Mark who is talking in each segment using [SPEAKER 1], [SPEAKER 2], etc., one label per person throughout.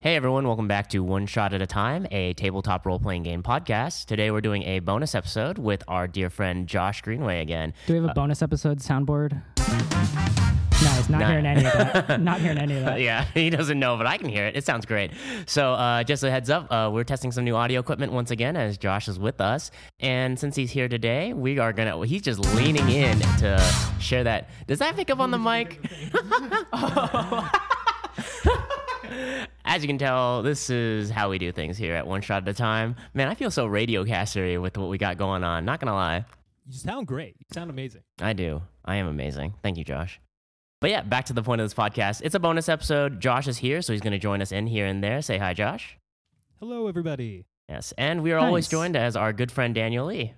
[SPEAKER 1] Hey everyone, welcome back to One Shot at a Time, a tabletop role playing game podcast. Today we're doing a bonus episode with our dear friend Josh Greenway again.
[SPEAKER 2] Do we have a bonus episode soundboard? No, it's not
[SPEAKER 1] Nah.
[SPEAKER 2] hearing any of that. not hearing any of that.
[SPEAKER 1] yeah, he doesn't know, but I can hear it. It sounds great. So, uh, just a heads up, uh, we're testing some new audio equipment once again as Josh is with us. And since he's here today, we are going to, he's just leaning in to share that. Does that pick up on the mic? As you can tell, this is how we do things here at One Shot at a Time. Man, I feel so radiocastery with what we got going on. Not going to lie.
[SPEAKER 3] You sound great. You sound amazing.
[SPEAKER 1] I do. I am amazing. Thank you, Josh. But yeah, back to the point of this podcast. It's a bonus episode. Josh is here, so he's going to join us in here and there. Say hi, Josh.
[SPEAKER 3] Hello, everybody.
[SPEAKER 1] Yes. And we are always
[SPEAKER 2] Nice.
[SPEAKER 1] joined as our good friend Daniel Lee.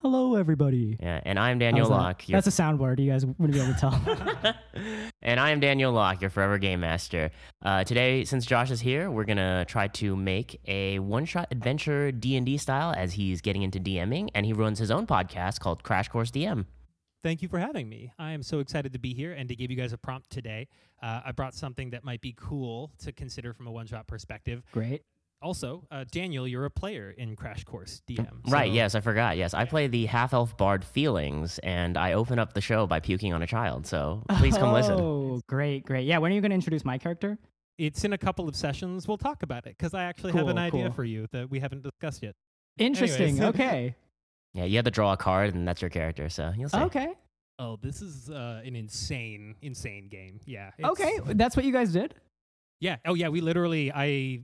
[SPEAKER 2] Hello, everybody.
[SPEAKER 1] Yeah. And I'm
[SPEAKER 2] How's
[SPEAKER 1] Daniel
[SPEAKER 2] that?
[SPEAKER 1] Locke. your-
[SPEAKER 2] That's a soundboard. You guys wouldn't be able to tell.
[SPEAKER 1] and I am Daniel Locke, your forever game master. Uh, today, since Josh is here, we're gonna try to make a one-shot adventure D and D style as he's getting into DMing, and he runs his own podcast called Crash Course DM.
[SPEAKER 3] Thank you for having me. I am so excited to be here and to give you guys a prompt today. Uh, I brought something that might be cool to consider from a one shot perspective.
[SPEAKER 2] Great.
[SPEAKER 3] Also, uh, Daniel, you're a player in Crash Course DM.
[SPEAKER 1] Right?
[SPEAKER 3] so-
[SPEAKER 1] Yes, I forgot. Yes, I play the half-elf bard Feelings, and I open up the show by puking on a child. So please come listen.
[SPEAKER 2] Oh, great, great. Yeah, when are you going to introduce my character?
[SPEAKER 3] It's in a couple of sessions. We'll talk about it because I actually have
[SPEAKER 2] Cool,
[SPEAKER 3] an idea
[SPEAKER 2] cool.
[SPEAKER 3] for you that we haven't discussed yet.
[SPEAKER 2] Interesting.
[SPEAKER 3] Anyways.
[SPEAKER 2] Okay.
[SPEAKER 1] Yeah, you have to draw a card, and that's your character. So you'll see.
[SPEAKER 2] Okay.
[SPEAKER 3] Oh, this is uh, an insane, insane game. Yeah. it's-
[SPEAKER 2] Okay. That's what you guys did?
[SPEAKER 3] Yeah. Oh, yeah. We literally, I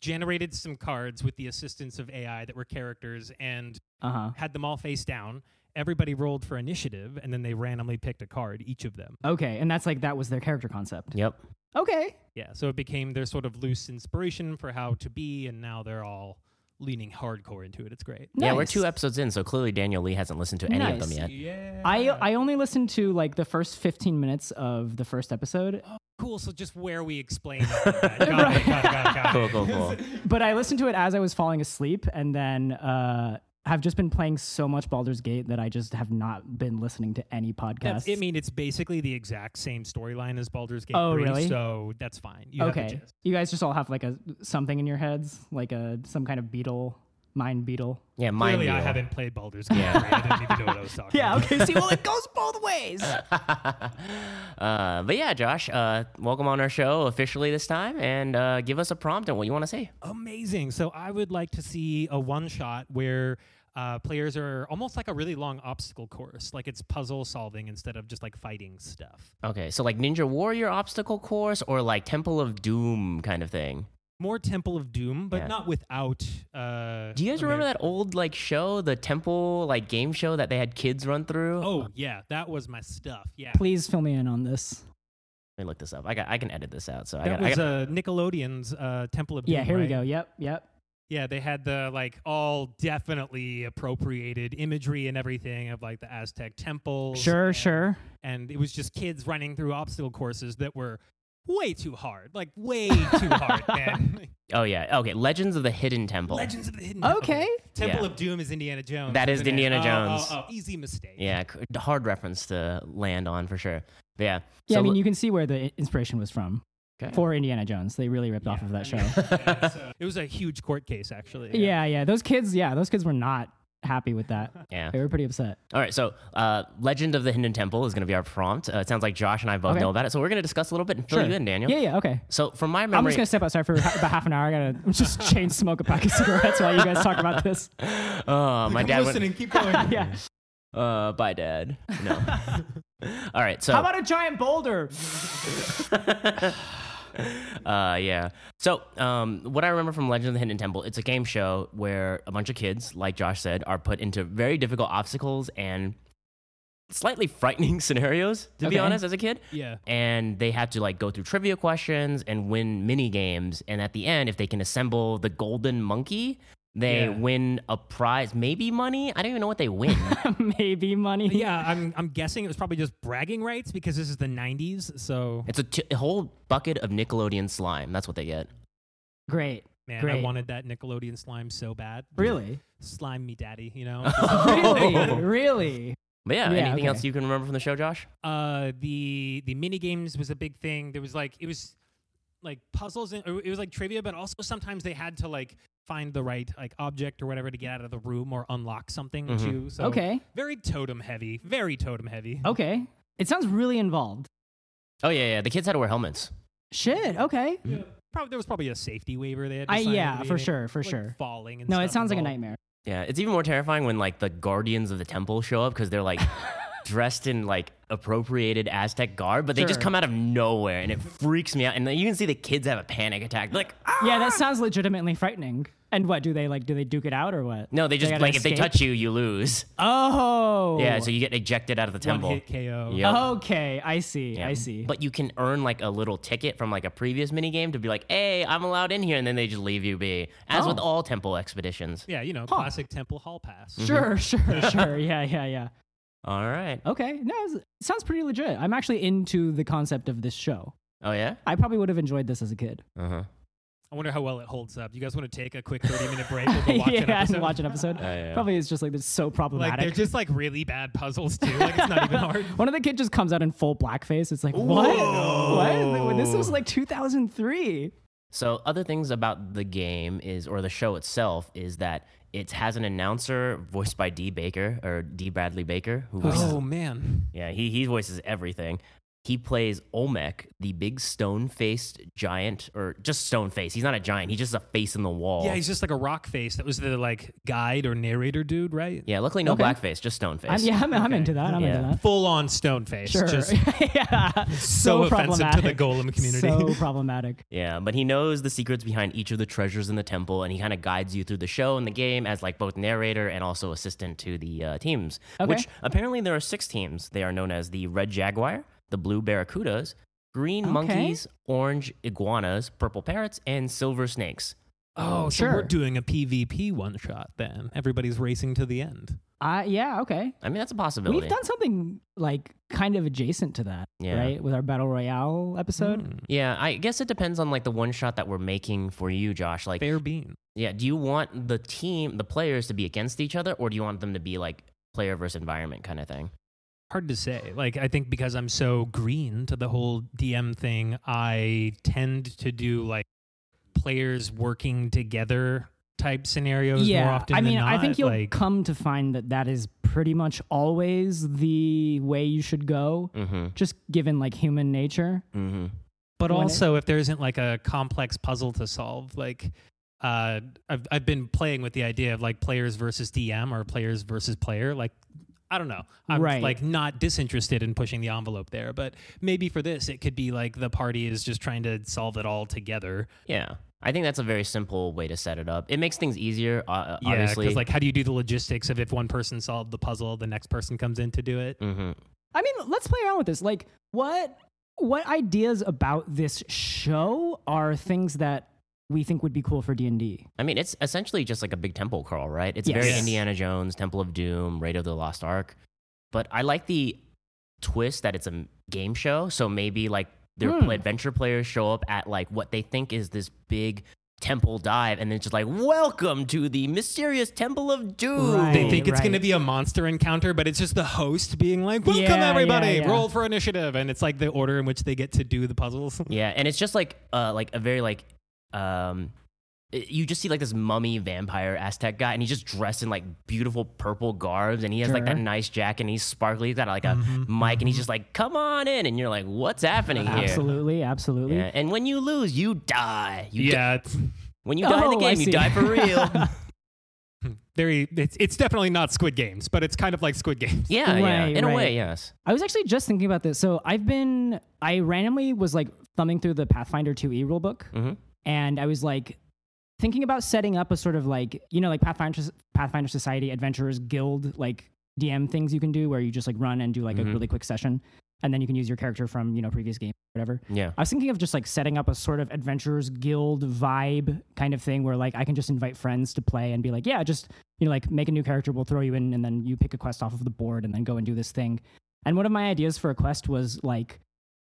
[SPEAKER 3] generated some cards with the assistance of AI that were characters and
[SPEAKER 2] Uh huh.
[SPEAKER 3] had them all face down. Everybody rolled for initiative, and then they randomly picked a card, each of them.
[SPEAKER 2] Okay. And that's like, that was their character concept.
[SPEAKER 1] Yep.
[SPEAKER 2] Okay.
[SPEAKER 3] Yeah, so it became their sort of loose inspiration for how to be, and now they're all leaning hardcore into it. It's great.
[SPEAKER 1] Yeah, we're
[SPEAKER 2] Nice.
[SPEAKER 1] two episodes in, so clearly Daniel Lee hasn't listened to any of them
[SPEAKER 2] Nice.
[SPEAKER 1] yet.
[SPEAKER 3] Yeah.
[SPEAKER 2] I, uh, I only listened to like the first 15 minutes of the first episode,
[SPEAKER 3] cool. So just where we explain. all that. Got it, got it, got it, got it.
[SPEAKER 1] Cool, cool, cool.
[SPEAKER 2] but I listened to it as I was falling asleep, and then uh, have just been playing so much Baldur's Gate that I just have not been listening to any
[SPEAKER 3] That's-
[SPEAKER 2] podcasts.
[SPEAKER 3] I mean, it's basically the exact same storyline as Baldur's Gate
[SPEAKER 2] Oh,
[SPEAKER 3] 3,
[SPEAKER 2] really?
[SPEAKER 3] so that's fine. You have the
[SPEAKER 2] okay,
[SPEAKER 3] gist.
[SPEAKER 2] you guys just all have like a something in your heads, like a some kind of beetle, mind beetle.
[SPEAKER 1] Yeah, mine.
[SPEAKER 3] Clearly, I haven't played Baldur's Gate 3. I didn't even know what I was talking
[SPEAKER 2] Yeah.
[SPEAKER 3] about.
[SPEAKER 2] Okay. See, well, it goes both ways.
[SPEAKER 1] uh, but yeah, Josh, uh, welcome on our show officially this time, and uh, give us a prompt on what you want to say.
[SPEAKER 3] Amazing. So I would like to see a one shot where uh, players are almost like a really long obstacle course, like it's puzzle solving instead of just like fighting stuff.
[SPEAKER 1] Okay, so like Ninja Warrior obstacle course or like Temple of Doom kind of thing.
[SPEAKER 3] More Temple of Doom, but
[SPEAKER 1] Yeah.
[SPEAKER 3] not without. Uh,
[SPEAKER 1] Do you guys
[SPEAKER 3] Ameri-
[SPEAKER 1] remember that old like show, the Temple like game show that they had kids run through?
[SPEAKER 3] Oh yeah, that was my stuff. Yeah,
[SPEAKER 2] Please fill me in on this.
[SPEAKER 1] let me look this up. I got I can edit this out. So I
[SPEAKER 3] that
[SPEAKER 1] got, I
[SPEAKER 3] was
[SPEAKER 1] got
[SPEAKER 3] uh, Nickelodeon's uh, Temple of Doom.
[SPEAKER 2] Yeah. Here we
[SPEAKER 3] right?
[SPEAKER 2] go. Yep. Yep.
[SPEAKER 3] Yeah, they had the like all definitely appropriated imagery and everything of like the Aztec temples.
[SPEAKER 2] Sure.
[SPEAKER 3] and-
[SPEAKER 2] Sure.
[SPEAKER 3] and it was just kids running through obstacle courses that were way too hard, like way too hard, man.
[SPEAKER 1] oh yeah okay Legends of the Hidden Temple.
[SPEAKER 3] uh, Legends of the Hidden
[SPEAKER 2] Okay.
[SPEAKER 3] Temple
[SPEAKER 1] Yeah.
[SPEAKER 3] of Doom is Indiana Jones.
[SPEAKER 1] That is
[SPEAKER 3] isn't it?
[SPEAKER 1] Indiana
[SPEAKER 3] Oh,
[SPEAKER 1] Jones.
[SPEAKER 3] Oh, oh, easy mistake.
[SPEAKER 1] Yeah, c- hard reference to land on for sure. But yeah,
[SPEAKER 2] Yeah.
[SPEAKER 1] so
[SPEAKER 2] I mean, you can see where the i- inspiration was from
[SPEAKER 1] Okay.
[SPEAKER 2] for Indiana Jones. They really ripped off
[SPEAKER 3] Yeah,
[SPEAKER 2] of that show.
[SPEAKER 3] I mean, yeah, so- it was a huge court case, actually.
[SPEAKER 2] yeah. Yeah. Those kids. Yeah. Those kids were not happy with that.
[SPEAKER 1] yeah.
[SPEAKER 2] They were pretty upset.
[SPEAKER 1] All right, so uh, Legend of the Hidden Temple is going to be our prompt. Uh, it sounds like Josh and I both
[SPEAKER 2] Okay.
[SPEAKER 1] know about it, so we're going to discuss a little bit and fill
[SPEAKER 2] Sure.
[SPEAKER 1] you in, Daniel.
[SPEAKER 2] Yeah, yeah, okay.
[SPEAKER 1] So from my
[SPEAKER 2] I'm
[SPEAKER 1] memory,
[SPEAKER 2] just gonna step outside for ha- about half an hour. I gotta just chain smoke a pack of cigarettes while you guys talk about this.
[SPEAKER 1] Oh, my dad. Went,
[SPEAKER 3] keep going.
[SPEAKER 2] Yeah.
[SPEAKER 1] uh, bye, dad. No. All right, so
[SPEAKER 2] How about a giant boulder?
[SPEAKER 1] uh, yeah. So, um, what I remember from Legend of the Hidden Temple, it's a game show where a bunch of kids, like Josh said, are put into very difficult obstacles and slightly frightening scenarios. To be
[SPEAKER 2] Okay.
[SPEAKER 1] honest, as a kid,
[SPEAKER 3] Yeah.
[SPEAKER 1] and they have to like go through trivia questions and win mini games. And at the end, if they can assemble the golden monkey, they
[SPEAKER 3] Yeah.
[SPEAKER 1] win a prize, maybe money. I don't even know what they win.
[SPEAKER 2] Maybe money.
[SPEAKER 3] Yeah, I'm, I'm guessing it was probably just bragging rights because this is the 90s. So,
[SPEAKER 1] it's a, t- a whole bucket of Nickelodeon slime. That's what they get.
[SPEAKER 2] Great.
[SPEAKER 3] man, I
[SPEAKER 2] Great.
[SPEAKER 3] wanted that Nickelodeon slime so bad.
[SPEAKER 2] Really?
[SPEAKER 3] Slime me, daddy, you know?
[SPEAKER 2] really? Really?
[SPEAKER 1] But yeah,
[SPEAKER 2] Yeah,
[SPEAKER 1] anything
[SPEAKER 2] okay.
[SPEAKER 1] else you can remember from the show, Josh?
[SPEAKER 3] uh the the mini games was a big thing there was like it was like puzzles and it was like trivia, but also sometimes they had to like find the right like object or whatever to get out of the room or unlock something
[SPEAKER 1] Mhm.
[SPEAKER 3] too. So
[SPEAKER 2] okay. Oh.
[SPEAKER 3] very totem heavy, very totem heavy.
[SPEAKER 2] Okay. It sounds really involved.
[SPEAKER 1] Oh yeah, yeah. The kids had to wear helmets.
[SPEAKER 2] Shit. Okay.
[SPEAKER 3] Probably there was probably a safety waiver they had. To
[SPEAKER 2] I
[SPEAKER 3] sign at the
[SPEAKER 2] yeah, for
[SPEAKER 3] beginning.
[SPEAKER 2] sure, for
[SPEAKER 3] Like,
[SPEAKER 2] sure.
[SPEAKER 3] Falling. And
[SPEAKER 2] No, it
[SPEAKER 3] stuff
[SPEAKER 2] sounds like a
[SPEAKER 3] involved.
[SPEAKER 2] nightmare.
[SPEAKER 1] Yeah, it's even more terrifying when like the guardians of the temple show up because they're like dressed in like appropriated Aztec garb, but they just
[SPEAKER 2] Sure.
[SPEAKER 1] come out of nowhere and it freaks me out. And then you can see the kids have a panic attack. Like, ah!
[SPEAKER 2] Yeah, that sounds legitimately frightening. And what do they like? Do they duke it out or what?
[SPEAKER 1] no, they just
[SPEAKER 2] gotta
[SPEAKER 1] like if they
[SPEAKER 2] escape?
[SPEAKER 1] touch you, you lose.
[SPEAKER 2] Oh.
[SPEAKER 1] Yeah, so you get ejected out of the temple.
[SPEAKER 3] One hit KO.
[SPEAKER 1] Yep.
[SPEAKER 2] Okay, I see.
[SPEAKER 1] Yeah.
[SPEAKER 2] Oh, I see.
[SPEAKER 1] But you can earn like a little ticket from like a previous minigame to be like, hey, I'm allowed in here. And then they just leave you be, as with
[SPEAKER 2] Oh.
[SPEAKER 1] all temple expeditions.
[SPEAKER 3] Yeah, you know, classic temple hall pass.
[SPEAKER 2] sure, sure, sure. Yeah, yeah, yeah.
[SPEAKER 1] All right.
[SPEAKER 2] Okay. No, it's- it sounds pretty legit. I'm actually into the concept of this show.
[SPEAKER 1] Oh, yeah?
[SPEAKER 2] I probably would have enjoyed this as a kid.
[SPEAKER 1] Uh huh.
[SPEAKER 3] I wonder how well it holds up. You guys want to take a quick 30 minute break? We'll go watch
[SPEAKER 2] yeah,
[SPEAKER 3] an episode.
[SPEAKER 2] and watch an episode.
[SPEAKER 1] yeah.
[SPEAKER 2] Probably it's just like it's so
[SPEAKER 3] like
[SPEAKER 2] problematic.
[SPEAKER 3] they're just like really bad puzzles too. Like it's not even hard.
[SPEAKER 2] One of the kids just comes out in full blackface. It's like what? What? This was like 2003.
[SPEAKER 1] So other things about the game is, or the show itself, is that it has an announcer voiced by D. Baker or D. Bradley Baker, who voices,
[SPEAKER 3] Oh man.
[SPEAKER 1] yeah, he he voices everything. He plays Olmec, the big stone-faced giant, or just stone face. He's not a giant. He's just a face in the wall.
[SPEAKER 3] Yeah, he's just like a rock face. That was the like guide or narrator dude, right?
[SPEAKER 1] yeah. Luckily, no
[SPEAKER 2] Okay.
[SPEAKER 1] blackface, just stone face.
[SPEAKER 2] I'm, yeah, I'm, I'm
[SPEAKER 3] Okay.
[SPEAKER 2] into that. I'm
[SPEAKER 1] Yeah.
[SPEAKER 2] into that.
[SPEAKER 3] Full on stone face.
[SPEAKER 2] Sure.
[SPEAKER 3] Just
[SPEAKER 2] yeah.
[SPEAKER 3] so, offensive to the
[SPEAKER 2] problematic.
[SPEAKER 3] golem community.
[SPEAKER 2] So problematic.
[SPEAKER 1] Yeah, but he knows the secrets behind each of the treasures in the temple, and he kind of guides you through the show and the game as like both narrator and also assistant to the uh, teams.
[SPEAKER 2] Okay.
[SPEAKER 1] Which apparently there are six teams. They are known as the Red Jaguar, the Blue Barracudas, Green
[SPEAKER 2] Okay.
[SPEAKER 1] Monkeys, Orange Iguanas, Purple Parrots, and Silver Snakes.
[SPEAKER 3] oh, so
[SPEAKER 2] Sure.
[SPEAKER 3] we're doing a PvP one shot then. Everybody's racing to the end.
[SPEAKER 2] Uh, yeah. Okay.
[SPEAKER 1] I mean, that's a possibility.
[SPEAKER 2] We've done something like kind of adjacent to that,
[SPEAKER 1] Yeah.
[SPEAKER 2] right? With our battle royale episode.
[SPEAKER 3] Mm,
[SPEAKER 1] yeah, I guess it depends on like the one shot that we're making for you, Josh. Like,
[SPEAKER 3] fair bean.
[SPEAKER 1] yeah, do you want the team, the players to be against each other, or do you want them to be like player versus environment kind of thing?
[SPEAKER 3] Hard to say. Like I think because I'm so green to the whole DM thing, I tend to do like players working together type scenarios more often
[SPEAKER 2] I mean,
[SPEAKER 3] than not.
[SPEAKER 2] I think you'll
[SPEAKER 3] like,
[SPEAKER 2] come to find that that is pretty much always the way you should go,
[SPEAKER 1] Mm-hmm.
[SPEAKER 2] just given like human nature.
[SPEAKER 1] Mm-hmm.
[SPEAKER 3] but
[SPEAKER 2] when it-
[SPEAKER 3] also if there isn't like a complex puzzle to solve like uh, I've, I've been playing with the idea of like players versus dm or players versus player like i don't know i'm
[SPEAKER 2] Right.
[SPEAKER 3] like not disinterested in pushing the envelope there but maybe for this it could be like the party is just trying to solve it all together
[SPEAKER 1] Yeah. I think that's a very simple way to set it up. It makes things easier, uh,
[SPEAKER 3] yeah
[SPEAKER 1] obviously.
[SPEAKER 3] because like how do you do the logistics of if one person solved the puzzle the next person comes in to do it
[SPEAKER 1] hmm
[SPEAKER 2] I mean, let's play around with this. Like, what what ideas about this show are things that we think would be cool for D and D?
[SPEAKER 1] I mean, it's essentially just like a big temple crawl, right? It's
[SPEAKER 2] Yes.
[SPEAKER 1] very
[SPEAKER 3] Yes.
[SPEAKER 1] Indiana Jones, Temple of Doom, Raid of the Lost Ark. But I like the twist that it's a m- game show. So maybe like their
[SPEAKER 2] Hmm.
[SPEAKER 1] adventure players show up at like what they think is this big temple dive, and then it's just like, welcome to the mysterious Temple of Doom.
[SPEAKER 2] Right.
[SPEAKER 3] They think it's going to
[SPEAKER 2] right.
[SPEAKER 3] be a monster encounter, but it's just the host being like, "Welcome
[SPEAKER 2] Yeah,
[SPEAKER 3] everybody,
[SPEAKER 2] yeah, yeah.
[SPEAKER 3] roll for initiative," and it's like the order in which they get to do the puzzles.
[SPEAKER 1] Yeah, and it's just like uh like a very like um i- you just see like this mummy vampire Aztec guy, and he's just dressed in like beautiful purple garbs, and he has like that
[SPEAKER 2] Sure. Mm-hmm,
[SPEAKER 1] nice jacket, and he's sparkly. He's got like a mic, and he's just like, "Come on in," and you're like, "What's happening here?"
[SPEAKER 2] Absolutely, absolutely.
[SPEAKER 1] Yeah, and when you lose, you die. You di-
[SPEAKER 3] Yeah, it's
[SPEAKER 1] when you die in the
[SPEAKER 2] Oh, I
[SPEAKER 1] game, you
[SPEAKER 2] see.
[SPEAKER 1] die for real.
[SPEAKER 3] very. It's, it's definitely not Squid Games, but it's kind of like Squid Games.
[SPEAKER 1] yeah, yeah.
[SPEAKER 2] Right,
[SPEAKER 1] In a
[SPEAKER 2] right.
[SPEAKER 1] way, yes.
[SPEAKER 2] I was actually just thinking about this. So I've been I randomly was like thumbing through the Pathfinder 2e rulebook
[SPEAKER 1] Mhm.
[SPEAKER 2] and I was like thinking about setting up a sort of like, you know, like Pathfinder Pathfinder Society Adventurers Guild like DM things you can do where you just like run and do like
[SPEAKER 1] Mhm.
[SPEAKER 2] a really quick session and then you can use your character from, you know, previous game or whatever.
[SPEAKER 1] Yeah.
[SPEAKER 2] I was thinking of just like setting up a sort of adventurers guild vibe kind of thing where like I can just invite friends to play and be like, yeah, just you know, like make a new character, we'll throw you in, and then you pick a quest off of the board and then go and do this thing. And one of my ideas for a quest was like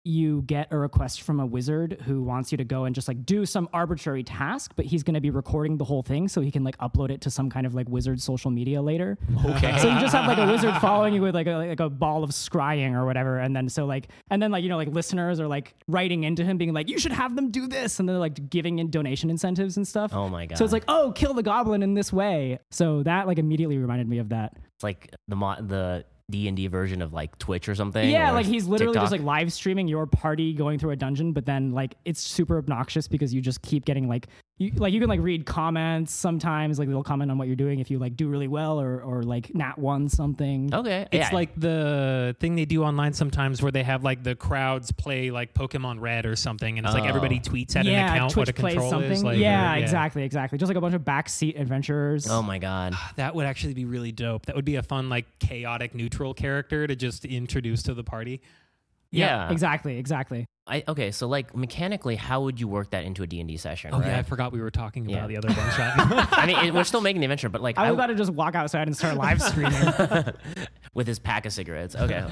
[SPEAKER 2] you get a request from a wizard who wants you to go and just like do some arbitrary task, but he's going to be recording the whole thing so he can like upload it to some kind of like wizard social media later.
[SPEAKER 1] Okay.
[SPEAKER 2] so you just have like a wizard following you with like a, like a ball of scrying or whatever, and then so like and then like you know like listeners are like writing into him being like you should have them do this, and they're like giving in donation incentives and stuff.
[SPEAKER 1] Oh my god.
[SPEAKER 2] So it's like oh kill the goblin in this way. So that like immediately reminded me of that.
[SPEAKER 1] it's like the mo- the D and D version of like Twitch or something.
[SPEAKER 2] Yeah,
[SPEAKER 1] or
[SPEAKER 2] like he's literally just
[SPEAKER 1] TikTok.
[SPEAKER 2] like live streaming your party going through a dungeon, but then like it's super obnoxious because you just keep getting like you like you can like read comments sometimes, like they'll comment on what you're doing if you like do really well or or like nat one something.
[SPEAKER 1] okay.
[SPEAKER 3] It's
[SPEAKER 1] yeah.
[SPEAKER 3] like the thing they do online sometimes where they have like the crowds play like Pokemon Red or something, and it's like
[SPEAKER 1] Oh.
[SPEAKER 3] everybody tweets at
[SPEAKER 2] yeah,
[SPEAKER 3] an account
[SPEAKER 2] Twitch
[SPEAKER 3] what a
[SPEAKER 2] plays
[SPEAKER 3] control
[SPEAKER 2] something.
[SPEAKER 3] is. Like,
[SPEAKER 2] yeah, exactly, exactly. Just like a bunch of backseat adventurers.
[SPEAKER 1] oh my god.
[SPEAKER 3] Ah, That would actually be really dope. That would be a fun like chaotic neutral character to just introduce to the party.
[SPEAKER 1] Yeah.
[SPEAKER 2] exactly, exactly.
[SPEAKER 1] I, okay, so like mechanically, how would you work that into a D and D session?
[SPEAKER 3] Oh
[SPEAKER 1] right?
[SPEAKER 3] yeah, I forgot we were talking about
[SPEAKER 1] Yeah.
[SPEAKER 3] the other one shot.
[SPEAKER 1] I mean, it, we're still making the adventure, but like
[SPEAKER 2] I
[SPEAKER 1] I
[SPEAKER 2] was
[SPEAKER 1] w-
[SPEAKER 2] about to just walk outside and start live streaming.
[SPEAKER 1] with his pack of cigarettes. Okay.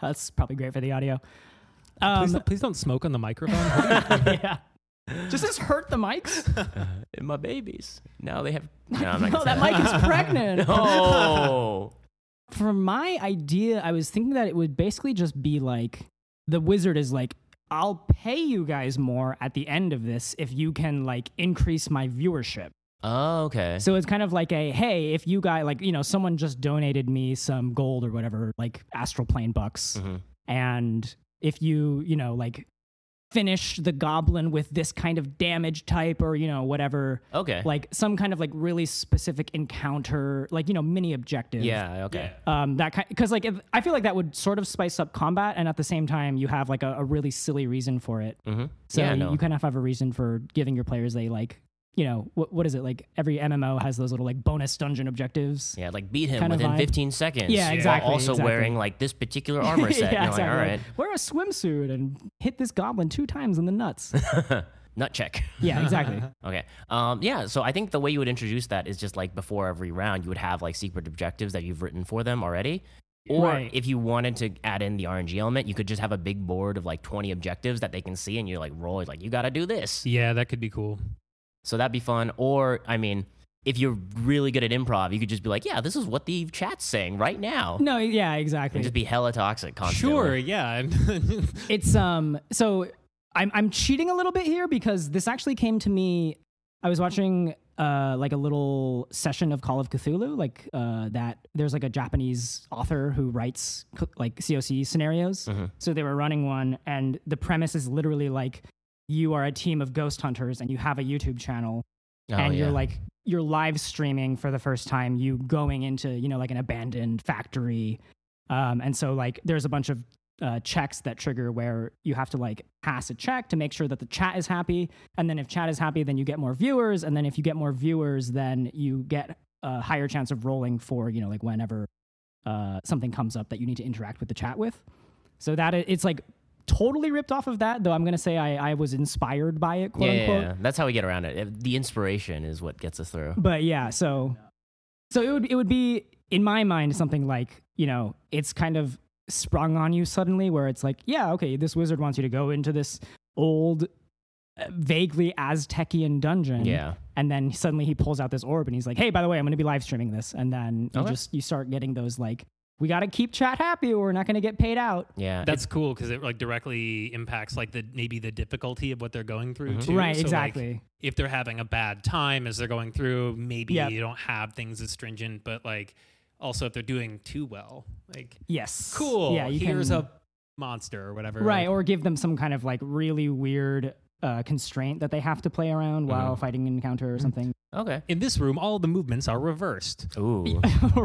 [SPEAKER 2] That's probably great for the audio.
[SPEAKER 3] please,
[SPEAKER 2] Um,
[SPEAKER 3] don't, please don't smoke on the microphone.
[SPEAKER 2] yeah. Does this hurt the mics?
[SPEAKER 1] my babies. Now they have. No, I'm not
[SPEAKER 2] No,
[SPEAKER 1] gonna
[SPEAKER 2] that mic is pregnant.
[SPEAKER 1] say- oh.
[SPEAKER 2] For my idea, I was thinking that it would basically just be like the wizard is like, I'll pay you guys more at the end of this if you can like increase my viewership.
[SPEAKER 1] oh. Okay.
[SPEAKER 2] So it's kind of like a hey, if you guys like, you know, someone just donated me some gold or whatever, like astral plane bucks,
[SPEAKER 1] Mhm.
[SPEAKER 2] and if you, you know, like finish the goblin with this kind of damage type or you know whatever
[SPEAKER 1] Okay.
[SPEAKER 2] like some kind of like really specific encounter, like you know, mini objective.
[SPEAKER 1] yeah. Okay.
[SPEAKER 2] Um, that kind because like if, I feel like that would sort of spice up combat, and at the same time you have like a, a really silly reason for it.
[SPEAKER 1] Mm-hmm.
[SPEAKER 2] So
[SPEAKER 1] yeah.
[SPEAKER 2] you-
[SPEAKER 1] No.
[SPEAKER 2] you kind of have a reason for giving your players they like you know what what is it like every MMO has those little like bonus dungeon objectives.
[SPEAKER 1] yeah. Like beat him
[SPEAKER 2] kind of
[SPEAKER 1] within
[SPEAKER 2] vibe.
[SPEAKER 1] 15 seconds.
[SPEAKER 2] Yeah,
[SPEAKER 1] while
[SPEAKER 2] exactly,
[SPEAKER 1] also
[SPEAKER 2] exactly.
[SPEAKER 1] wearing like this particular armor set.
[SPEAKER 2] yeah,
[SPEAKER 1] You're like,
[SPEAKER 2] exactly.
[SPEAKER 1] all
[SPEAKER 2] Like,
[SPEAKER 1] right.
[SPEAKER 2] Wear a swimsuit and hit this goblin two times in the nuts.
[SPEAKER 1] Nut check.
[SPEAKER 2] yeah, exactly.
[SPEAKER 1] Okay. Um, yeah. So I think the way you would introduce that is just like before every round, you would have like secret objectives that you've written for them already. Or
[SPEAKER 2] Right.
[SPEAKER 1] if you wanted to add in the RNG element, you could just have a big board of like 20 objectives that they can see and you like roll, like, you got to do this.
[SPEAKER 3] Yeah, that could be cool.
[SPEAKER 1] So that'd be fun. Or, I mean, if you're really good at improv, you could just be like, yeah, this is what the chat's saying right now.
[SPEAKER 2] No, yeah, exactly.
[SPEAKER 1] And just be hella toxic constantly.
[SPEAKER 3] Sure, yeah.
[SPEAKER 2] It's um so I'm I'm cheating a little bit here because this actually came to me I was watching uh like a little session of Call of Cthulhu like uh that there's like a Japanese author who writes c- like COC scenarios. So they were running one and the premise is literally like you are a team of ghost hunters and you have a YouTube channel
[SPEAKER 1] Oh,
[SPEAKER 2] and
[SPEAKER 1] yeah.
[SPEAKER 2] you're like you're live streaming for the first time you going into you know like an abandoned factory um, and so like there's a bunch of uh, checks that trigger where you have to like pass a check to make sure that the chat is happy and then if chat is happy then you get more viewers and then if you get more viewers then you get a higher chance of rolling for you know like whenever uh, something comes up that you need to interact with the chat with so that it, it's like totally ripped off of that though i'm gonna say i, I was inspired by it
[SPEAKER 1] yeah,
[SPEAKER 2] quote
[SPEAKER 1] yeah,
[SPEAKER 2] unquote
[SPEAKER 1] yeah. That's how we get around it. It- The inspiration is what gets us through.
[SPEAKER 2] but yeah, so so it would it would be in my mind something like you know it's kind of sprung on you suddenly where it's like yeah okay this wizard wants you to go into this old uh, vaguely Aztecian dungeon
[SPEAKER 1] Yeah.
[SPEAKER 2] and then suddenly he pulls out this orb and he's like hey by the way I'm going to be live streaming this and then you
[SPEAKER 1] Okay.
[SPEAKER 2] just you start getting those like we got to keep chat happy or we're not going to get paid out
[SPEAKER 1] Yeah.
[SPEAKER 3] That's cool because Uh, it like directly impacts like the maybe the difficulty of what they're going through
[SPEAKER 1] Mhm.
[SPEAKER 3] too.
[SPEAKER 2] right
[SPEAKER 3] So, like,
[SPEAKER 2] exactly
[SPEAKER 3] if they're having a bad time as they're going through, maybe
[SPEAKER 2] Yep.
[SPEAKER 3] you don't have things as stringent, but like also if they're doing too well, like
[SPEAKER 2] yes
[SPEAKER 3] cool.
[SPEAKER 2] yeah you
[SPEAKER 3] here's
[SPEAKER 2] can,
[SPEAKER 3] a monster or whatever.
[SPEAKER 2] right
[SPEAKER 3] Like,
[SPEAKER 2] or give them some kind of like really weird uh, constraint that they have to play around
[SPEAKER 1] Mm-hmm.
[SPEAKER 2] while fighting an encounter or something
[SPEAKER 1] okay.
[SPEAKER 3] in this room, all the movements are reversed.
[SPEAKER 1] Ooh.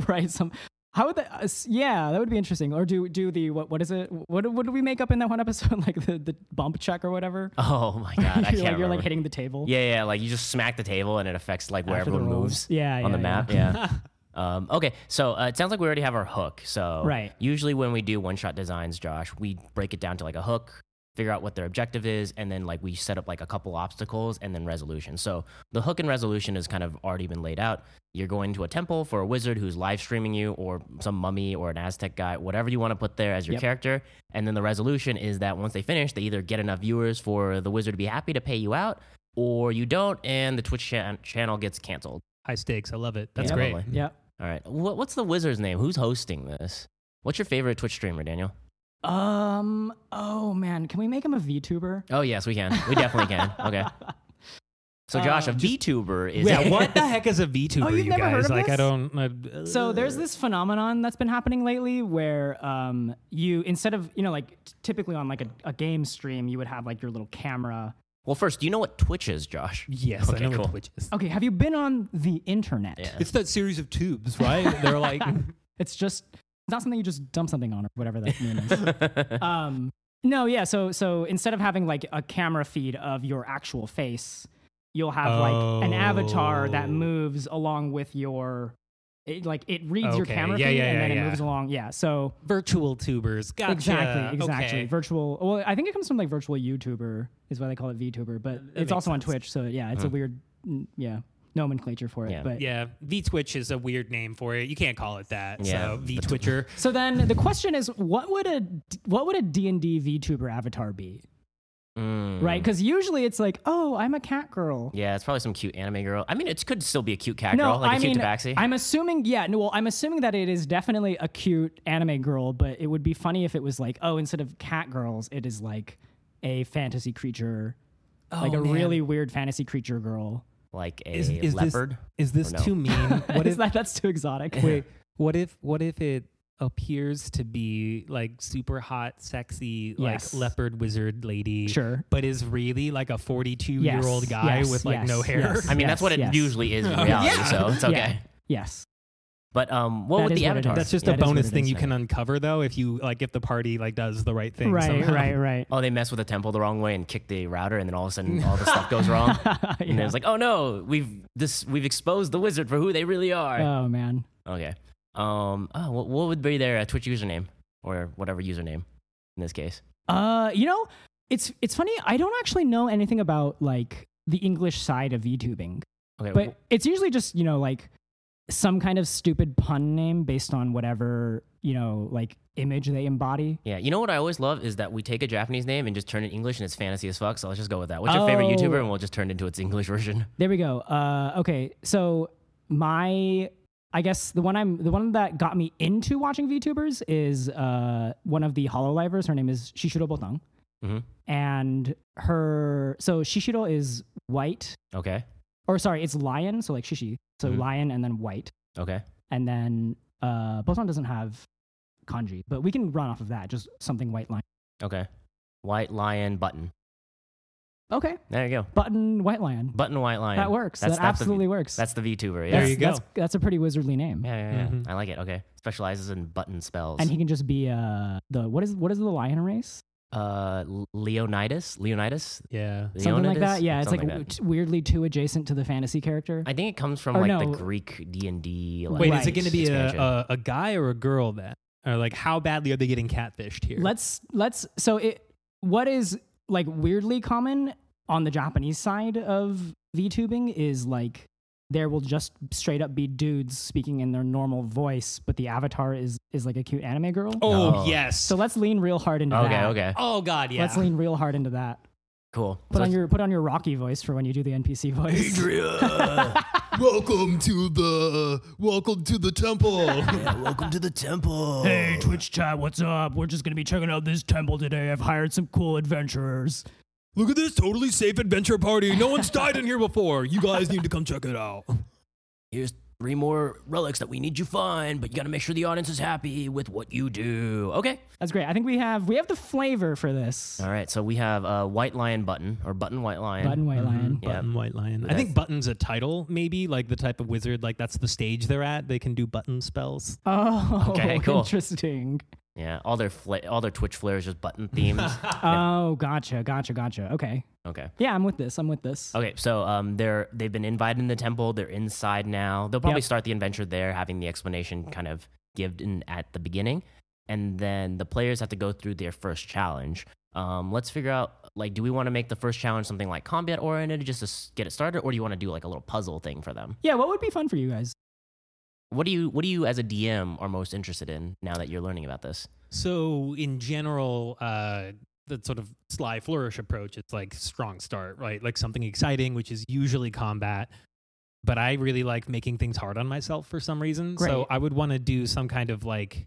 [SPEAKER 2] right some how would that uh, s- yeah that would be interesting or do do the what what is it what what do we make up in that one episode like the, the bump check or whatever
[SPEAKER 1] Oh my god. I
[SPEAKER 2] you're,
[SPEAKER 1] can't
[SPEAKER 2] like, you're
[SPEAKER 1] remember.
[SPEAKER 2] like hitting the table
[SPEAKER 1] Yeah, yeah. Like you just smack the table and it affects like where
[SPEAKER 2] after the
[SPEAKER 1] everyone
[SPEAKER 2] roll.
[SPEAKER 1] moves
[SPEAKER 2] yeah, yeah
[SPEAKER 1] on the
[SPEAKER 2] yeah.
[SPEAKER 1] map. Yeah. um, okay, so uh, it sounds like we already have our hook. So
[SPEAKER 2] Right.
[SPEAKER 1] usually when we do one shot designs, Josh, we break it down to like a hook, figure out what their objective is, and then like we set up like a couple obstacles and then resolution. So the hook and resolution is kind of already been laid out. You're going to a temple for a wizard who's live streaming you, or some mummy or an Aztec guy, whatever you want to put there as your
[SPEAKER 2] Yep.
[SPEAKER 1] character. And then the resolution is that once they finish, they either get enough viewers for the wizard to be happy to pay you out, or you don't, and the Twitch chan- channel gets canceled.
[SPEAKER 3] High stakes. I love it. That's
[SPEAKER 1] Yeah,
[SPEAKER 3] great.
[SPEAKER 1] totally.
[SPEAKER 2] Yeah.
[SPEAKER 1] All right. What, what's the wizard's name? Who's hosting this? What's your favorite Twitch streamer, Daniel?
[SPEAKER 2] Um. Oh man, can we make him a VTuber?
[SPEAKER 1] Oh yes, we can. We definitely can. Okay. So Josh, a
[SPEAKER 2] Uh,
[SPEAKER 1] VTuber is
[SPEAKER 3] yeah, what the heck is a VTuber,
[SPEAKER 2] Oh, you've
[SPEAKER 3] you
[SPEAKER 2] never heard
[SPEAKER 3] guys?
[SPEAKER 2] of
[SPEAKER 3] like,
[SPEAKER 2] this?
[SPEAKER 3] I don't. Uh,
[SPEAKER 2] So there's this phenomenon that's been happening lately where um, you instead of you know like t- typically on like a, a game stream you would have like your little camera.
[SPEAKER 1] Well, first, do you know what Twitch is, Josh?
[SPEAKER 3] Yes,
[SPEAKER 1] Okay,
[SPEAKER 3] I know
[SPEAKER 1] cool.
[SPEAKER 3] what Twitch is.
[SPEAKER 2] Okay, have you been on the internet?
[SPEAKER 1] Yeah.
[SPEAKER 3] It's that series of tubes, right? They're like,
[SPEAKER 2] It's just it's not something you just dump something on or whatever that means. um, no, yeah. So so instead of having like a camera feed of your actual face, you'll have like an avatar
[SPEAKER 3] Oh.
[SPEAKER 2] that moves along with your. It, like it reads your
[SPEAKER 3] Okay,
[SPEAKER 2] camera
[SPEAKER 3] yeah,
[SPEAKER 2] feed
[SPEAKER 3] yeah,
[SPEAKER 2] and
[SPEAKER 3] yeah,
[SPEAKER 2] then it
[SPEAKER 3] yeah.
[SPEAKER 2] moves along. Yeah. So
[SPEAKER 3] virtual tubers. Gotcha.
[SPEAKER 2] Exactly, exactly.
[SPEAKER 3] Okay.
[SPEAKER 2] Virtual. Well, I think it comes from like virtual YouTuber is why they call it VTuber, but
[SPEAKER 3] makes
[SPEAKER 2] it's also on
[SPEAKER 3] sense.
[SPEAKER 2] Twitch. So yeah, it's a weird, mm, yeah, nomenclature for it.
[SPEAKER 1] Yeah.
[SPEAKER 2] But
[SPEAKER 3] Yeah, VTwitch is a weird name for it. You can't call it that.
[SPEAKER 1] Yeah.
[SPEAKER 3] So VTwitcher.
[SPEAKER 2] so then the question is, what would a what would a D and D VTuber avatar be?
[SPEAKER 1] Mm.
[SPEAKER 2] Right? Because usually it's like, oh, I'm a cat girl.
[SPEAKER 1] Yeah, it's probably some cute anime girl. I mean, it could still be a cute cat
[SPEAKER 2] No,
[SPEAKER 1] girl, like
[SPEAKER 2] I
[SPEAKER 1] a cute
[SPEAKER 2] mean,
[SPEAKER 1] tabaxi.
[SPEAKER 2] I'm assuming, yeah, no, well, I'm assuming that it is definitely a cute anime girl, but it would be funny if it was like, oh, instead of cat girls, it is like a fantasy creature,
[SPEAKER 3] Oh,
[SPEAKER 2] like a really weird fantasy creature girl.
[SPEAKER 1] like a
[SPEAKER 3] Is, is this
[SPEAKER 1] leopard.
[SPEAKER 3] is this
[SPEAKER 1] no?
[SPEAKER 3] too mean? What
[SPEAKER 2] What is
[SPEAKER 3] if
[SPEAKER 2] that? That's too exotic.
[SPEAKER 3] wait? What if what if it appears to be like super hot, sexy,
[SPEAKER 2] Yes.
[SPEAKER 3] like leopard wizard lady?
[SPEAKER 2] Sure.
[SPEAKER 3] but is really like a 42
[SPEAKER 2] Yes,
[SPEAKER 3] year old guy
[SPEAKER 2] yes,
[SPEAKER 3] with like
[SPEAKER 2] yes,
[SPEAKER 3] no hair.
[SPEAKER 2] yes.
[SPEAKER 1] I mean, that's what it
[SPEAKER 2] yes.
[SPEAKER 1] usually is in reality,
[SPEAKER 3] Yeah.
[SPEAKER 1] so it's okay.
[SPEAKER 2] Yeah. Yes.
[SPEAKER 1] But um, what
[SPEAKER 2] That
[SPEAKER 1] would
[SPEAKER 2] is
[SPEAKER 1] the
[SPEAKER 2] what it
[SPEAKER 1] avatar?
[SPEAKER 2] is.
[SPEAKER 3] That's just
[SPEAKER 2] Yeah,
[SPEAKER 3] a
[SPEAKER 2] it is what
[SPEAKER 3] bonus
[SPEAKER 2] it
[SPEAKER 3] thing
[SPEAKER 2] is
[SPEAKER 3] you
[SPEAKER 2] now.
[SPEAKER 3] can uncover though if you like if the party like does the right thing.
[SPEAKER 2] Right,
[SPEAKER 3] somehow.
[SPEAKER 2] right, right.
[SPEAKER 1] Oh, they mess with a temple the wrong way and kick the router, and then all of a sudden, all the stuff goes wrong. And
[SPEAKER 2] Yeah.
[SPEAKER 1] it's like, oh no, we've this we've exposed the wizard for who they really are.
[SPEAKER 2] Oh man.
[SPEAKER 1] Okay. Um. Oh, what, what would be their uh, Twitch username or whatever username in this case?
[SPEAKER 2] Uh, you know, it's it's funny. I don't actually know anything about like the English side of VTubing,
[SPEAKER 1] Okay.
[SPEAKER 2] but it's usually just you know like some kind of stupid pun name based on whatever you know like image they embody.
[SPEAKER 1] yeah. You know what I always love is that we take a Japanese name and just turn it English, and it's fantasy as fuck. So let's just go with that. What's your favorite YouTuber,
[SPEAKER 2] Oh.
[SPEAKER 1] and we'll just turn it into its English version.
[SPEAKER 2] There we go. Uh, okay, so my I guess the one I'm the one that got me into watching VTubers is uh, one of the Hololivers. Her name is Shishiro Botang,
[SPEAKER 1] hmm
[SPEAKER 2] and her so Shishiro is white,
[SPEAKER 1] Okay.
[SPEAKER 2] or sorry, it's lion. So like Shishi, so
[SPEAKER 1] Mhm.
[SPEAKER 2] lion, and then white,
[SPEAKER 1] Okay.
[SPEAKER 2] and then uh, Botang doesn't have kanji, but we can run off of that. Just something white lion.
[SPEAKER 1] Okay. White lion button.
[SPEAKER 2] Okay,
[SPEAKER 1] There you go.
[SPEAKER 2] button white lion.
[SPEAKER 1] Button white lion.
[SPEAKER 2] That works.
[SPEAKER 1] That's-
[SPEAKER 2] that
[SPEAKER 1] that's the-
[SPEAKER 2] absolutely works.
[SPEAKER 1] That's the VTuber. Yeah.
[SPEAKER 3] There
[SPEAKER 2] That's-
[SPEAKER 3] you go.
[SPEAKER 2] That's, that's a pretty wizardly name.
[SPEAKER 1] yeah, yeah, yeah.
[SPEAKER 3] Mhm.
[SPEAKER 1] I like it. Okay. Specializes in button spells.
[SPEAKER 2] Mm-hmm. and he can just be uh the what is what is the lion race
[SPEAKER 1] uh, Leonidas. Leonidas.
[SPEAKER 3] Yeah.
[SPEAKER 2] something like
[SPEAKER 1] Leonidas?
[SPEAKER 2] that yeah it's like
[SPEAKER 1] Something that.
[SPEAKER 2] w- t- weirdly too adjacent to the fantasy character
[SPEAKER 1] I think it comes from
[SPEAKER 2] Or
[SPEAKER 1] like the
[SPEAKER 2] no.
[SPEAKER 1] Greek D and D.
[SPEAKER 3] Wait, is it
[SPEAKER 2] Right.
[SPEAKER 3] going to be a, uh, a a guy or a girl then? Or like how badly are they getting catfished here?
[SPEAKER 2] let's let's so it what is like weirdly common on the japanese side of vtubing is like there will just straight up be dudes speaking in their normal voice but the avatar is is like a cute anime girl
[SPEAKER 1] No.
[SPEAKER 3] Oh yes.
[SPEAKER 2] so let's lean real hard into
[SPEAKER 1] okay,
[SPEAKER 2] that
[SPEAKER 1] okay,
[SPEAKER 3] oh god, yeah.
[SPEAKER 2] let's lean real hard into that
[SPEAKER 1] cool.
[SPEAKER 2] put
[SPEAKER 1] So
[SPEAKER 2] on your put on your rocky voice for when you do the npc voice
[SPEAKER 4] Adria, welcome to the
[SPEAKER 2] uh,
[SPEAKER 4] welcome to the temple. welcome to the temple.
[SPEAKER 5] Hey, Twitch chat, what's up? We're just gonna be checking out this temple today. I've hired some cool adventurers.
[SPEAKER 4] look at this totally safe adventure party. No one's died in here before. You guys need to come check it out.
[SPEAKER 1] here's three more relics that we need you find, but you gotta make sure the audience is happy with what you do. Okay.
[SPEAKER 2] that's great i think we have we have the flavor for this
[SPEAKER 1] All right. So we have uh, White Lion Button or Button White Lion.
[SPEAKER 2] Button White Lion.
[SPEAKER 1] Yeah.
[SPEAKER 3] Button White Lion. I think Button's a title, maybe like the type of wizard, like that's the stage they're at. They can do button spells.
[SPEAKER 2] Oh,
[SPEAKER 1] Okay, cool.
[SPEAKER 2] interesting.
[SPEAKER 1] Yeah. All their fla- all their Twitch flares just button themes.
[SPEAKER 2] Oh, gotcha, gotcha, gotcha. Okay.
[SPEAKER 1] okay.
[SPEAKER 2] Yeah, I'm with this. I'm with this.
[SPEAKER 1] Okay, so um, they're they've been invited in the temple. They're inside now. They'll probably
[SPEAKER 2] Yep.
[SPEAKER 1] start the adventure there, having the explanation kind of given at the beginning, and then the players have to go through their first challenge, um, let's figure out like, do we want to make the first challenge something like combat oriented just to s- get it started, or do you want to do like a little puzzle thing for them?
[SPEAKER 2] Yeah, what would be fun for you guys?
[SPEAKER 1] What do you what do you as a DM are most interested in now that you're learning about this?
[SPEAKER 3] So in general, uh, the sort of sly flourish approach, it's like strong start, right? Like something exciting, which is usually combat. But I really like making things hard on myself for some reason. So
[SPEAKER 2] Great.
[SPEAKER 3] I would want to do some kind of like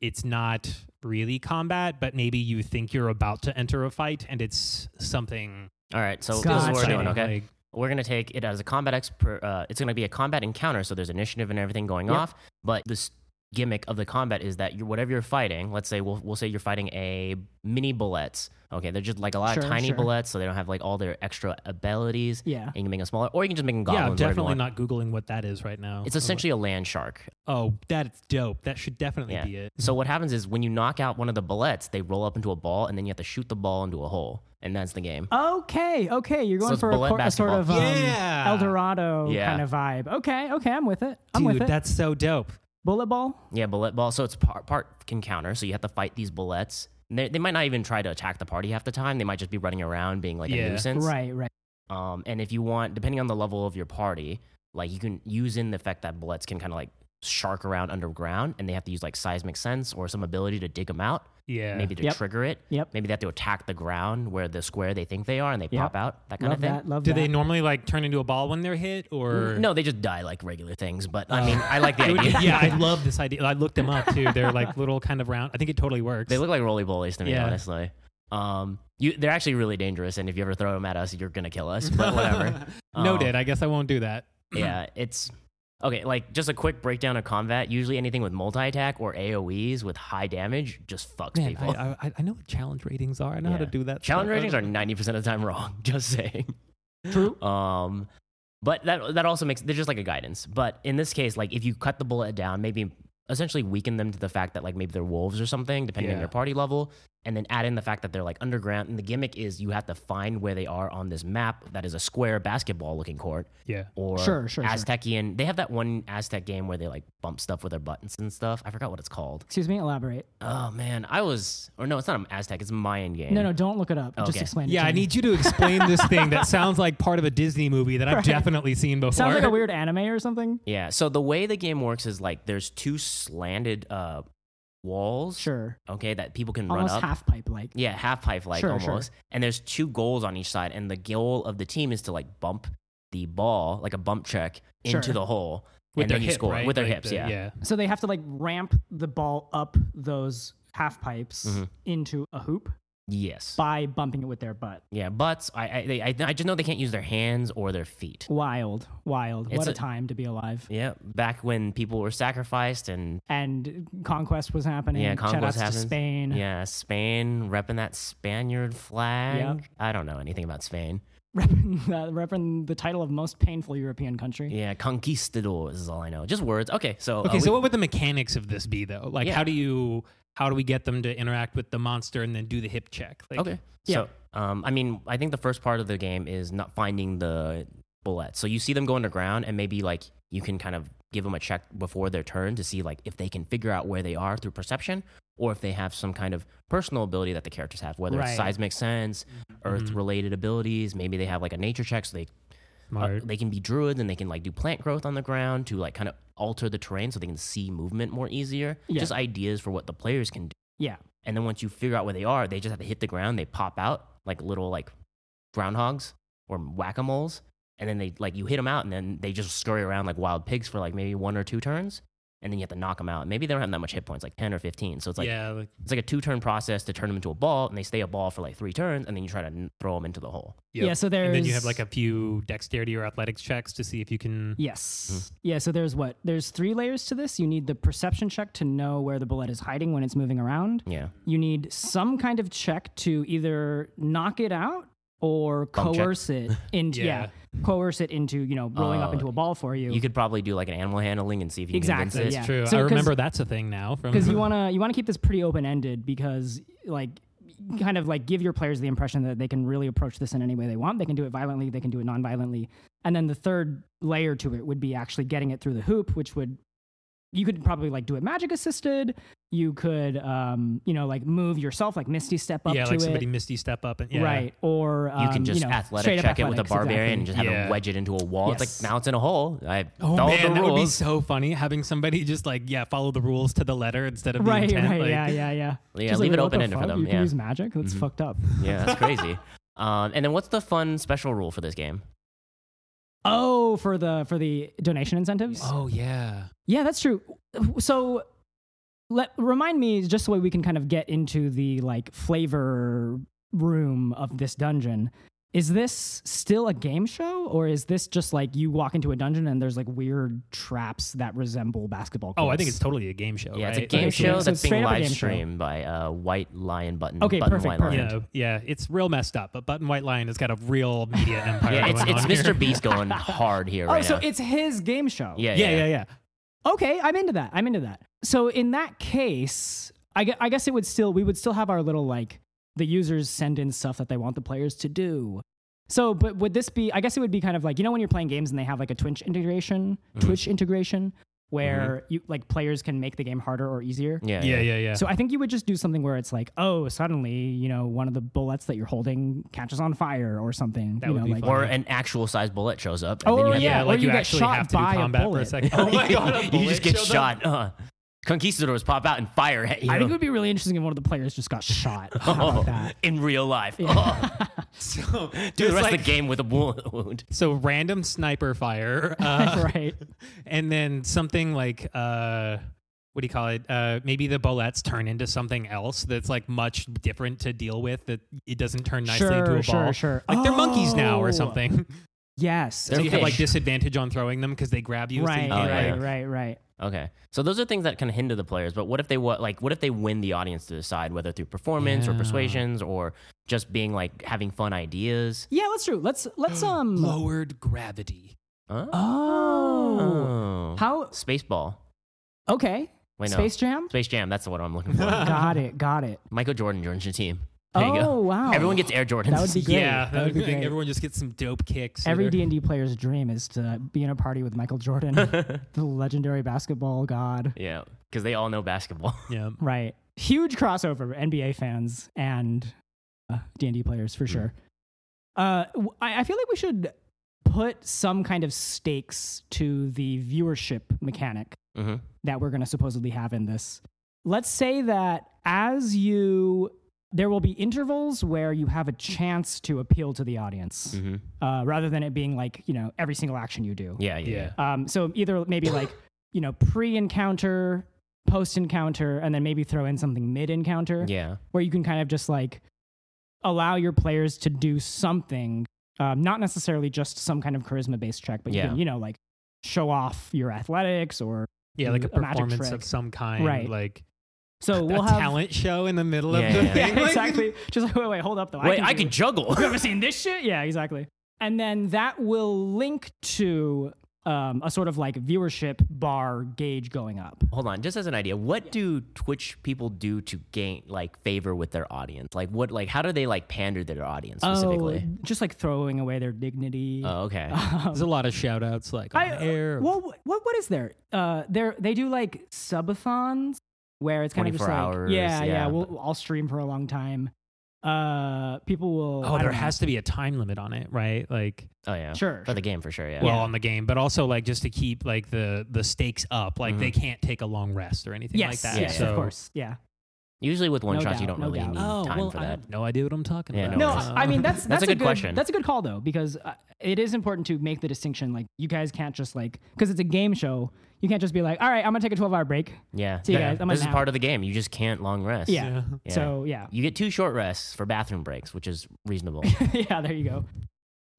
[SPEAKER 3] it's not really combat, but maybe you think you're about to enter a fight and it's something
[SPEAKER 1] All right, so this is
[SPEAKER 2] Gotcha.
[SPEAKER 1] what we're doing.
[SPEAKER 3] exciting,
[SPEAKER 1] Okay,
[SPEAKER 3] like-
[SPEAKER 1] we're gonna take it as a combat expert. Uh, it's gonna be a combat encounter, so there's initiative and everything going off. But this gimmick of the combat is that you're whatever you're fighting. Let's say we'll we'll say you're fighting a mini bullets. Okay, they're just like a lot
[SPEAKER 2] Sure,
[SPEAKER 1] of tiny
[SPEAKER 2] sure.
[SPEAKER 1] bullets, so they don't have like all their extra abilities.
[SPEAKER 2] Yeah.
[SPEAKER 1] and you can make them smaller, or you can just make them goblins.
[SPEAKER 3] yeah, I'm
[SPEAKER 1] whatever you
[SPEAKER 3] definitely
[SPEAKER 1] want.
[SPEAKER 3] not Googling what that is right now.
[SPEAKER 1] It's essentially a land shark.
[SPEAKER 3] Oh, that's dope. That should definitely
[SPEAKER 1] Yeah.
[SPEAKER 3] be it.
[SPEAKER 1] So what happens is when you knock out one of the bullets, they roll up into a ball, and then you have to shoot the ball into a hole, and that's the game.
[SPEAKER 2] Okay, okay, you're going
[SPEAKER 1] it's
[SPEAKER 2] for a,
[SPEAKER 1] bullet
[SPEAKER 2] cor- a sort
[SPEAKER 1] basketball.
[SPEAKER 2] of um,
[SPEAKER 3] Yeah.
[SPEAKER 2] El Dorado
[SPEAKER 1] Yeah.
[SPEAKER 2] kind of vibe. Okay, okay, I'm with it. I'm
[SPEAKER 3] Dude,
[SPEAKER 2] with it.
[SPEAKER 3] that's so dope.
[SPEAKER 2] Bullet ball.
[SPEAKER 1] Yeah, bullet ball. So it's part, part can counter. So you have to fight these bullets. And They, they might not even try to attack the party half the time. They might just be running around being like
[SPEAKER 3] Yeah.
[SPEAKER 1] a nuisance.
[SPEAKER 2] Right, right.
[SPEAKER 1] Um, and if you want, depending on the level of your party, like you can use in the effect that bullets can kind of like shark around underground and they have to use like seismic sense or some ability to dig them out,
[SPEAKER 3] Yeah.
[SPEAKER 1] maybe to
[SPEAKER 2] Yep.
[SPEAKER 1] trigger it.
[SPEAKER 2] Yep.
[SPEAKER 1] Maybe they have to attack the ground where the square they think they are and they
[SPEAKER 2] Yep.
[SPEAKER 1] pop out, that kind
[SPEAKER 2] Love
[SPEAKER 1] of thing.
[SPEAKER 2] that. Love
[SPEAKER 3] Do
[SPEAKER 2] that.
[SPEAKER 3] they normally like turn into a ball when they're hit, or
[SPEAKER 1] No, they just die like regular things, but
[SPEAKER 2] Oh.
[SPEAKER 1] I mean, I like the
[SPEAKER 3] It would-
[SPEAKER 1] idea.
[SPEAKER 3] yeah, I love this idea. I looked them up too. They're like little kind of round. I think it totally works.
[SPEAKER 1] They look like roly polies to me,
[SPEAKER 3] Yeah.
[SPEAKER 1] honestly. Um, you, they're actually really dangerous, and if you ever throw them at us, you're gonna kill us. But whatever.
[SPEAKER 3] Noted.
[SPEAKER 1] Um,
[SPEAKER 3] I guess I won't do that.
[SPEAKER 1] yeah, it's okay. Like just a quick breakdown of combat. Usually, anything with multi attack or AOE's with high damage just fucks
[SPEAKER 3] Man,
[SPEAKER 1] people.
[SPEAKER 3] I, I, I know what challenge ratings are. I know how to
[SPEAKER 1] Yeah.
[SPEAKER 3] do that.
[SPEAKER 1] Challenge
[SPEAKER 3] stuff.
[SPEAKER 1] ratings are ninety percent of the time wrong. Just saying.
[SPEAKER 2] True.
[SPEAKER 1] Um, but that that also makes they're just like a guidance. But in this case, like if you cut the bullet down, maybe essentially weaken them to the fact that like maybe they're wolves or something, depending on
[SPEAKER 3] Yeah.
[SPEAKER 1] their party level, and then add in the fact that they're like underground. And the gimmick is you have to find where they are on this map that is a square basketball looking court
[SPEAKER 3] Yeah.
[SPEAKER 1] or
[SPEAKER 2] Sure, sure, sure.
[SPEAKER 1] Aztecian. They have that one Aztec game where they like bump stuff with their buttons and stuff. I forgot what it's called.
[SPEAKER 2] Excuse me. Elaborate.
[SPEAKER 1] Oh man, I was or no, it's not an Aztec. It's a Mayan game.
[SPEAKER 2] No, no, don't look it up. Just
[SPEAKER 1] Oh, Okay.
[SPEAKER 2] explain. it
[SPEAKER 3] Yeah,
[SPEAKER 2] to
[SPEAKER 3] I
[SPEAKER 2] me.
[SPEAKER 3] need you to explain this thing that sounds like part of a Disney movie that I've definitely seen before.
[SPEAKER 2] Sounds like a weird anime or something.
[SPEAKER 1] Yeah. So the way the game works is like there's two slanted uh walls.
[SPEAKER 2] Sure.
[SPEAKER 1] Okay, that people can
[SPEAKER 2] Almost
[SPEAKER 1] run up.
[SPEAKER 2] half pipe like.
[SPEAKER 1] yeah, half pipe like
[SPEAKER 2] Sure,
[SPEAKER 1] almost.
[SPEAKER 2] sure.
[SPEAKER 1] And there's two goals on each side, and the goal of the team is to like bump the ball like a bump check into
[SPEAKER 2] Sure.
[SPEAKER 1] the hole,
[SPEAKER 3] with
[SPEAKER 1] and
[SPEAKER 3] their
[SPEAKER 1] then you
[SPEAKER 3] hip,
[SPEAKER 1] score
[SPEAKER 3] right?
[SPEAKER 1] with their
[SPEAKER 3] Like
[SPEAKER 1] hips.
[SPEAKER 3] the-
[SPEAKER 1] yeah.
[SPEAKER 3] yeah.
[SPEAKER 2] So they have to like ramp the ball up those half pipes
[SPEAKER 1] Mhm.
[SPEAKER 2] into a hoop
[SPEAKER 1] Yes.
[SPEAKER 2] by bumping it with their butt.
[SPEAKER 1] Yeah, butts. I I, they, I I just know they can't use their hands or their feet.
[SPEAKER 2] Wild, wild.
[SPEAKER 1] It's
[SPEAKER 2] what a,
[SPEAKER 1] a-
[SPEAKER 2] time to be alive.
[SPEAKER 1] Yeah, back when people were sacrificed and
[SPEAKER 2] And conquest was happening.
[SPEAKER 1] yeah,
[SPEAKER 2] Shout outs
[SPEAKER 1] conquest
[SPEAKER 2] to
[SPEAKER 1] happened.
[SPEAKER 2] Spain.
[SPEAKER 1] Yeah, Spain repping that Spaniard flag.
[SPEAKER 2] Yeah.
[SPEAKER 1] I don't know anything about Spain.
[SPEAKER 2] Repping the, repping uh, the title of most painful European country.
[SPEAKER 1] Yeah, conquistadors is all I know. Just words. Okay, so uh,
[SPEAKER 3] Okay, so
[SPEAKER 1] we-
[SPEAKER 3] what would the mechanics of this be though? Like,
[SPEAKER 1] Yeah.
[SPEAKER 3] how do you how do we get them to interact with the monster and then do the hip check? Like,
[SPEAKER 1] okay, so um, I mean, I think the first part of the game is not finding the bullet. So you see them go underground, and maybe like you can kind of give them a check before their turn to see like if they can figure out where they are through perception, or if they have some kind of personal ability that the characters have, whether
[SPEAKER 2] Right.
[SPEAKER 1] it's seismic sense,
[SPEAKER 3] Mm-hmm.
[SPEAKER 1] earth-related abilities. Maybe they have like a nature check, so they uh,
[SPEAKER 3] Smart.
[SPEAKER 1] they can be druids and they can like do plant growth on the ground to like kind of alter the terrain so they can see movement more easier.
[SPEAKER 2] Yeah.
[SPEAKER 1] Just ideas for what the players can do.
[SPEAKER 2] Yeah.
[SPEAKER 1] And then once you figure out where they are, they just have to hit the ground. They pop out like little like groundhogs or whack a moles. And then they like you hit them out and then they just scurry around like wild pigs for like maybe one or two turns. And then you have to knock them out. Maybe they don't have that much hit points, like 10 or 15. So it's like,
[SPEAKER 3] yeah, like,
[SPEAKER 1] it's like a two turn process to turn them into a ball. And they stay a ball for like three turns. And then you try to n- throw them into the hole.
[SPEAKER 3] yep.
[SPEAKER 2] Yeah, so there's.
[SPEAKER 3] and then you have like a few dexterity or athletics checks to see if you can.
[SPEAKER 2] Yes.
[SPEAKER 1] Mm-hmm.
[SPEAKER 2] Yeah, so there's what? There's three layers to this. You need the perception check to know where the bullet is hiding when it's moving around.
[SPEAKER 1] Yeah.
[SPEAKER 2] You need some kind of check to either knock it out or
[SPEAKER 1] Bump check.
[SPEAKER 2] coerce it into yeah.
[SPEAKER 3] Yeah.
[SPEAKER 2] coerce it into, you know, rolling up
[SPEAKER 1] Uh,
[SPEAKER 2] into a ball for you.
[SPEAKER 1] You could probably do like an animal handling and see if you can
[SPEAKER 2] Exactly,
[SPEAKER 1] convince it.
[SPEAKER 2] yeah.
[SPEAKER 3] That's true.
[SPEAKER 2] So,
[SPEAKER 3] I
[SPEAKER 2] 'cause-
[SPEAKER 3] remember that's a thing now. From
[SPEAKER 2] because you want to you want to keep this pretty open ended because like kind of like give your players the impression that they can really approach this in any way they want they can do it violently they can do it non-violently and then the third layer to it would be actually getting it through the hoop which would you could probably like do it magic assisted you could um, you know like move yourself like misty step up
[SPEAKER 3] yeah,
[SPEAKER 2] to
[SPEAKER 3] like
[SPEAKER 2] it
[SPEAKER 3] somebody misty step up and yeah.
[SPEAKER 2] right or um,
[SPEAKER 1] you can just
[SPEAKER 2] know,
[SPEAKER 1] athletic
[SPEAKER 2] straight up
[SPEAKER 1] check it with a
[SPEAKER 2] athletics,
[SPEAKER 1] barbarian and
[SPEAKER 2] exactly.
[SPEAKER 1] just have
[SPEAKER 3] Yeah.
[SPEAKER 1] it wedge it into a wall.
[SPEAKER 2] Yes.
[SPEAKER 1] It's like now it's in a hole. I
[SPEAKER 3] Oh
[SPEAKER 1] followed
[SPEAKER 3] man,
[SPEAKER 1] the
[SPEAKER 3] that would be
[SPEAKER 1] rules.
[SPEAKER 3] so funny having somebody just like yeah follow the rules to the letter instead of the
[SPEAKER 2] right
[SPEAKER 3] intent.
[SPEAKER 2] right
[SPEAKER 3] like, Mm-hmm.
[SPEAKER 2] yeah yeah yeah
[SPEAKER 1] Yeah,
[SPEAKER 2] Just
[SPEAKER 1] leave
[SPEAKER 2] like,
[SPEAKER 1] it
[SPEAKER 2] what the
[SPEAKER 1] open-ended for
[SPEAKER 2] fuck?
[SPEAKER 1] them,
[SPEAKER 2] you can
[SPEAKER 1] yeah.
[SPEAKER 2] use magic that's fucked up
[SPEAKER 1] yeah, that's crazy. Um, and then what's the fun special rule for this game?
[SPEAKER 2] oh for the for the donation incentives
[SPEAKER 3] Oh yeah.
[SPEAKER 2] Yeah, that's true. So let remind me just so we can kind of get into the like flavor room of this dungeon. Is this still a game show or is this just like you walk into a dungeon and there's like weird traps that resemble basketball courts?
[SPEAKER 3] Oh, I think it's totally a game show.
[SPEAKER 1] Yeah, it's a
[SPEAKER 3] right?
[SPEAKER 1] game
[SPEAKER 2] Like,
[SPEAKER 1] show
[SPEAKER 2] so
[SPEAKER 1] that's being
[SPEAKER 2] straight up a
[SPEAKER 1] live
[SPEAKER 2] game show.
[SPEAKER 1] streamed by uh, White Lion Button.
[SPEAKER 2] Okay,
[SPEAKER 1] button
[SPEAKER 2] perfect,
[SPEAKER 1] White
[SPEAKER 2] perfect.
[SPEAKER 1] Lion.
[SPEAKER 3] Yeah, yeah, it's real messed up. But Button White Lion has got a real media empire.
[SPEAKER 1] Yeah, it's,
[SPEAKER 3] going
[SPEAKER 1] it's
[SPEAKER 3] on here.
[SPEAKER 1] Mr. Beast going hard here
[SPEAKER 2] Oh,
[SPEAKER 1] right
[SPEAKER 2] so
[SPEAKER 1] now.
[SPEAKER 2] it's his game show.
[SPEAKER 1] yeah,
[SPEAKER 3] Yeah, yeah, yeah.
[SPEAKER 2] Okay, I'm into that. I'm into that. So in that case, I, gue- I guess it would still we would still have our little like the users send in stuff that they want the players to do. So, but would this be? I guess it would be kind of like you know when you're playing games and they have like a Twitch integration,
[SPEAKER 3] Mm-hmm.
[SPEAKER 2] Twitch integration, where you like players can make the game harder or easier.
[SPEAKER 1] yeah,
[SPEAKER 3] Yeah, yeah, yeah.
[SPEAKER 2] So I think you would just do something where it's like, oh, suddenly you know one of the bullets that you're holding catches on fire or something.
[SPEAKER 3] That
[SPEAKER 2] you
[SPEAKER 3] would
[SPEAKER 2] know,
[SPEAKER 3] be
[SPEAKER 2] like,
[SPEAKER 3] fun.
[SPEAKER 1] Or an actual size bullet shows up.
[SPEAKER 2] Oh,
[SPEAKER 1] and then you have
[SPEAKER 2] yeah,
[SPEAKER 3] yeah,
[SPEAKER 2] or
[SPEAKER 3] like
[SPEAKER 2] you
[SPEAKER 3] you,
[SPEAKER 2] get
[SPEAKER 3] actually
[SPEAKER 2] shot
[SPEAKER 3] have to do
[SPEAKER 2] by a
[SPEAKER 3] combat for a
[SPEAKER 2] bullet.
[SPEAKER 3] second.
[SPEAKER 1] Oh my
[SPEAKER 3] A
[SPEAKER 1] god! You
[SPEAKER 3] bullet
[SPEAKER 1] just get
[SPEAKER 3] showed up?
[SPEAKER 1] shot. Uh, conquistadors pop out and fire at you.
[SPEAKER 2] I think it would be really interesting if one of the players just got shot. How about
[SPEAKER 1] Oh,
[SPEAKER 2] that?
[SPEAKER 1] in real life. Oh. do the
[SPEAKER 3] Just
[SPEAKER 1] rest
[SPEAKER 3] like-
[SPEAKER 1] of the game with a wound.
[SPEAKER 3] So random sniper fire, uh,
[SPEAKER 2] right.
[SPEAKER 3] and then something like uh, what do you call it? Uh, maybe the bullets turn into something else that's like much different to deal with. That it doesn't turn nicely into
[SPEAKER 2] Sure,
[SPEAKER 3] a
[SPEAKER 2] sure,
[SPEAKER 3] ball.
[SPEAKER 2] sure.
[SPEAKER 3] Like they're monkeys now
[SPEAKER 2] Oh.
[SPEAKER 3] or something.
[SPEAKER 2] Yes.
[SPEAKER 1] They're
[SPEAKER 3] so you have like
[SPEAKER 1] fish.
[SPEAKER 3] disadvantage on throwing them because they grab you. so you
[SPEAKER 2] right,
[SPEAKER 3] can't,
[SPEAKER 1] yeah.
[SPEAKER 2] right,
[SPEAKER 3] like-
[SPEAKER 2] right, right.
[SPEAKER 1] Okay, so those are things that can hinder the players. But what if they wa- like? What if they win the audience to decide whether through performance or
[SPEAKER 3] Yeah.
[SPEAKER 1] persuasions or just being like having fun ideas?
[SPEAKER 2] Yeah, let's do. Let's let's um.
[SPEAKER 3] Lowered gravity.
[SPEAKER 1] Huh?
[SPEAKER 2] Oh.
[SPEAKER 1] Oh.
[SPEAKER 2] How?
[SPEAKER 1] Spaceball.
[SPEAKER 2] Okay.
[SPEAKER 1] Wait, no.
[SPEAKER 2] Space Jam.
[SPEAKER 1] Space Jam. That's what I'm looking for.
[SPEAKER 2] got it. Got it.
[SPEAKER 1] Michael Jordan joins your team. There
[SPEAKER 2] Oh
[SPEAKER 1] you go.
[SPEAKER 2] wow.
[SPEAKER 1] Everyone gets Air Jordans.
[SPEAKER 2] That would be great.
[SPEAKER 3] Yeah,
[SPEAKER 2] that would be great.
[SPEAKER 3] Everyone just gets some dope kicks.
[SPEAKER 2] Every
[SPEAKER 3] that are-
[SPEAKER 2] D and D player's dream is to be in a party with Michael Jordan, the legendary basketball god.
[SPEAKER 1] yeah, because they all know basketball.
[SPEAKER 3] yeah.
[SPEAKER 2] Right. Huge crossover NBA fans and uh, D and D players for sure. Uh, w- I, I feel like we should put some kind of stakes to the viewership mechanic
[SPEAKER 1] hmm
[SPEAKER 2] that we're going to supposedly have in this. Let's say that as you, there will be intervals where you have a chance to appeal to the audience,
[SPEAKER 1] hmm
[SPEAKER 2] uh, rather than it being like you know every single action you do.
[SPEAKER 1] Yeah, yeah, yeah.
[SPEAKER 3] Yeah.
[SPEAKER 2] Um, so either maybe like, you know, pre encounter, post encounter, and then maybe throw in something mid encounter
[SPEAKER 1] Yeah.
[SPEAKER 2] where you can kind of just like allow your players to do something, um, not necessarily just some kind of charisma based check, but you
[SPEAKER 1] Yeah.
[SPEAKER 2] can, you know, like show off your athletics or
[SPEAKER 3] Yeah, like a
[SPEAKER 2] a magic
[SPEAKER 3] performance
[SPEAKER 2] trick.
[SPEAKER 3] of some kind.
[SPEAKER 2] Right.
[SPEAKER 3] Like
[SPEAKER 2] so we'll
[SPEAKER 3] a
[SPEAKER 2] have
[SPEAKER 3] talent show in the middle
[SPEAKER 1] Yeah,
[SPEAKER 3] of the
[SPEAKER 1] yeah,
[SPEAKER 3] thing.
[SPEAKER 2] Yeah,
[SPEAKER 3] like-
[SPEAKER 2] exactly. Just like wait, wait, hold up though.
[SPEAKER 1] Wait,
[SPEAKER 2] I can, do-
[SPEAKER 1] juggle.
[SPEAKER 2] You ever seen this shit? Yeah, exactly. And then that will link to um, a sort of like viewership bar gauge going up.
[SPEAKER 1] Hold on, just as an idea, what do Twitch people do to gain like favor with their audience? Like what like how do they like pander to their audience specifically?
[SPEAKER 2] Oh, just like throwing away their dignity. Um,
[SPEAKER 1] Oh, okay.
[SPEAKER 2] Uh,
[SPEAKER 3] There's a lot of shout outs like on
[SPEAKER 2] I-
[SPEAKER 3] air.
[SPEAKER 2] well, wh- what what is there? Uh, there they do like subathons where it's kind of just
[SPEAKER 1] 24
[SPEAKER 2] like
[SPEAKER 1] hours,
[SPEAKER 2] yeah, yeah.
[SPEAKER 1] yeah.
[SPEAKER 2] We'll, I'll stream for a long time. Uh, people will.
[SPEAKER 3] oh,
[SPEAKER 2] I
[SPEAKER 3] there
[SPEAKER 2] don't know.
[SPEAKER 3] has to be a time limit on it, right? Like
[SPEAKER 1] oh yeah.
[SPEAKER 2] sure,
[SPEAKER 1] For the game for sure, yeah.
[SPEAKER 3] well on the game, but also like just to keep like the the stakes up. Like they can't take a long rest or anything
[SPEAKER 2] yes,
[SPEAKER 3] like that.
[SPEAKER 2] yes,
[SPEAKER 3] so.
[SPEAKER 2] of course, yeah.
[SPEAKER 1] Usually with one
[SPEAKER 2] No
[SPEAKER 1] shots
[SPEAKER 2] doubt,
[SPEAKER 1] you don't
[SPEAKER 2] no
[SPEAKER 1] really
[SPEAKER 2] doubt.
[SPEAKER 1] need
[SPEAKER 3] Oh,
[SPEAKER 1] time
[SPEAKER 3] well,
[SPEAKER 1] for
[SPEAKER 3] I
[SPEAKER 1] that.
[SPEAKER 3] have no idea what I'm talking
[SPEAKER 1] Yeah,
[SPEAKER 3] about.
[SPEAKER 2] No,
[SPEAKER 1] worries.
[SPEAKER 2] I I mean that's
[SPEAKER 1] That's a good question.
[SPEAKER 2] That's a good call though because uh, it is important to make the distinction. Like you guys can't just like because it's a game show. You can't just be like, all right, I'm gonna take a 12 hour break.
[SPEAKER 1] Yeah.
[SPEAKER 2] See you guys. I'm
[SPEAKER 1] this is
[SPEAKER 2] gonna
[SPEAKER 1] part of the game. You just can't long rest.
[SPEAKER 2] Yeah.
[SPEAKER 3] Yeah.
[SPEAKER 1] Yeah.
[SPEAKER 2] So yeah,
[SPEAKER 1] You get two short rests for bathroom breaks, which is reasonable.
[SPEAKER 2] yeah. There you go.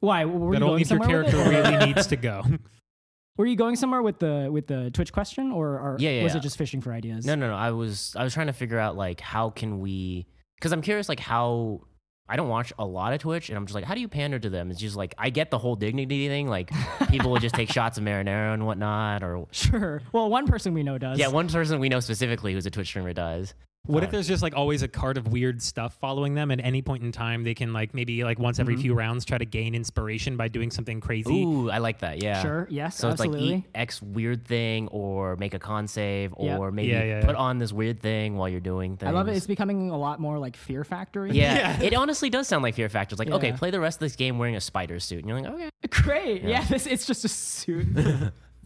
[SPEAKER 2] Why? Were you
[SPEAKER 3] But
[SPEAKER 2] going
[SPEAKER 3] only if your
[SPEAKER 2] somewhere with
[SPEAKER 3] character
[SPEAKER 2] it?
[SPEAKER 3] really needs to go.
[SPEAKER 2] Were you going somewhere with the with the Twitch question, or, or
[SPEAKER 1] Yeah, yeah,
[SPEAKER 2] was
[SPEAKER 1] yeah.
[SPEAKER 2] it just fishing for ideas?
[SPEAKER 1] No, no, no. I was I was trying to figure out like how can we because I'm curious like how I don't watch a lot of Twitch and I'm just like how do you pander to them? It's just like I get the whole dignity thing like people will just take shots of marinara and whatnot or
[SPEAKER 2] Sure. Well, one person we know does.
[SPEAKER 1] yeah one person we know specifically who's a Twitch streamer does
[SPEAKER 3] What if there's just like always a cart of weird stuff following them at any point in time? They can like maybe like once every few rounds try to gain inspiration by doing something crazy.
[SPEAKER 1] Ooh, I like that. Yeah.
[SPEAKER 2] Sure, yes,
[SPEAKER 1] So it's like
[SPEAKER 2] absolutely.
[SPEAKER 1] eat X weird thing, or make a con save,
[SPEAKER 2] Yep.
[SPEAKER 1] or maybe
[SPEAKER 3] Yeah, yeah,
[SPEAKER 1] put
[SPEAKER 3] yeah.
[SPEAKER 1] on this weird thing while you're doing things.
[SPEAKER 2] I love it. It's becoming a lot more like Fear Factory.
[SPEAKER 1] yeah, it honestly does sound like Fear Factor. It's like, okay,
[SPEAKER 2] Yeah.
[SPEAKER 1] play the rest of this game wearing a spider suit, and you're like, okay,
[SPEAKER 2] Great. Yeah, this, it's just a suit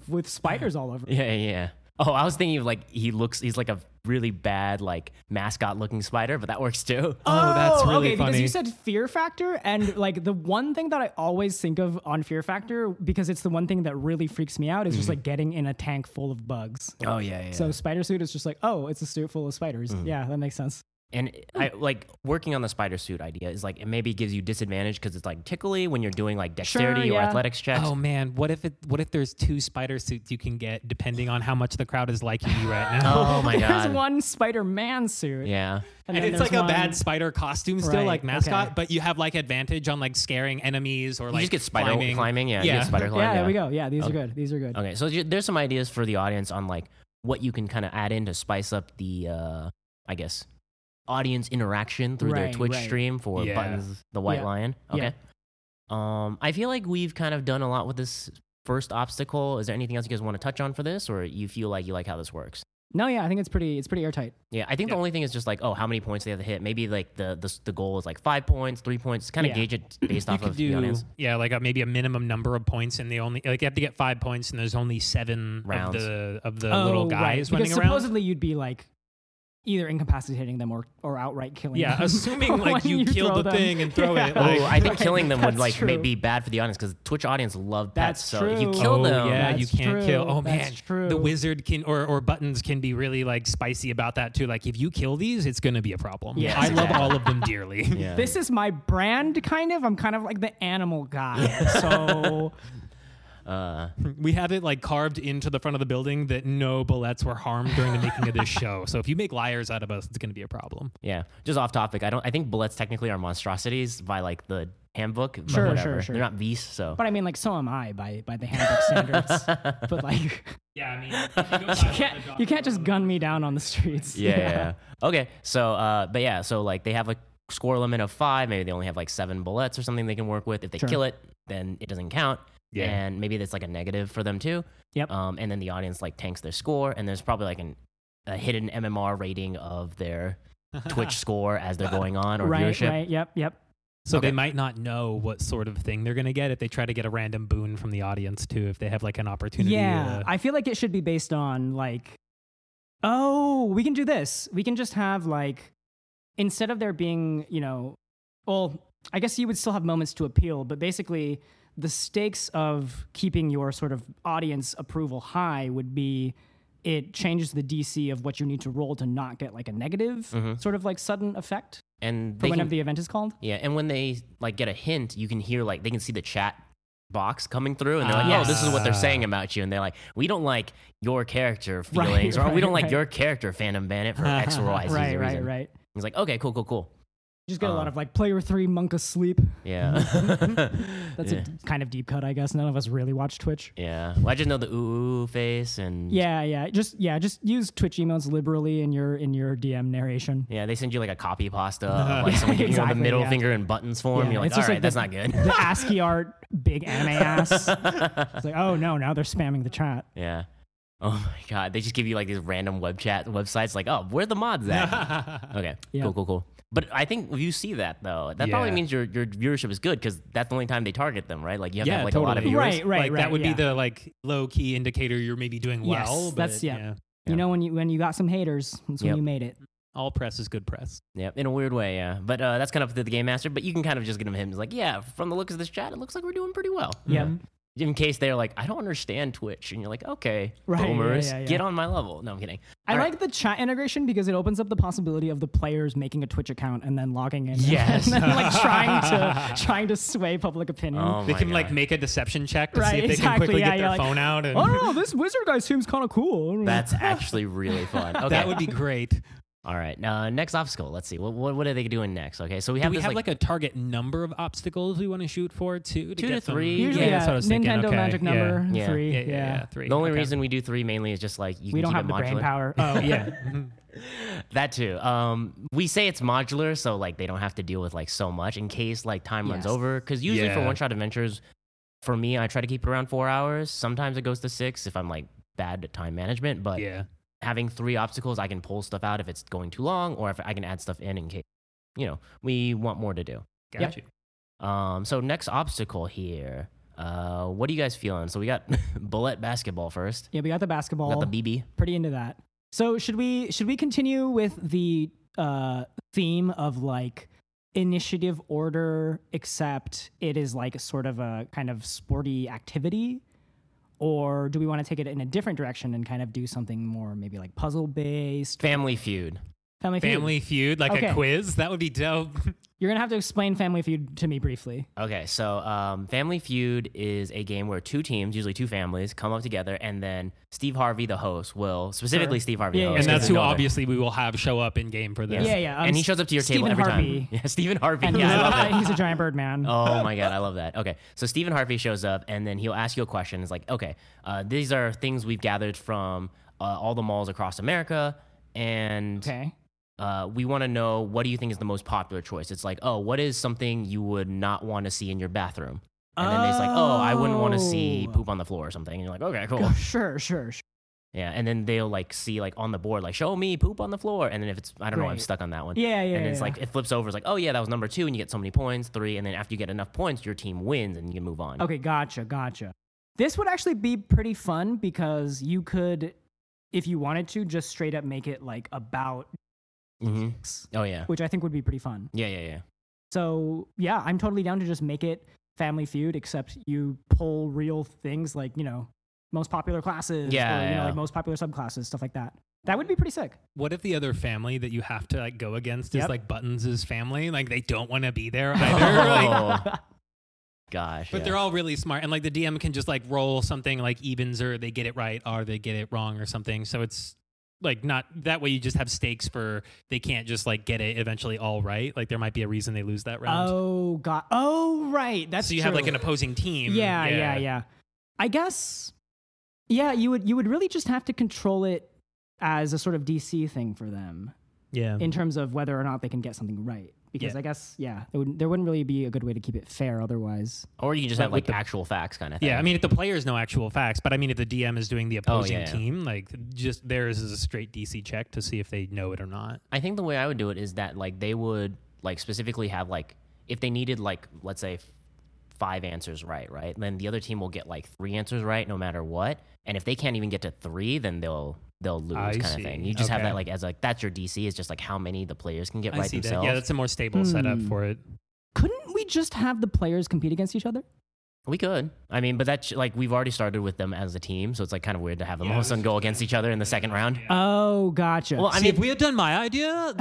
[SPEAKER 2] with spiders all over. it.
[SPEAKER 1] yeah, yeah. Oh, I was thinking of like he looks, he's like a really bad like mascot looking spider, but that works too.
[SPEAKER 3] Oh, that's
[SPEAKER 2] okay,
[SPEAKER 3] really
[SPEAKER 2] because
[SPEAKER 3] funny.
[SPEAKER 2] you said Fear Factor, and like the one thing that I always think of on Fear Factor, because it's the one thing that really freaks me out, is just like getting in a tank full of bugs.
[SPEAKER 1] Oh yeah, yeah.
[SPEAKER 2] So spider suit is just like, oh, it's a suit full of spiders.
[SPEAKER 3] Mm-hmm.
[SPEAKER 2] Yeah, that makes sense.
[SPEAKER 1] And I like working on the spider suit idea is like it maybe gives you disadvantage because it's like tickly when you're doing like dexterity or
[SPEAKER 2] yeah.
[SPEAKER 1] athletics checks.
[SPEAKER 3] Oh man, what if it? What if there's two spider suits you can get depending on how much the crowd is liking you right now?
[SPEAKER 1] Oh my
[SPEAKER 2] There's
[SPEAKER 1] god.
[SPEAKER 2] one Spider Man suit.
[SPEAKER 1] Yeah.
[SPEAKER 3] And,
[SPEAKER 2] then
[SPEAKER 3] it's
[SPEAKER 2] there's
[SPEAKER 3] like a
[SPEAKER 2] one-
[SPEAKER 3] bad spider costume still,
[SPEAKER 2] Right,
[SPEAKER 3] like mascot,
[SPEAKER 2] okay.
[SPEAKER 3] but you have like advantage on like scaring enemies or
[SPEAKER 1] You
[SPEAKER 3] like
[SPEAKER 1] just get spider climbing. Yeah. You
[SPEAKER 3] Yeah.
[SPEAKER 1] get spider climb.
[SPEAKER 2] yeah, there we go. Yeah, these are good. These are good.
[SPEAKER 1] Okay. So ju- there's some ideas for the audience on like what you can kind of add in to spice up the, uh, I guess, audience interaction through their
[SPEAKER 2] Right,
[SPEAKER 1] Twitch
[SPEAKER 2] right.
[SPEAKER 1] stream for
[SPEAKER 3] Yeah.
[SPEAKER 1] buttons, the White
[SPEAKER 2] Yeah.
[SPEAKER 1] Lion. Okay.
[SPEAKER 2] Yeah.
[SPEAKER 1] Um, I feel like we've kind of done a lot with this first obstacle. Is there anything else you guys want to touch on for this, or you feel like you like how this works?
[SPEAKER 2] No, yeah, I think it's pretty. It's pretty airtight.
[SPEAKER 1] Yeah, I think the
[SPEAKER 3] Yeah.
[SPEAKER 1] only thing is just like, oh, how many points they have to hit. Maybe like the the, the goal is like five points, three points. Kind of
[SPEAKER 2] Yeah.
[SPEAKER 1] gauge it based
[SPEAKER 3] You
[SPEAKER 1] off
[SPEAKER 3] could
[SPEAKER 1] of the
[SPEAKER 3] do
[SPEAKER 1] audience.
[SPEAKER 3] yeah, like a, maybe a minimum number of points, and they only like you have to get five points, and there's only seven
[SPEAKER 1] Rounds.
[SPEAKER 3] of the of the little
[SPEAKER 2] Oh,
[SPEAKER 3] guys
[SPEAKER 2] right.
[SPEAKER 3] running
[SPEAKER 2] because
[SPEAKER 3] around.
[SPEAKER 2] Supposedly, you'd be like either incapacitating them or or outright killing.
[SPEAKER 3] Yeah,
[SPEAKER 2] them.
[SPEAKER 3] assuming, like,
[SPEAKER 2] when
[SPEAKER 3] you killed
[SPEAKER 2] throw
[SPEAKER 3] the thing and throw it,
[SPEAKER 1] Oh, I think
[SPEAKER 2] Right,
[SPEAKER 1] killing them would
[SPEAKER 2] that's
[SPEAKER 1] like may,
[SPEAKER 2] true.
[SPEAKER 1] be bad for the audience because Twitch audience love pets.
[SPEAKER 2] That's
[SPEAKER 1] so if you
[SPEAKER 2] true.
[SPEAKER 1] kill
[SPEAKER 3] oh,
[SPEAKER 1] them.
[SPEAKER 3] Yeah, you
[SPEAKER 2] That's
[SPEAKER 3] can't kill.
[SPEAKER 2] true.
[SPEAKER 3] Oh man,
[SPEAKER 2] That's true.
[SPEAKER 3] the wizard can or or buttons can be really like spicy about that too. Like if you kill these, it's gonna be a problem.
[SPEAKER 2] Yes,
[SPEAKER 3] I love
[SPEAKER 1] exactly.
[SPEAKER 3] all of them dearly.
[SPEAKER 1] Yeah.
[SPEAKER 2] Oh. This is my brand, kind of. I'm kind of like the animal guy. So
[SPEAKER 1] uh,
[SPEAKER 3] We have it like carved into the front of the building that no bullets were harmed during the making of this show. So if you make liars out of us, it's gonna be a problem.
[SPEAKER 1] yeah, just off topic. I don't. I think bullets technically are monstrosities by like the handbook. But
[SPEAKER 2] Sure,
[SPEAKER 1] whatever.
[SPEAKER 2] sure, sure.
[SPEAKER 1] They're not beasts. So
[SPEAKER 2] But I mean, like, so am I by by the handbook standards. But like,
[SPEAKER 3] Yeah, I mean,
[SPEAKER 2] you can't you can't just gun me down on the streets.
[SPEAKER 1] yeah, yeah, yeah. Okay. So, uh, but yeah, so like they have a score limit of five. Maybe they only have like seven bullets or something they can work with. If they
[SPEAKER 2] Sure.
[SPEAKER 1] kill it, then it doesn't count.
[SPEAKER 3] Yeah.
[SPEAKER 1] And maybe that's like a negative for them too.
[SPEAKER 2] Yep.
[SPEAKER 1] Um, and then the audience like tanks their score, and there's probably like an, a hidden MMR rating of their Twitch score as they're going on or
[SPEAKER 2] Right.
[SPEAKER 1] viewership.
[SPEAKER 2] Right. Yep. Yep.
[SPEAKER 3] So
[SPEAKER 1] Okay.
[SPEAKER 3] they might not know what sort of thing they're gonna get if they try to get a random boon from the audience too. If they have like an opportunity.
[SPEAKER 1] uh,
[SPEAKER 2] Yeah,
[SPEAKER 3] to-
[SPEAKER 2] I feel like it should be based on like, oh, we can do this. We can just have like, instead of there being, you know, well, I guess you would still have moments to appeal, but basically the stakes of keeping your sort of audience approval high would be it changes the DC of what you need to roll to not get like a negative
[SPEAKER 1] Mhm.
[SPEAKER 2] sort of like sudden effect
[SPEAKER 1] And
[SPEAKER 2] for
[SPEAKER 1] they
[SPEAKER 2] whenever
[SPEAKER 1] can,
[SPEAKER 2] the event is called.
[SPEAKER 1] yeah, and when they like get a hint, you can hear like they can see the chat box coming through and they're like
[SPEAKER 3] Ah.
[SPEAKER 1] oh this is what they're
[SPEAKER 3] Yes.
[SPEAKER 1] saying about you and they're like we don't like your character
[SPEAKER 2] Right,
[SPEAKER 1] feelings or we
[SPEAKER 2] right,
[SPEAKER 1] don't like
[SPEAKER 2] right.
[SPEAKER 1] your character fandom bandit for x or y Z
[SPEAKER 2] Right, right,
[SPEAKER 1] reason."
[SPEAKER 2] right.
[SPEAKER 1] He's like, okay, cool, cool, cool.
[SPEAKER 2] Just get a lot
[SPEAKER 1] Uh,
[SPEAKER 2] of like player three monk asleep.
[SPEAKER 1] Yeah.
[SPEAKER 2] Mm-hmm. That's
[SPEAKER 1] yeah.
[SPEAKER 2] a kind of deep cut, I guess. None of us really watch Twitch.
[SPEAKER 1] yeah. Well, I just know the ooh ooh face and
[SPEAKER 2] Yeah, yeah. Just yeah, just use Twitch emotes liberally in your in your DM narration.
[SPEAKER 1] Yeah, they send you like a copy pasta of like someone giving you
[SPEAKER 2] Uh-huh. Exactly,
[SPEAKER 1] the middle
[SPEAKER 2] yeah.
[SPEAKER 1] finger in buttons form.
[SPEAKER 2] Yeah,
[SPEAKER 1] You're like,
[SPEAKER 2] it's
[SPEAKER 1] all
[SPEAKER 2] just
[SPEAKER 1] right,
[SPEAKER 2] like
[SPEAKER 1] that's
[SPEAKER 2] the-
[SPEAKER 1] not good.
[SPEAKER 2] The ASCII art, big anime ass. It's like, oh no, now they're spamming the chat.
[SPEAKER 1] yeah. Oh my god, they just give you like these random web chat websites. Like, oh, where the mods at? okay,
[SPEAKER 2] Yeah.
[SPEAKER 1] cool, cool, cool. But I think if you see that though, that probably
[SPEAKER 3] Yeah.
[SPEAKER 1] means your your viewership is good because that's the only time they target them, right? Like you have to have like a lot of
[SPEAKER 3] totally.
[SPEAKER 1] viewers.
[SPEAKER 2] Right, right,
[SPEAKER 3] like
[SPEAKER 2] right,
[SPEAKER 3] that would
[SPEAKER 2] yeah.
[SPEAKER 3] be the like low key indicator you're maybe doing
[SPEAKER 2] Yes,
[SPEAKER 3] well.
[SPEAKER 2] that's-
[SPEAKER 3] but,
[SPEAKER 2] yeah.
[SPEAKER 1] Yeah.
[SPEAKER 2] You know when you when you got some haters, that's
[SPEAKER 1] Yep.
[SPEAKER 2] when you made it.
[SPEAKER 3] All press is good press.
[SPEAKER 1] Yeah, in a weird way, yeah. But uh, that's kind of up to the game master. But you can kind of just get him him like, yeah, from the looks of this chat, it looks like we're doing pretty well. Mm-hmm.
[SPEAKER 2] Yep.
[SPEAKER 1] in case they're like, I don't understand Twitch, and you're like, okay,
[SPEAKER 2] Right, yeah,
[SPEAKER 1] boomers,
[SPEAKER 2] yeah, yeah.
[SPEAKER 1] get on my level. No, I'm kidding.
[SPEAKER 2] I
[SPEAKER 1] All right.
[SPEAKER 2] like the chat integration because it opens up the possibility of the players making a Twitch account and then logging in.
[SPEAKER 1] Yes.
[SPEAKER 2] and then like trying to trying to sway public opinion.
[SPEAKER 1] Oh
[SPEAKER 3] they
[SPEAKER 1] my
[SPEAKER 3] can
[SPEAKER 1] God.
[SPEAKER 3] like make a deception check to see
[SPEAKER 2] Right,
[SPEAKER 3] if they
[SPEAKER 2] exactly,
[SPEAKER 3] can quickly
[SPEAKER 2] yeah,
[SPEAKER 3] get
[SPEAKER 2] you're
[SPEAKER 3] their
[SPEAKER 2] like,
[SPEAKER 3] phone out. And
[SPEAKER 2] Oh, this wizard guy seems kind of cool. I don't know.
[SPEAKER 1] That's actually really fun. Okay.
[SPEAKER 3] that would be great.
[SPEAKER 1] All right. Uh, next obstacle. Let's see. What, what what are they doing next? Okay. So we have
[SPEAKER 3] Do we
[SPEAKER 1] this
[SPEAKER 3] have
[SPEAKER 1] like,
[SPEAKER 3] like, a target number of obstacles we want to shoot for? Two to,
[SPEAKER 1] Two to
[SPEAKER 3] get some-
[SPEAKER 1] three,
[SPEAKER 2] Usually,
[SPEAKER 1] Yeah,
[SPEAKER 2] yeah,
[SPEAKER 3] that's what I was thinking.
[SPEAKER 2] Nintendo
[SPEAKER 3] Okay,
[SPEAKER 2] magic
[SPEAKER 3] yeah.
[SPEAKER 2] number
[SPEAKER 1] Yeah.
[SPEAKER 2] three.
[SPEAKER 3] Yeah, yeah, yeah, three.
[SPEAKER 1] the only
[SPEAKER 3] Okay.
[SPEAKER 1] reason we do three mainly is just like you
[SPEAKER 2] We
[SPEAKER 1] can
[SPEAKER 2] don't
[SPEAKER 1] keep
[SPEAKER 2] have
[SPEAKER 1] it
[SPEAKER 2] the
[SPEAKER 1] modular.
[SPEAKER 2] brain power. Uh,
[SPEAKER 3] Oh yeah,
[SPEAKER 1] That too. Um, we say it's modular, so like they don't have to deal with like so much in case like time runs
[SPEAKER 2] Yes.
[SPEAKER 1] over. Because usually for
[SPEAKER 3] Yeah.
[SPEAKER 1] one shot adventures, for me, I try to keep it around four hours. Sometimes it goes to six if I'm like bad at time management. But
[SPEAKER 3] yeah.
[SPEAKER 1] having three obstacles, I can pull stuff out if it's going too long, or if I can add stuff in in case you know we want more to do.
[SPEAKER 3] Got
[SPEAKER 1] Yep.
[SPEAKER 3] you.
[SPEAKER 1] Um, so next obstacle here. Uh, what are you guys feeling? So we got bullet basketball first.
[SPEAKER 2] Yeah, we got the
[SPEAKER 1] We
[SPEAKER 2] basketball.
[SPEAKER 1] got the BB.
[SPEAKER 2] Pretty into that. So should we should we continue with the uh, theme of like initiative order, except it is like sort of a kind of sporty activity, or do we want to take it in a different direction and kind of do something more maybe like puzzle based?
[SPEAKER 1] Family Feud.
[SPEAKER 2] Family Feud.
[SPEAKER 3] Family Feud, like
[SPEAKER 2] Okay.
[SPEAKER 3] a quiz. That would be dope.
[SPEAKER 2] You're gonna have to explain Family Feud to me briefly.
[SPEAKER 1] Okay, so um, Family Feud is a game where two teams, usually two families, come up together, and then Steve Harvey, the host, will specifically
[SPEAKER 2] Sure.
[SPEAKER 1] Steve Harvey,
[SPEAKER 2] Yeah,
[SPEAKER 1] the
[SPEAKER 2] yeah,
[SPEAKER 1] host,
[SPEAKER 3] and
[SPEAKER 2] yeah.
[SPEAKER 1] because they
[SPEAKER 3] that's who
[SPEAKER 1] know they're-
[SPEAKER 3] obviously we will have show up in game for this.
[SPEAKER 2] Yeah, yeah. um,
[SPEAKER 1] and he shows up to your table
[SPEAKER 2] Stephen
[SPEAKER 1] every
[SPEAKER 2] Harvey.
[SPEAKER 1] time. Yeah, Stephen Harvey.
[SPEAKER 2] And
[SPEAKER 1] yeah, I
[SPEAKER 2] he's,
[SPEAKER 1] love that.
[SPEAKER 2] he's a giant bird man.
[SPEAKER 1] Oh my god, I love that. Okay, so Stephen Harvey shows up, and then he'll ask you a question. It's like, okay, uh, these are things we've gathered from uh, all the malls across America, and
[SPEAKER 2] Okay.
[SPEAKER 1] uh, we want to know what do you think is the most popular choice? It's like, oh, what is something you would not want to see in your bathroom? And then it's like, oh, I wouldn't want to see
[SPEAKER 2] Oh.
[SPEAKER 1] poop on the floor or something. And you're like, okay, cool.
[SPEAKER 2] Go- Sure, sure, sure.
[SPEAKER 1] Yeah, and then they'll like see like on the board like show me poop on the floor, and then if it's I don't know I'm
[SPEAKER 2] Great.
[SPEAKER 1] stuck on that one.
[SPEAKER 2] Yeah, yeah,
[SPEAKER 1] And then it's
[SPEAKER 2] yeah.
[SPEAKER 1] like it flips over. It's like oh yeah that was number two, and you get so many points three, and then after you get enough points, your team wins, and you can move on.
[SPEAKER 2] Okay, gotcha, gotcha. This would actually be pretty fun because you could, if you wanted to, just straight up make it like about,
[SPEAKER 1] hmm Oh yeah.
[SPEAKER 2] which I think would be pretty fun.
[SPEAKER 1] Yeah yeah yeah.
[SPEAKER 2] So yeah, I'm totally down to just make it Family Feud, except you pull real things like you know most popular classes,
[SPEAKER 1] Yeah,
[SPEAKER 2] or, you
[SPEAKER 1] yeah.
[SPEAKER 2] know, like most popular subclasses, stuff like that. That would be pretty sick.
[SPEAKER 3] What if the other family that you have to like go against is
[SPEAKER 2] Yep.
[SPEAKER 3] like Buttons' family? Like they don't want to be there either. like,
[SPEAKER 1] Oh. Gosh.
[SPEAKER 3] but
[SPEAKER 1] yeah.
[SPEAKER 3] they're all really smart, and like the DM can just like roll something like evens or they get it right or they get it wrong or something. So it's like not that way. You just have stakes for they can't just like get it eventually all right. Like there might be a reason they lose that round.
[SPEAKER 2] Oh god. Oh right. That's
[SPEAKER 3] so you have like
[SPEAKER 2] true.
[SPEAKER 3] an opposing team.
[SPEAKER 2] Yeah, yeah, yeah. I guess yeah, you would you would really just have to control it as a sort of DC thing for them
[SPEAKER 3] yeah.
[SPEAKER 2] in terms of whether or not they can get something right. Because
[SPEAKER 3] Yeah.
[SPEAKER 2] I guess yeah, it would, there wouldn't really be a good way to keep it fair otherwise.
[SPEAKER 1] Or you can just
[SPEAKER 3] But
[SPEAKER 1] have
[SPEAKER 3] with
[SPEAKER 1] like actual facts kind of thing.
[SPEAKER 3] Yeah, I mean, if the players know actual facts, but I mean, if the DM is doing the opposing
[SPEAKER 1] Oh, yeah, yeah.
[SPEAKER 3] team, like just theirs is a straight DC check to see if they know it or not.
[SPEAKER 1] I think the way I would do it is that like they would like specifically have like if they needed like let's say f- five answers right, right? Then the other team will get like three answers right no matter what. And if they can't even get to three, then they'll they'll lose
[SPEAKER 3] I
[SPEAKER 1] kind of thing.
[SPEAKER 3] see.
[SPEAKER 1] You just have
[SPEAKER 3] Okay.
[SPEAKER 1] that like as like that's your DC is just like how many the players can get
[SPEAKER 3] I
[SPEAKER 1] right
[SPEAKER 3] see
[SPEAKER 1] themselves.
[SPEAKER 3] that. Yeah, that's a more stable setup
[SPEAKER 2] Hmm.
[SPEAKER 3] for it.
[SPEAKER 2] Couldn't we just have the players compete against each other?
[SPEAKER 1] we could. I mean, but that's like we've already started with them as a team, so it's like kind of weird to have them all of a sudden go against each other in the second round.
[SPEAKER 2] Oh, gotcha.
[SPEAKER 1] Well, I
[SPEAKER 3] I mean, if
[SPEAKER 1] mean,
[SPEAKER 3] we had done my idea,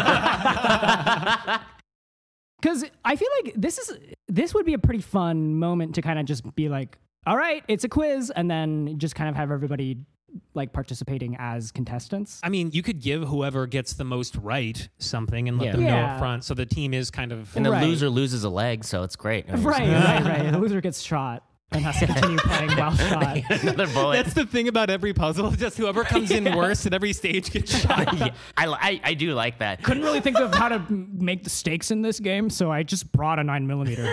[SPEAKER 3] then
[SPEAKER 2] Cuz I feel like this is this would be a pretty fun moment to kind of just be like, "All right, it's a quiz," and then just kind of have everybody like participating as contestants.
[SPEAKER 3] I mean, you could give whoever gets the most right something and let
[SPEAKER 1] Yeah.
[SPEAKER 3] them know
[SPEAKER 2] Yeah.
[SPEAKER 3] up front. So the team is kind of
[SPEAKER 1] and the
[SPEAKER 2] Right.
[SPEAKER 1] loser loses a leg, so it's great.
[SPEAKER 2] Right, right, right. The loser gets shot and has to continue playing while shot.
[SPEAKER 1] Another bullet.
[SPEAKER 3] That's the thing about every puzzle. Just whoever comes in worst at every stage gets shot.
[SPEAKER 1] yeah, I, li- I, I do like that.
[SPEAKER 2] Couldn't really think of how to m- make the stakes in this game, so I just brought a nine millimeter.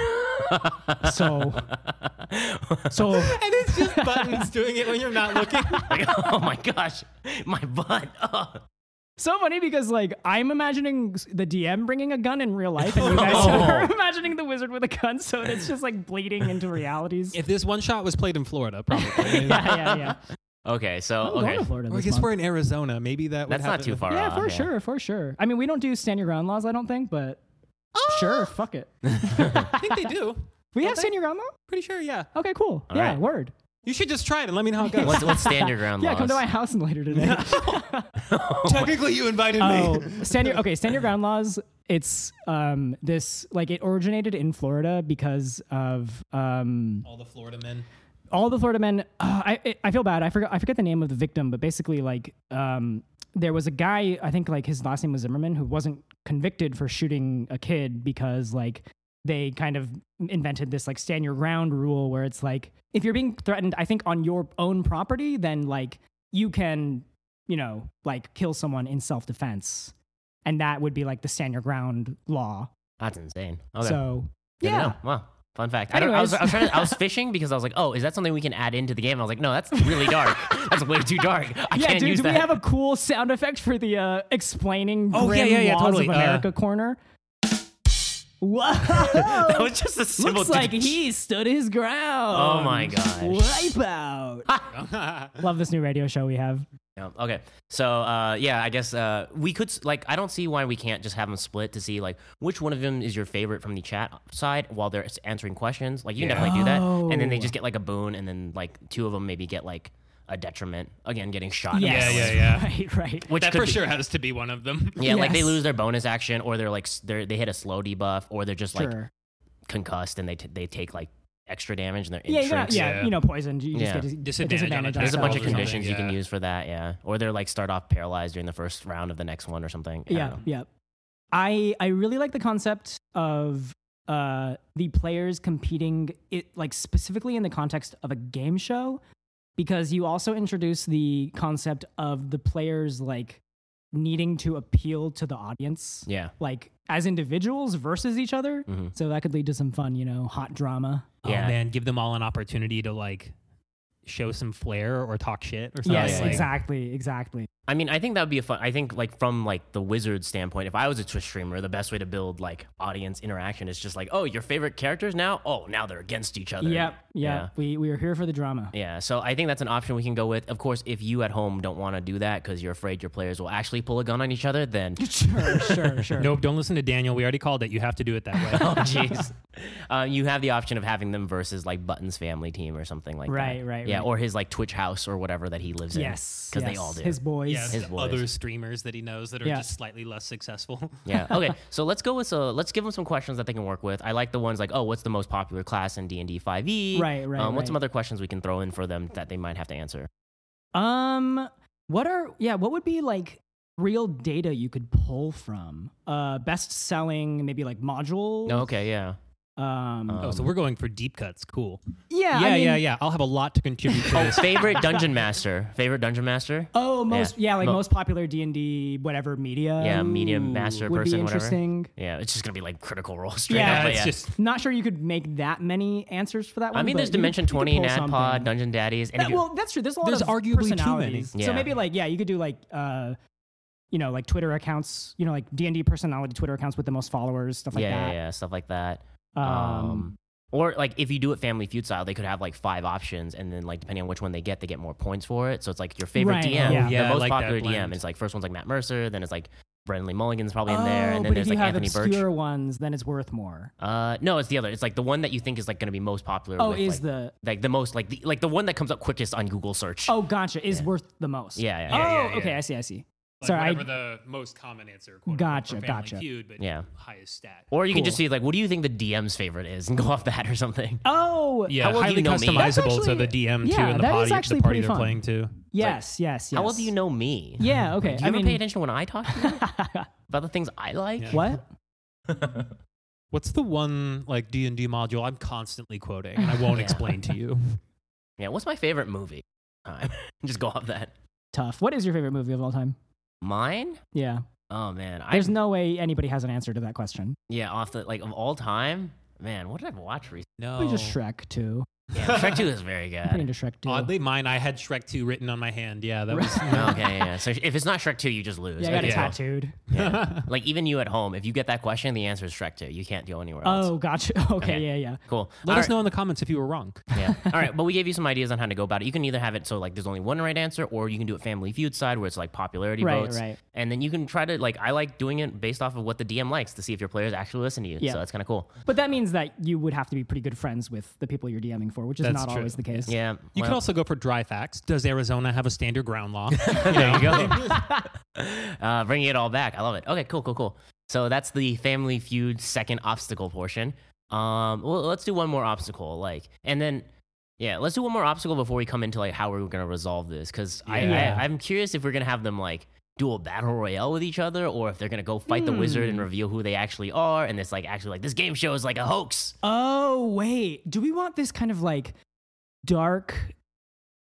[SPEAKER 2] So, so
[SPEAKER 3] And it's just buttons doing it when you're not looking.
[SPEAKER 1] Like, oh my gosh, my butt. Oh,
[SPEAKER 2] so funny because like I'm imagining s- the DM bringing a gun in real life, and you guys are imagining the wizard with a gun, so it's just like bleeding into realities.
[SPEAKER 3] If this one shot was played in Florida, probably.
[SPEAKER 2] yeah, yeah, yeah.
[SPEAKER 1] Okay, so
[SPEAKER 2] I'm
[SPEAKER 1] okay,
[SPEAKER 2] going to Florida
[SPEAKER 3] Or I
[SPEAKER 2] this
[SPEAKER 3] guess
[SPEAKER 2] month.
[SPEAKER 3] we're in Arizona. Maybe that would
[SPEAKER 1] that's not
[SPEAKER 3] happen.
[SPEAKER 1] too far
[SPEAKER 2] Yeah,
[SPEAKER 1] off.
[SPEAKER 2] for sure, for sure. I mean, we don't do stand your ground laws, I don't think, but sure, fuck it.
[SPEAKER 3] I think they do.
[SPEAKER 2] We have stand your ground law.
[SPEAKER 3] Pretty sure, yeah.
[SPEAKER 2] Okay, cool. yeah,
[SPEAKER 1] right.
[SPEAKER 2] word.
[SPEAKER 3] You should just try it and let me know how it goes.
[SPEAKER 1] Let's, let's stand your ground
[SPEAKER 2] Yeah,
[SPEAKER 1] laws.
[SPEAKER 2] come to my house and later today.
[SPEAKER 3] Technically, you invited
[SPEAKER 2] oh,
[SPEAKER 3] me.
[SPEAKER 2] stand your okay. Stand your ground laws. It's um this like it originated in Florida because of um
[SPEAKER 3] All the Florida men.
[SPEAKER 2] all the Florida men. Uh, I I- I feel bad. I forgot I forget the name of the victim, but basically like um there was a guy I think like his last name was Zimmerman who wasn't convicted for shooting a kid because like they kind of invented this like stand your ground rule where it's like if you're being threatened I think on your own property then like you can you know like kill someone in self defense and that would be like the stand your ground law.
[SPEAKER 1] That's insane. Okay.
[SPEAKER 2] So
[SPEAKER 1] Good to
[SPEAKER 2] yeah.
[SPEAKER 1] know. Wow. Fun fact. I, don't, I, was, I, was trying to- I was fishing because I was like, oh, is that something we can add into the game? And I was like, no, that's really dark. that's way too dark. I
[SPEAKER 2] yeah,
[SPEAKER 1] can't
[SPEAKER 2] dude,
[SPEAKER 1] use
[SPEAKER 2] do
[SPEAKER 1] that.
[SPEAKER 2] we have a cool sound effect for the uh, explaining
[SPEAKER 3] Oh, yeah,
[SPEAKER 2] grim
[SPEAKER 3] yeah, yeah,
[SPEAKER 2] laws
[SPEAKER 3] totally.
[SPEAKER 2] of
[SPEAKER 3] Uh,
[SPEAKER 2] America corner? Whoa!
[SPEAKER 1] that was just a simple.
[SPEAKER 2] Looks like he stood his ground.
[SPEAKER 1] Oh my gosh.
[SPEAKER 2] Wipeout. Love this new radio show we have.
[SPEAKER 1] Yeah, Okay. So uh, yeah, I guess uh, we could s- like I don't see why we can't just have them split to see like which one of them is your favorite from the chat side while they're s- answering questions. Like you can definitely do that, and then they just get like a boon, and then like two of them maybe get like a detriment again, getting shot.
[SPEAKER 2] Yes.
[SPEAKER 3] Yeah, yeah, yeah.
[SPEAKER 2] Right, right.
[SPEAKER 1] Which
[SPEAKER 3] that
[SPEAKER 1] could
[SPEAKER 3] for
[SPEAKER 1] be-
[SPEAKER 3] sure has to be one of them.
[SPEAKER 1] Yeah, like they
[SPEAKER 2] Yes.
[SPEAKER 1] lose their bonus action, or they're like s- they're, they hit a slow debuff, or they're just like
[SPEAKER 2] sure.
[SPEAKER 1] concussed and they t- they take like extra damage and they're in
[SPEAKER 2] Yeah, you got-
[SPEAKER 1] shrinks.
[SPEAKER 2] yeah,
[SPEAKER 3] Yeah.
[SPEAKER 2] you know, poisoned. You
[SPEAKER 1] Yeah.
[SPEAKER 2] just get a
[SPEAKER 3] Disadvantage on
[SPEAKER 2] disadvantage.
[SPEAKER 3] attack
[SPEAKER 1] There's a bunch of
[SPEAKER 3] Or something,
[SPEAKER 1] conditions you can
[SPEAKER 3] yeah.
[SPEAKER 1] use for that, yeah. Or they're like start off paralyzed during the first round of the next one or something. I don't
[SPEAKER 2] yeah
[SPEAKER 1] know.
[SPEAKER 2] yeah i i really like the concept of uh the players competing it like specifically in the context of a game show because you also introduce the concept of the players like needing to appeal to the audience
[SPEAKER 1] Yeah.
[SPEAKER 2] like as individuals versus each other
[SPEAKER 1] Mhm.
[SPEAKER 2] so that could lead to some fun you know hot drama
[SPEAKER 1] Yeah.
[SPEAKER 3] Oh man, give them all an opportunity to like show some flair or talk shit or something.
[SPEAKER 2] yes
[SPEAKER 1] yeah,
[SPEAKER 3] like,
[SPEAKER 1] yeah.
[SPEAKER 2] exactly exactly
[SPEAKER 1] I mean, I think that would be a fun. I think like from like the wizard standpoint, if I was a Twitch streamer, the best way to build like audience interaction is just like, oh, your favorite characters now. Oh, now they're against each other.
[SPEAKER 2] yep yep
[SPEAKER 1] Yeah.
[SPEAKER 2] we we are here for the drama
[SPEAKER 1] Yeah, so I think that's an option we can go with. Of course, if you at home don't want to do that because you're afraid your players will actually pull a gun on each other, then
[SPEAKER 2] sure sure sure
[SPEAKER 3] Nope, don't listen to Daniel. We already called it. You have to do it that way.
[SPEAKER 1] oh jeez, uh, you have the option of having them versus like Button's family team or something like that.
[SPEAKER 2] Right, right,
[SPEAKER 1] Yeah,
[SPEAKER 2] right.
[SPEAKER 1] or his like Twitch house or whatever that he lives in.
[SPEAKER 2] yes
[SPEAKER 1] because they
[SPEAKER 2] yes.
[SPEAKER 1] all do.
[SPEAKER 2] his boys
[SPEAKER 3] Yes,
[SPEAKER 1] His
[SPEAKER 3] the
[SPEAKER 1] boys.
[SPEAKER 3] other streamers that he knows that are
[SPEAKER 2] Yeah.
[SPEAKER 3] just slightly less successful.
[SPEAKER 1] yeah. Okay. So let's go with so let's give them some questions that they can work with. I like the ones like, oh, what's the most popular class in D and D five E?
[SPEAKER 2] Right, right,
[SPEAKER 1] Um, what's some
[SPEAKER 2] right.
[SPEAKER 1] other questions we can throw in for them that they might have to answer?
[SPEAKER 2] Um, what are yeah? What would be like real data you could pull from? Uh, best selling maybe like module.
[SPEAKER 1] No. Okay. Yeah.
[SPEAKER 2] Um,
[SPEAKER 1] Uh,
[SPEAKER 3] oh, so
[SPEAKER 1] Um,
[SPEAKER 3] we're going for deep cuts. Cool.
[SPEAKER 2] yeah,
[SPEAKER 3] Yeah,
[SPEAKER 2] I mean-
[SPEAKER 3] yeah, yeah. I'll have a lot to contribute
[SPEAKER 1] Oh,
[SPEAKER 3] to this.
[SPEAKER 1] Favorite dungeon master. Favorite dungeon master.
[SPEAKER 2] Oh, most yeah, like
[SPEAKER 1] Mo-
[SPEAKER 2] most popular D and D whatever media.
[SPEAKER 1] Yeah, media
[SPEAKER 2] Ooh,
[SPEAKER 1] master
[SPEAKER 2] would
[SPEAKER 1] person,
[SPEAKER 2] Be
[SPEAKER 1] whatever.
[SPEAKER 2] interesting.
[SPEAKER 1] Yeah. It's just gonna be like critical role straight
[SPEAKER 2] Yeah,
[SPEAKER 1] up. but
[SPEAKER 3] it's
[SPEAKER 1] yeah.
[SPEAKER 3] just
[SPEAKER 2] Not sure you could make that many answers for that one.
[SPEAKER 1] I mean,
[SPEAKER 2] but
[SPEAKER 1] there's
[SPEAKER 2] you could-
[SPEAKER 1] Dimension
[SPEAKER 2] you could
[SPEAKER 1] Twenty,
[SPEAKER 2] pull
[SPEAKER 1] NADPOD,
[SPEAKER 2] something.
[SPEAKER 1] Dungeon Daddies, and
[SPEAKER 2] That-
[SPEAKER 1] if you-
[SPEAKER 2] well, that's true. There's a lot
[SPEAKER 3] There's
[SPEAKER 2] of
[SPEAKER 3] arguably too many.
[SPEAKER 2] personalities.
[SPEAKER 1] Yeah.
[SPEAKER 2] So maybe like yeah, you could do like uh, you know, like Twitter accounts. You know, like D and D personality Twitter accounts with the most followers, stuff like
[SPEAKER 1] yeah,
[SPEAKER 2] that.
[SPEAKER 1] yeah, yeah, stuff like that.
[SPEAKER 2] um
[SPEAKER 1] Um, or like if you do it Family Feud style, they could have like five options, and then like depending on which one they get, they get more points for it. So it's like your favorite
[SPEAKER 2] Right,
[SPEAKER 1] DM,
[SPEAKER 2] yeah.
[SPEAKER 1] the
[SPEAKER 3] Yeah, I
[SPEAKER 1] most
[SPEAKER 3] like that
[SPEAKER 1] popular DM.
[SPEAKER 3] blend.
[SPEAKER 1] It's like first one's like Matt Mercer, then it's like Brendan Lee Mulligan's probably in there, and
[SPEAKER 2] Oh,
[SPEAKER 1] then
[SPEAKER 2] but
[SPEAKER 1] there's
[SPEAKER 2] if
[SPEAKER 1] like
[SPEAKER 2] you have
[SPEAKER 1] Anthony
[SPEAKER 2] obscure
[SPEAKER 1] Birch.
[SPEAKER 2] ones, then it's worth more.
[SPEAKER 1] Uh, no, it's the other. It's like the one that you think is like going to be most popular.
[SPEAKER 2] Oh,
[SPEAKER 1] with,
[SPEAKER 2] is
[SPEAKER 1] like,
[SPEAKER 2] the
[SPEAKER 1] like the most like the, like the one that comes up quickest on Google search.
[SPEAKER 2] oh gotcha is worth the most.
[SPEAKER 1] Yeah, yeah,
[SPEAKER 2] oh,
[SPEAKER 1] yeah,
[SPEAKER 3] yeah,
[SPEAKER 2] okay,
[SPEAKER 3] yeah.
[SPEAKER 2] I see, I see.
[SPEAKER 3] like,
[SPEAKER 2] Sorry,
[SPEAKER 3] whatever
[SPEAKER 2] I,
[SPEAKER 3] the most common answer. Quote
[SPEAKER 2] Gotcha,
[SPEAKER 3] unquote, for Family
[SPEAKER 2] gotcha.
[SPEAKER 3] Feud, but
[SPEAKER 1] Yeah.
[SPEAKER 3] highest stat.
[SPEAKER 1] Or you can just
[SPEAKER 2] cool.
[SPEAKER 1] see like what do you think the DM's favorite is, and go off that or something.
[SPEAKER 2] oh
[SPEAKER 3] yeah,
[SPEAKER 1] How well do
[SPEAKER 3] highly
[SPEAKER 1] you know me?
[SPEAKER 3] customizable
[SPEAKER 1] That's
[SPEAKER 3] to
[SPEAKER 2] actually-
[SPEAKER 3] the DM too,
[SPEAKER 2] yeah,
[SPEAKER 3] and the
[SPEAKER 2] that is
[SPEAKER 3] party,
[SPEAKER 2] actually
[SPEAKER 3] the party
[SPEAKER 2] pretty
[SPEAKER 3] they're
[SPEAKER 2] fun.
[SPEAKER 3] playing too.
[SPEAKER 2] yes, yes, yes.
[SPEAKER 1] How well do you know me?
[SPEAKER 2] Yeah, okay.
[SPEAKER 1] Do you
[SPEAKER 2] I
[SPEAKER 1] ever
[SPEAKER 2] mean,
[SPEAKER 1] pay attention when I talk to you about the things I like?
[SPEAKER 3] Yeah.
[SPEAKER 2] what?
[SPEAKER 3] What's the one like D and D module I'm constantly quoting, and I won't
[SPEAKER 1] Yeah.
[SPEAKER 3] explain to you.
[SPEAKER 1] Yeah, what's my favorite movie? Uh, just go off that.
[SPEAKER 2] Tough. What is your favorite movie of all time?
[SPEAKER 1] Mine?
[SPEAKER 2] Yeah,
[SPEAKER 1] Oh man, I
[SPEAKER 2] there's no way anybody has an answer to that question.
[SPEAKER 1] yeah off the like of all time. Man, what did I watch recently?
[SPEAKER 3] No,
[SPEAKER 2] Probably just Shrek too.
[SPEAKER 1] Yeah, Shrek Two is very
[SPEAKER 2] I'm pretty
[SPEAKER 1] good.
[SPEAKER 2] into Shrek too.
[SPEAKER 3] Oddly, mine I had Shrek two written on my hand. Yeah, that was.
[SPEAKER 1] Oh, okay, yeah. So if it's not Shrek Two, you just lose.
[SPEAKER 2] yeah, I got it
[SPEAKER 1] Okay.
[SPEAKER 3] Yeah.
[SPEAKER 2] tattooed.
[SPEAKER 1] Yeah. Like even you at home, if you get that question, the answer is Shrek Two. You can't go anywhere else.
[SPEAKER 2] Oh, gotcha. Okay,
[SPEAKER 1] Okay.
[SPEAKER 2] yeah, yeah.
[SPEAKER 1] cool.
[SPEAKER 3] Let
[SPEAKER 1] All
[SPEAKER 3] us
[SPEAKER 1] right.
[SPEAKER 3] know in the comments if you were wrong.
[SPEAKER 1] yeah. All right. But we gave you some ideas on how to go about it. You can either have it so like there's only one right answer, or you can do it Family Feud side where it's like popularity
[SPEAKER 2] Right,
[SPEAKER 1] votes.
[SPEAKER 2] right.
[SPEAKER 1] And then you can try to like I like doing it based off of what the DM likes to see if your players actually listen to you.
[SPEAKER 2] Yeah.
[SPEAKER 1] So that's kind of cool.
[SPEAKER 2] But that means that you would have to be pretty good friends with the people you're DMing for, which is
[SPEAKER 3] That's
[SPEAKER 2] not
[SPEAKER 3] true.
[SPEAKER 2] always the case.
[SPEAKER 1] Yeah.
[SPEAKER 3] You could
[SPEAKER 1] well-
[SPEAKER 3] also go for dry facts. Does Arizona have a standard ground law? You
[SPEAKER 1] there you
[SPEAKER 3] know?
[SPEAKER 1] go. uh, bringing it all back. I love it. Okay, cool, cool, cool. So that's the Family Feud second obstacle portion. Um, well, let's do one more obstacle, like, and then Yeah, let's do one more obstacle before we come into like how we're gonna resolve this because
[SPEAKER 3] Yeah.
[SPEAKER 1] I, I I'm curious if we're gonna have them like do a battle royale with each other or if they're gonna go fight the wizard
[SPEAKER 3] Hmm.
[SPEAKER 1] and reveal who they actually are and it's like actually like this game show is like a hoax.
[SPEAKER 2] Oh wait, do we want this kind of like dark,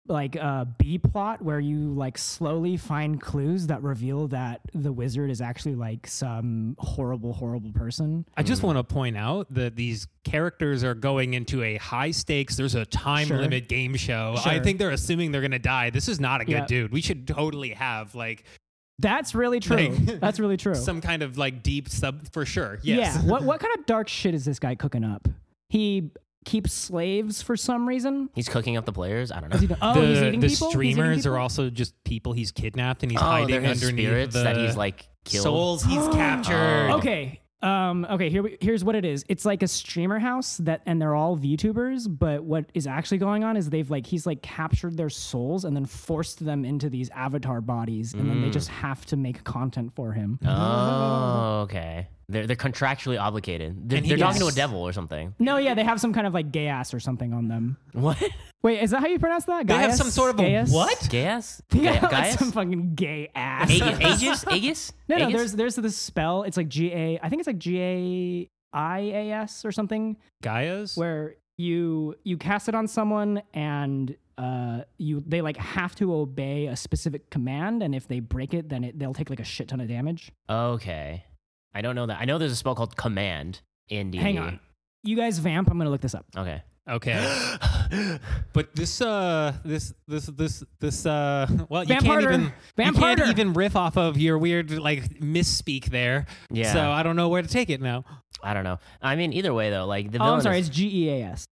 [SPEAKER 2] like uh, B plot where you like slowly find clues that reveal that the wizard is actually like some horrible, horrible person?
[SPEAKER 3] I just want to point out that these characters are going into a high stakes, there's a time
[SPEAKER 2] Sure.
[SPEAKER 3] limit game show. I
[SPEAKER 2] Sure.
[SPEAKER 3] think they're assuming they're going to die. This is not a good
[SPEAKER 2] Yeah.
[SPEAKER 3] dude. We should totally have like
[SPEAKER 2] That's really true.
[SPEAKER 3] Like-
[SPEAKER 2] That's really true.
[SPEAKER 3] some kind of like deep sub for sure. Yes.
[SPEAKER 2] Yeah. What what kind of dark shit is this guy cooking up? He keeps slaves for some reason.
[SPEAKER 1] He's cooking up the players. I don't know.
[SPEAKER 2] Is he the, oh,
[SPEAKER 3] the
[SPEAKER 2] he's eating
[SPEAKER 3] the
[SPEAKER 2] people.
[SPEAKER 3] streamers are
[SPEAKER 2] all.
[SPEAKER 3] also just people he's kidnapped and he's
[SPEAKER 1] oh, they're
[SPEAKER 3] hiding
[SPEAKER 1] his
[SPEAKER 3] underneath
[SPEAKER 1] spirits
[SPEAKER 3] the
[SPEAKER 1] that he's like killed.
[SPEAKER 3] souls he's captured.
[SPEAKER 1] Oh.
[SPEAKER 2] Okay. Um, okay. Here, we, here's what it is. It's like a streamer house that, and they're all VTubers. But what is actually going on is they've like he's like captured their souls and then forced them into these avatar bodies, and then
[SPEAKER 3] Mm.
[SPEAKER 2] they just have to make content for him.
[SPEAKER 3] Uh.
[SPEAKER 1] Oh, okay. They're they're contractually obligated. They're,
[SPEAKER 3] And he
[SPEAKER 1] they're talking to a
[SPEAKER 3] gets-
[SPEAKER 1] devil or something.
[SPEAKER 2] No, yeah, they have some kind of like gay ass or something on them.
[SPEAKER 1] What?
[SPEAKER 2] Wait, is that how you pronounce that?
[SPEAKER 3] They have
[SPEAKER 2] Gaius?
[SPEAKER 3] some sort of a
[SPEAKER 2] Gaius?
[SPEAKER 3] what?
[SPEAKER 1] Gaius?
[SPEAKER 2] Yeah,
[SPEAKER 1] Ga-
[SPEAKER 2] like
[SPEAKER 1] Gaius?
[SPEAKER 2] some fucking gay ass.
[SPEAKER 1] Aegis? Aegis? Aegis?
[SPEAKER 2] No, no,
[SPEAKER 1] Aegis?
[SPEAKER 2] there's there's this spell. It's like G A. I think it's like G A I A S or something,
[SPEAKER 3] Gaia's?
[SPEAKER 2] where you you cast it on someone and uh you they like have to obey a specific command, and if they break it, then it, they'll take like a shit ton of damage.
[SPEAKER 1] Okay. I don't know that. I know there's a spell called Command in D.
[SPEAKER 2] Hang on, you guys vamp. I'm gonna look this up.
[SPEAKER 1] Okay.
[SPEAKER 3] Okay. but this uh this this this this uh well you
[SPEAKER 2] Vamparter.
[SPEAKER 3] can't even you
[SPEAKER 2] Vamparter.
[SPEAKER 3] can't even riff off of your weird like misspeak there.
[SPEAKER 1] Yeah.
[SPEAKER 3] So I don't know where to take it now.
[SPEAKER 1] I don't know. I mean, either way though, like the
[SPEAKER 2] Oh,
[SPEAKER 1] villain
[SPEAKER 2] I'm sorry,
[SPEAKER 1] is
[SPEAKER 2] it's G E A S.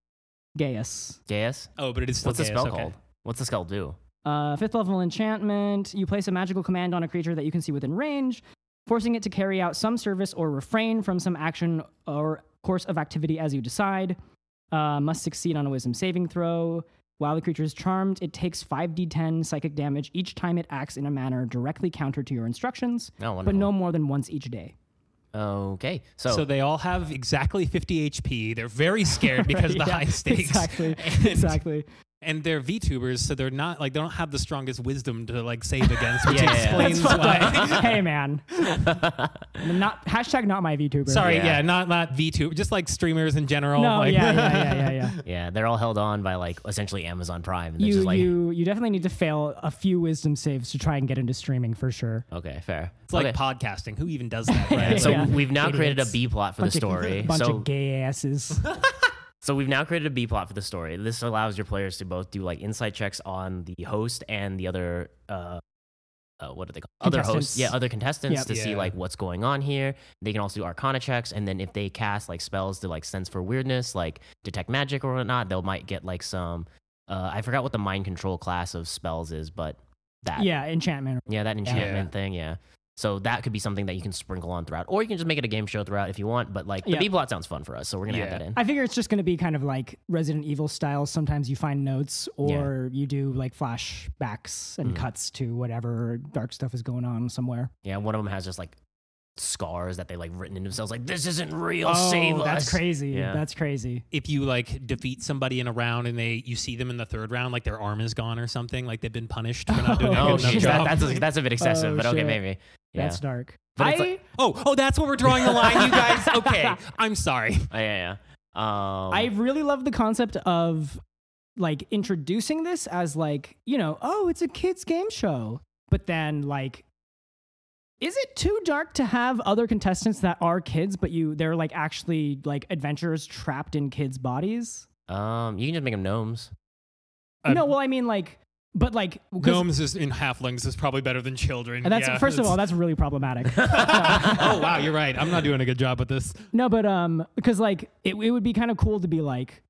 [SPEAKER 2] Gaius.
[SPEAKER 1] Gaius.
[SPEAKER 3] Oh, but it is still
[SPEAKER 1] What's the
[SPEAKER 3] chaos,
[SPEAKER 1] spell
[SPEAKER 3] okay.
[SPEAKER 1] called? What's the spell do?
[SPEAKER 2] Uh, fifth level enchantment. You place a magical command on a creature that you can see within range, forcing it to carry out some service or refrain from some action or course of activity as you decide. Uh, must succeed on a wisdom saving throw. While the creature is charmed, it takes 5d10 psychic damage each time it acts in a manner directly counter to your instructions,
[SPEAKER 1] Oh, wonderful.
[SPEAKER 2] but no more than once each day.
[SPEAKER 1] Okay. So,
[SPEAKER 3] So they all have exactly 50 HP. They're very scared because of the
[SPEAKER 2] Yeah,
[SPEAKER 3] high stakes.
[SPEAKER 2] Exactly.
[SPEAKER 3] And,
[SPEAKER 2] exactly.
[SPEAKER 3] And they're VTubers, so they're not like they don't have the strongest wisdom to like save against, which
[SPEAKER 1] Yeah, yeah, yeah.
[SPEAKER 3] explains
[SPEAKER 2] That's fucked
[SPEAKER 3] why.
[SPEAKER 2] up. hey, man. not, hashtag not my VTuber.
[SPEAKER 3] Sorry,
[SPEAKER 1] Yeah.
[SPEAKER 3] yeah. not not VTuber, just like streamers in general.
[SPEAKER 2] No,
[SPEAKER 3] like,
[SPEAKER 2] yeah, yeah, yeah, yeah, yeah.
[SPEAKER 1] yeah, they're all held on by like essentially Amazon Prime. They're
[SPEAKER 2] you
[SPEAKER 1] just like
[SPEAKER 2] you you definitely need to fail a few wisdom saves to try and get into streaming for sure.
[SPEAKER 1] Okay, fair.
[SPEAKER 3] It's like
[SPEAKER 1] okay.
[SPEAKER 3] podcasting. Who even does that? Right?
[SPEAKER 1] so
[SPEAKER 2] Yeah.
[SPEAKER 1] we've now created a
[SPEAKER 2] Idiots.
[SPEAKER 1] B plot for the story.
[SPEAKER 2] of, bunch
[SPEAKER 1] so
[SPEAKER 2] of gay asses.
[SPEAKER 1] So we've now created a B plot for the story. This allows your players to both do like insight checks on the host and the other uh, uh what are they called? Other hosts,
[SPEAKER 2] Contestants.
[SPEAKER 1] yeah, other contestants
[SPEAKER 2] Yep.
[SPEAKER 1] to see
[SPEAKER 3] Yeah.
[SPEAKER 1] like what's going on here. They can also do arcana checks and then if they cast like spells to like sense for weirdness, like detect magic or whatnot, they'll might get like some uh I forgot what the mind control class of spells is, but that
[SPEAKER 2] yeah, enchantment.
[SPEAKER 1] yeah, that enchantment thing, yeah. So that could be something that you can sprinkle on throughout. Or you can just make it a game show throughout if you want, but like the
[SPEAKER 2] Yeah.
[SPEAKER 1] B plot sounds fun for us, so we're gonna
[SPEAKER 3] Yeah.
[SPEAKER 1] add that in.
[SPEAKER 2] I figure it's just going to be kind of like Resident Evil style. Sometimes you find notes or you do like flashbacks and
[SPEAKER 1] Mm.
[SPEAKER 2] cuts to whatever dark stuff is going on somewhere.
[SPEAKER 1] Yeah, one of them has just like scars that they like written in themselves, like this isn't real.
[SPEAKER 2] oh,
[SPEAKER 1] save
[SPEAKER 2] that's
[SPEAKER 1] us.
[SPEAKER 2] crazy.
[SPEAKER 1] Yeah.
[SPEAKER 2] That's crazy.
[SPEAKER 3] if you like defeat somebody in a round and they you see them in the third round like their arm is gone or something like they've been punished for not doing a
[SPEAKER 1] Oh,
[SPEAKER 3] good enough
[SPEAKER 1] shit.
[SPEAKER 3] job.
[SPEAKER 1] That, that's a, that's a bit excessive,
[SPEAKER 2] Oh,
[SPEAKER 1] but okay,
[SPEAKER 2] shit.
[SPEAKER 1] maybe. Yeah.
[SPEAKER 2] That's dark.
[SPEAKER 1] But
[SPEAKER 2] I
[SPEAKER 1] it's like-
[SPEAKER 3] oh oh that's where we're drawing the line you guys. Okay, I'm sorry.
[SPEAKER 1] Oh, yeah, yeah. Um,
[SPEAKER 2] I really love the concept of like introducing this as like, you know, oh, it's a kids game show. But then like is it too dark to have other contestants that are kids but you they're like actually like adventurers trapped in kids' bodies?
[SPEAKER 1] um, you can just make them gnomes.
[SPEAKER 3] Uh,
[SPEAKER 2] no, well I mean like but like 'cause-
[SPEAKER 3] Gnomes is in halflings is probably better than children.
[SPEAKER 2] and that's
[SPEAKER 3] Yeah,
[SPEAKER 2] first of
[SPEAKER 3] it's-
[SPEAKER 2] all that's really problematic.
[SPEAKER 3] oh wow, you're right. I'm not doing a good job with this.
[SPEAKER 2] No, but um, because like it, it would be kind of cool to be like,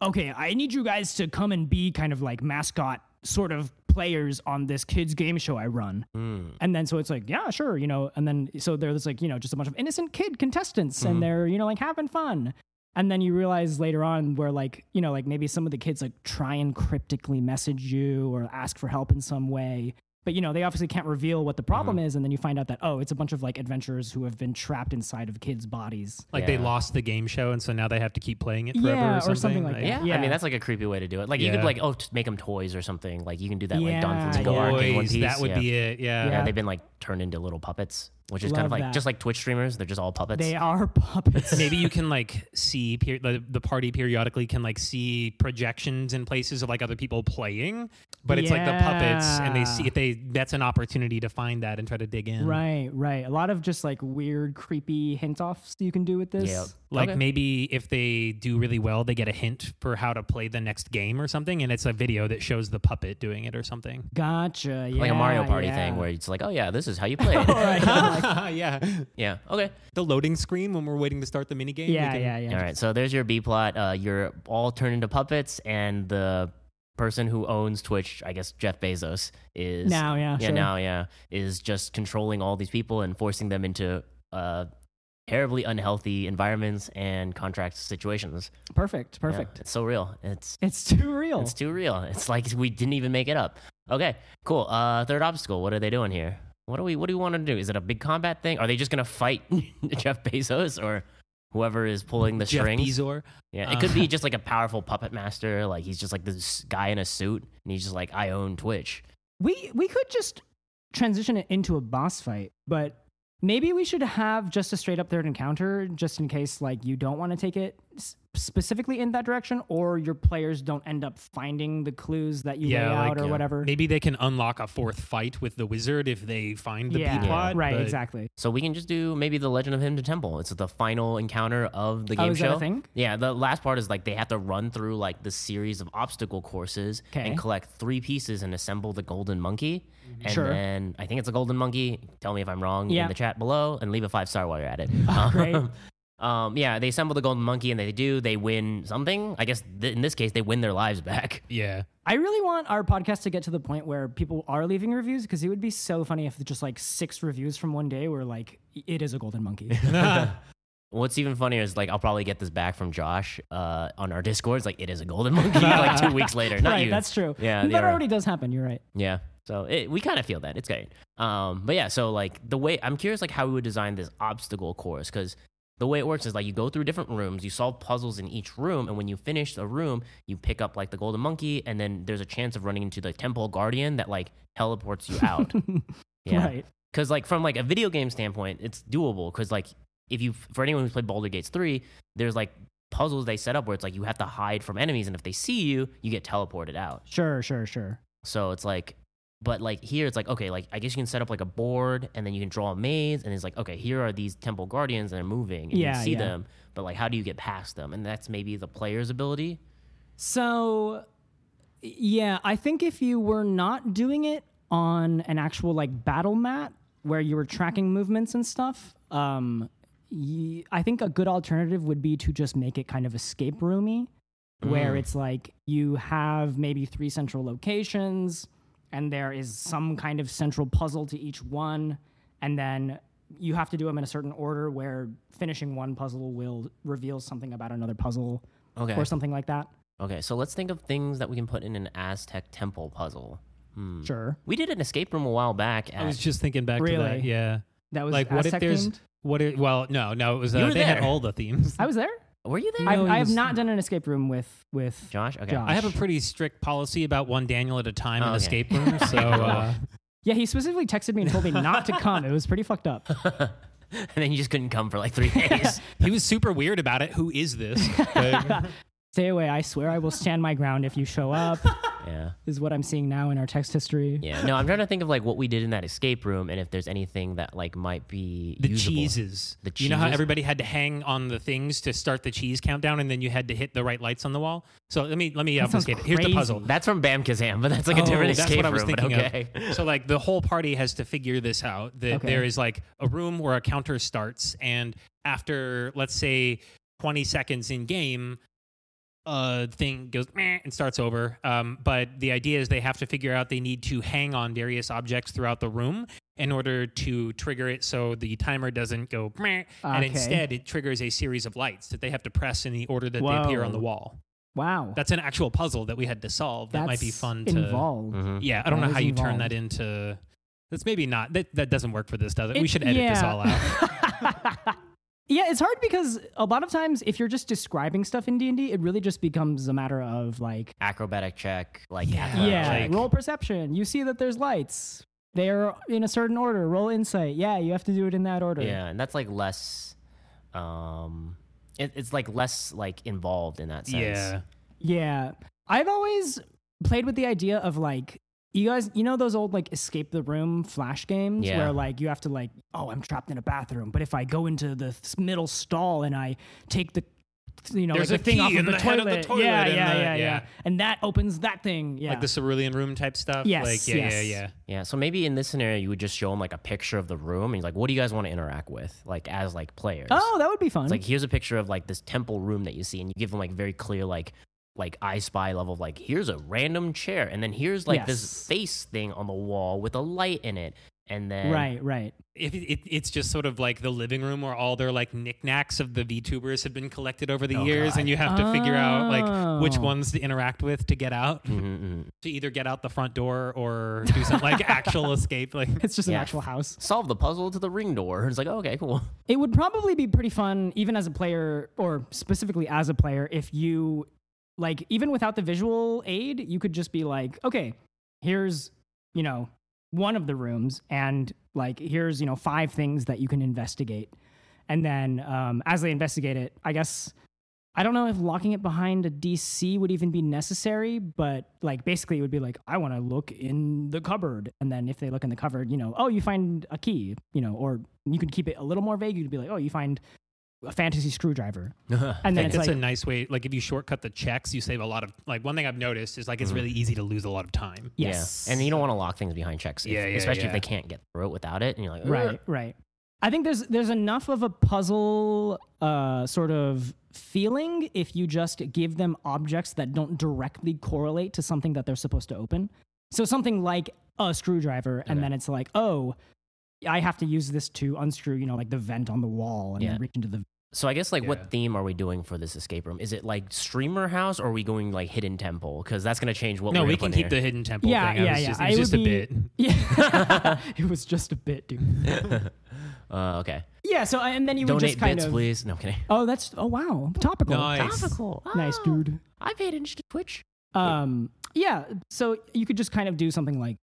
[SPEAKER 2] okay, I need you guys to come and be kind of like mascot sort of players on this kids game show I run.
[SPEAKER 1] Hmm.
[SPEAKER 2] And then so it's like, yeah, sure, you know. And then so there's like, you know, just a bunch of innocent kid contestants
[SPEAKER 1] Mm-hmm.
[SPEAKER 2] and they're, you know, like having fun. And then you realize later on where like, you know, like maybe some of the kids like try and cryptically message you or ask for help in some way. But you know, they obviously can't reveal what the problem
[SPEAKER 1] Mm-hmm.
[SPEAKER 2] is, and then you find out that oh, it's a bunch of like adventurers who have been trapped inside of kids' bodies.
[SPEAKER 3] Like they
[SPEAKER 1] Yeah.
[SPEAKER 3] lost the game show, and so now they have to keep playing it forever
[SPEAKER 2] Yeah,
[SPEAKER 3] or
[SPEAKER 2] or
[SPEAKER 3] something.
[SPEAKER 2] something like that.
[SPEAKER 1] Yeah. I
[SPEAKER 2] Yeah.
[SPEAKER 1] mean that's like a creepy way to do it. Like you could
[SPEAKER 3] Yeah.
[SPEAKER 1] like oh just make them toys or something. Like you can do that like Don
[SPEAKER 2] Yeah,
[SPEAKER 1] Flamingo
[SPEAKER 2] yeah.
[SPEAKER 1] arc in One
[SPEAKER 3] Boys,
[SPEAKER 1] Piece.
[SPEAKER 3] that would
[SPEAKER 1] yeah.
[SPEAKER 3] be it. Yeah.
[SPEAKER 1] yeah.
[SPEAKER 2] Yeah.
[SPEAKER 1] they've been like turned into little puppets, which is kind of
[SPEAKER 2] Love
[SPEAKER 1] like
[SPEAKER 2] that.
[SPEAKER 1] just like Twitch streamers. They're just all puppets.
[SPEAKER 2] They are puppets.
[SPEAKER 3] Maybe you can like see per- the, the party periodically can like see projections in places of like other people playing, but it's like the puppets, and they see
[SPEAKER 2] Yeah.
[SPEAKER 3] if they that's an opportunity to find that and try to dig in.
[SPEAKER 2] right, right. A lot of just like weird, creepy hint offs you can do with this.
[SPEAKER 1] Yeah.
[SPEAKER 3] Like
[SPEAKER 1] Okay.
[SPEAKER 3] maybe if they do really well, they get a hint for how to play the next game or something, and it's a video that shows the puppet doing it or something.
[SPEAKER 2] Gotcha. Yeah,
[SPEAKER 1] like a Mario Party
[SPEAKER 2] yeah.
[SPEAKER 1] thing where it's like, oh yeah, this is how you play it.
[SPEAKER 3] yeah.
[SPEAKER 1] Yeah. Okay.
[SPEAKER 3] The loading screen when we're waiting to start the mini game.
[SPEAKER 2] Yeah, yeah, yeah.
[SPEAKER 1] All right. So there's your B plot. Uh, you're all turned into puppets, and the person who owns Twitch, I guess Jeff Bezos, is
[SPEAKER 2] Now, yeah,
[SPEAKER 1] yeah,
[SPEAKER 2] sure.
[SPEAKER 1] now, yeah, is just controlling all these people and forcing them into uh, terribly unhealthy environments and contract situations.
[SPEAKER 2] Perfect,
[SPEAKER 1] Yeah,
[SPEAKER 2] perfect.
[SPEAKER 1] it's so real. It's
[SPEAKER 2] It's too real.
[SPEAKER 1] it's too real. It's like we didn't even make it up. Okay. Cool. Uh, third obstacle. What are they doing here? What do we What do we want to do? Is it a big combat thing? Are they just gonna fight Jeff Bezos or whoever is pulling the
[SPEAKER 3] Jeff
[SPEAKER 1] strings?
[SPEAKER 3] Bezor.
[SPEAKER 1] Yeah,
[SPEAKER 2] Uh,
[SPEAKER 1] it could be just like a powerful puppet master. Like he's just like this guy in a suit, and he's just like, I own Twitch.
[SPEAKER 2] We we could just transition it into a boss fight, but maybe we should have just a straight up third encounter, just in case like you don't want to take it s- specifically in that direction, or your players don't end up finding the clues that you lay out
[SPEAKER 3] like,
[SPEAKER 2] or
[SPEAKER 3] yeah.
[SPEAKER 2] whatever.
[SPEAKER 3] Maybe they can unlock a fourth fight with the wizard if they find the
[SPEAKER 2] yeah,
[SPEAKER 3] B plot.
[SPEAKER 2] right,
[SPEAKER 3] but-
[SPEAKER 2] exactly.
[SPEAKER 1] So we can just do maybe the Legend of Him to Temple. It's the final encounter of the
[SPEAKER 2] Oh,
[SPEAKER 1] game
[SPEAKER 2] is
[SPEAKER 1] show.
[SPEAKER 2] that a thing?
[SPEAKER 1] Yeah, the last part is like they have to run through like this series of obstacle courses
[SPEAKER 2] Okay. Mm-hmm.
[SPEAKER 1] and collect three pieces and assemble the golden monkey. And
[SPEAKER 2] Sure.
[SPEAKER 1] then I think it's a golden monkey. Tell me if I'm wrong
[SPEAKER 2] Yeah.
[SPEAKER 1] in the chat below and leave a five star while you're at it.
[SPEAKER 2] Great.
[SPEAKER 1] Um, um, yeah, they assemble the golden monkey and they do. They win something. I guess th- in this case, they win their lives back.
[SPEAKER 3] Yeah.
[SPEAKER 2] I really want our podcast to get to the point where people are leaving reviews because it would be so funny if just like six reviews from one day were like, "It is a golden monkey."
[SPEAKER 1] What's even funnier is like I'll probably get this back from Josh uh, on our Discord. It's like it is a golden monkey. like two weeks later, not
[SPEAKER 2] right,
[SPEAKER 1] you.
[SPEAKER 2] that's true.
[SPEAKER 1] Yeah,
[SPEAKER 2] that
[SPEAKER 1] yeah.
[SPEAKER 2] already does happen. You're right.
[SPEAKER 1] yeah. So it, we kind of feel that it's great. Um, but yeah, so like the way I'm curious, like how we would design this obstacle course because the way it works is like you go through different rooms, you solve puzzles in each room, and when you finish a room, you pick up like the golden monkey, and then there's a chance of running into the temple guardian that like teleports you out. yeah.
[SPEAKER 2] Right.
[SPEAKER 1] because like from like a video game standpoint it's doable because like if you for anyone who's played Boulder Gates 3 there's like puzzles they set up where it's like you have to hide from enemies and if they see you you get teleported out
[SPEAKER 2] Sure. Sure. Sure.
[SPEAKER 1] so it's like but like here it's like okay like I guess you can set up like a board and then you can draw a maze and it's like okay here are these temple guardians and they're moving and you
[SPEAKER 2] Yeah,
[SPEAKER 1] see
[SPEAKER 2] yeah.
[SPEAKER 1] them but like how do you get past them and that's maybe the player's ability
[SPEAKER 2] So, yeah, I think if you were not doing it on an actual like battle mat where you were tracking movements and stuff, um, y- I think a good alternative would be to just make it kind of escape roomy, where it's like you have maybe three central locations, and there is some kind of central puzzle to each one, and then you have to do them in a certain order where finishing one puzzle will reveal something about another puzzle
[SPEAKER 1] okay
[SPEAKER 2] or something like that.
[SPEAKER 1] okay so let's think of things that we can put in an Aztec temple puzzle hmm.
[SPEAKER 2] Sure.
[SPEAKER 1] we did an escape room a while back
[SPEAKER 3] I
[SPEAKER 1] at
[SPEAKER 3] was just thinking back to that.
[SPEAKER 2] Really?
[SPEAKER 3] Yeah.
[SPEAKER 2] That was
[SPEAKER 3] like what if
[SPEAKER 2] Aztec
[SPEAKER 3] there's
[SPEAKER 2] themed?
[SPEAKER 3] what if, well no no it was uh,
[SPEAKER 1] You were
[SPEAKER 3] they had
[SPEAKER 1] there.
[SPEAKER 3] all the themes
[SPEAKER 2] I was there.
[SPEAKER 1] were you there
[SPEAKER 2] I've,
[SPEAKER 3] No,
[SPEAKER 2] I
[SPEAKER 3] you
[SPEAKER 2] have
[SPEAKER 3] s-
[SPEAKER 2] not done an escape room with with.
[SPEAKER 1] Josh? Okay.
[SPEAKER 2] Josh.
[SPEAKER 3] I have a pretty strict policy about one Daniel at a time in
[SPEAKER 1] Okay.
[SPEAKER 3] the escape room so uh,
[SPEAKER 2] Yeah, he specifically texted me and told me not to come. It was pretty fucked up.
[SPEAKER 1] and then you just couldn't come for like three days.
[SPEAKER 3] he was super weird about it who is this But-
[SPEAKER 2] Stay away. I swear I will stand my ground if you show up.
[SPEAKER 1] yeah.
[SPEAKER 2] Is what I'm seeing now in our text history.
[SPEAKER 1] Yeah. No, I'm trying to think of like what we did in that escape room and if there's anything that like might be
[SPEAKER 3] the
[SPEAKER 1] usable.
[SPEAKER 3] cheeses
[SPEAKER 1] The
[SPEAKER 3] you know how
[SPEAKER 1] cheeses?
[SPEAKER 3] everybody had to hang on the things to start the cheese countdown and then you had to hit the right lights on the wall so let me let me
[SPEAKER 2] sounds
[SPEAKER 3] obfuscate it here's the
[SPEAKER 2] crazy.
[SPEAKER 3] puzzle
[SPEAKER 1] That's from Bam Kazam, but that's like a different
[SPEAKER 3] Oh, that's
[SPEAKER 1] escape
[SPEAKER 3] what I was
[SPEAKER 1] room. But
[SPEAKER 3] thinking of.
[SPEAKER 1] okay.
[SPEAKER 3] So like the whole party has to figure this out. That
[SPEAKER 2] Okay.
[SPEAKER 3] there is like a room where a counter starts, and after let's say twenty seconds in game, a thing goes meh and starts over. Um, but the idea is they have to figure out they need to hang on various objects throughout the room in order to trigger it, so the timer doesn't go meh, and
[SPEAKER 2] Okay.
[SPEAKER 3] instead it triggers a series of lights that they have to press in the order that they appear on
[SPEAKER 2] Whoa.
[SPEAKER 3] the wall.
[SPEAKER 2] Wow.
[SPEAKER 3] That's an actual puzzle that we had to solve. That might be
[SPEAKER 2] That's
[SPEAKER 3] fun to Mm-hmm.
[SPEAKER 2] involved.
[SPEAKER 1] Mhm.
[SPEAKER 3] Yeah, I don't
[SPEAKER 2] That
[SPEAKER 3] know how
[SPEAKER 2] is
[SPEAKER 3] you turn
[SPEAKER 2] involved.
[SPEAKER 3] that into. That's maybe not. That that doesn't work for this, does it? we
[SPEAKER 2] It-
[SPEAKER 3] should edit this
[SPEAKER 2] yeah.
[SPEAKER 3] all out.
[SPEAKER 2] yeah, it's hard because a lot of times if you're just describing stuff in D&D, it really just becomes a matter of like
[SPEAKER 1] Acrobatic check, like
[SPEAKER 3] Yeah.
[SPEAKER 1] athletic
[SPEAKER 2] yeah,
[SPEAKER 1] check.
[SPEAKER 3] like-
[SPEAKER 2] roll perception. You see that there's lights. They are in a certain order. Roll insight. Yeah, you have to do it in that order.
[SPEAKER 1] Yeah, and that's like less. Um, it, it's like less like involved in that sense.
[SPEAKER 3] Yeah.
[SPEAKER 2] Yeah. I've always played with the idea of like, you guys, you know those old like escape the room flash games
[SPEAKER 1] Yeah.
[SPEAKER 2] where like you have to like, oh, I'm trapped in a bathroom, but if I go into the s- middle stall and I take the, you know,
[SPEAKER 3] There's
[SPEAKER 2] like
[SPEAKER 3] a
[SPEAKER 2] the thing
[SPEAKER 3] key
[SPEAKER 2] off
[SPEAKER 3] in
[SPEAKER 2] of the,
[SPEAKER 3] the head
[SPEAKER 2] toilet.
[SPEAKER 3] of the toilet
[SPEAKER 2] yeah,
[SPEAKER 3] and
[SPEAKER 2] yeah,
[SPEAKER 3] the-
[SPEAKER 2] yeah, yeah,
[SPEAKER 3] yeah.
[SPEAKER 2] and that opens that thing. Yeah,
[SPEAKER 3] Like the cerulean room type stuff.
[SPEAKER 2] Yes,
[SPEAKER 3] Like, yeah,
[SPEAKER 2] yes.
[SPEAKER 3] yeah, yeah.
[SPEAKER 1] Yeah, so maybe in this scenario, you would just show them like a picture of the room, and you're like, "What do you guys want to interact with?" Like as like players.
[SPEAKER 2] oh, that would be fun.
[SPEAKER 1] It's like here's a picture of like this temple room that you see, and you give them like very clear like like I Spy level of like here's a random chair, and then here's like
[SPEAKER 2] Yes.
[SPEAKER 1] this face thing on the wall with a light in it, and then
[SPEAKER 2] right, right.
[SPEAKER 3] If it, it, it's just sort of like the living room where all their like knickknacks of the VTubers have been collected over the
[SPEAKER 1] Oh,
[SPEAKER 3] years,
[SPEAKER 1] God.
[SPEAKER 3] and you have to figure out like which
[SPEAKER 2] Oh.
[SPEAKER 3] ones to interact with to get out,
[SPEAKER 1] Mhm, mhm.
[SPEAKER 3] to either get out the front door or do some like actual escape. Like,
[SPEAKER 2] It's just an
[SPEAKER 1] Yeah.
[SPEAKER 2] actual house.
[SPEAKER 1] solve the puzzle to the ring door. It's like okay, cool.
[SPEAKER 2] It would probably be pretty fun, even as a player, or specifically as a player, if you, like, even without the visual aid, you could just be like, okay, here's, you know, one of the rooms, and like, here's, you know, five things that you can investigate. And then um, as they investigate it, I guess, I don't know if locking it behind a DC would even be necessary, but like, basically, it would be like, I want to look in the cupboard. And then if they look in the cupboard, you know, oh, you find a key, you know, or you could keep it a little more vague. You could be like, oh, you find a fantasy screwdriver. And then
[SPEAKER 3] think
[SPEAKER 2] it's
[SPEAKER 3] that's
[SPEAKER 2] like,
[SPEAKER 3] a nice way. Like if you shortcut the checks, you save a lot of. Like one thing I've noticed is like it's
[SPEAKER 1] Mhm.
[SPEAKER 3] really easy to lose a lot of time.
[SPEAKER 2] yes.
[SPEAKER 1] Yeah. And you don't want to lock things behind checks, if-
[SPEAKER 3] Yeah, yeah,
[SPEAKER 1] especially
[SPEAKER 3] yeah.
[SPEAKER 1] if they can't get through it without it. And you're like,
[SPEAKER 2] right right i think there's there's enough of a puzzle uh, sort of feeling if you just give them objects that don't directly correlate to something that they're supposed to open so something like a screwdriver and
[SPEAKER 1] Okay.
[SPEAKER 2] then it's like oh i have to use this to unscrew you know like the vent on the wall and
[SPEAKER 1] Yeah.
[SPEAKER 2] then reach into the
[SPEAKER 1] So I guess like
[SPEAKER 3] Yeah.
[SPEAKER 1] what theme are we doing for this escape room? Is it like streamer house or are we going like hidden temple? Because that's gonna change what
[SPEAKER 3] no,
[SPEAKER 1] we're
[SPEAKER 3] we
[SPEAKER 1] gonna put in
[SPEAKER 3] can keep
[SPEAKER 1] here.
[SPEAKER 3] the hidden temple
[SPEAKER 2] Yeah,
[SPEAKER 3] thing. I
[SPEAKER 2] yeah,
[SPEAKER 3] was
[SPEAKER 2] yeah.
[SPEAKER 3] Just,
[SPEAKER 2] I
[SPEAKER 3] it was just
[SPEAKER 2] would
[SPEAKER 3] a
[SPEAKER 2] be-
[SPEAKER 3] bit.
[SPEAKER 2] yeah it was just a bit dude
[SPEAKER 1] uh, okay.
[SPEAKER 2] yeah so and then you would
[SPEAKER 1] Donate
[SPEAKER 2] just kind
[SPEAKER 1] bits,
[SPEAKER 2] of
[SPEAKER 1] please. No I'm kidding.
[SPEAKER 2] oh that's oh wow topical
[SPEAKER 3] Nice.
[SPEAKER 1] Topical.
[SPEAKER 2] nice
[SPEAKER 1] Ah,
[SPEAKER 2] dude
[SPEAKER 1] I paid into Twitch.
[SPEAKER 2] Um, yeah. So you could just kind of do something like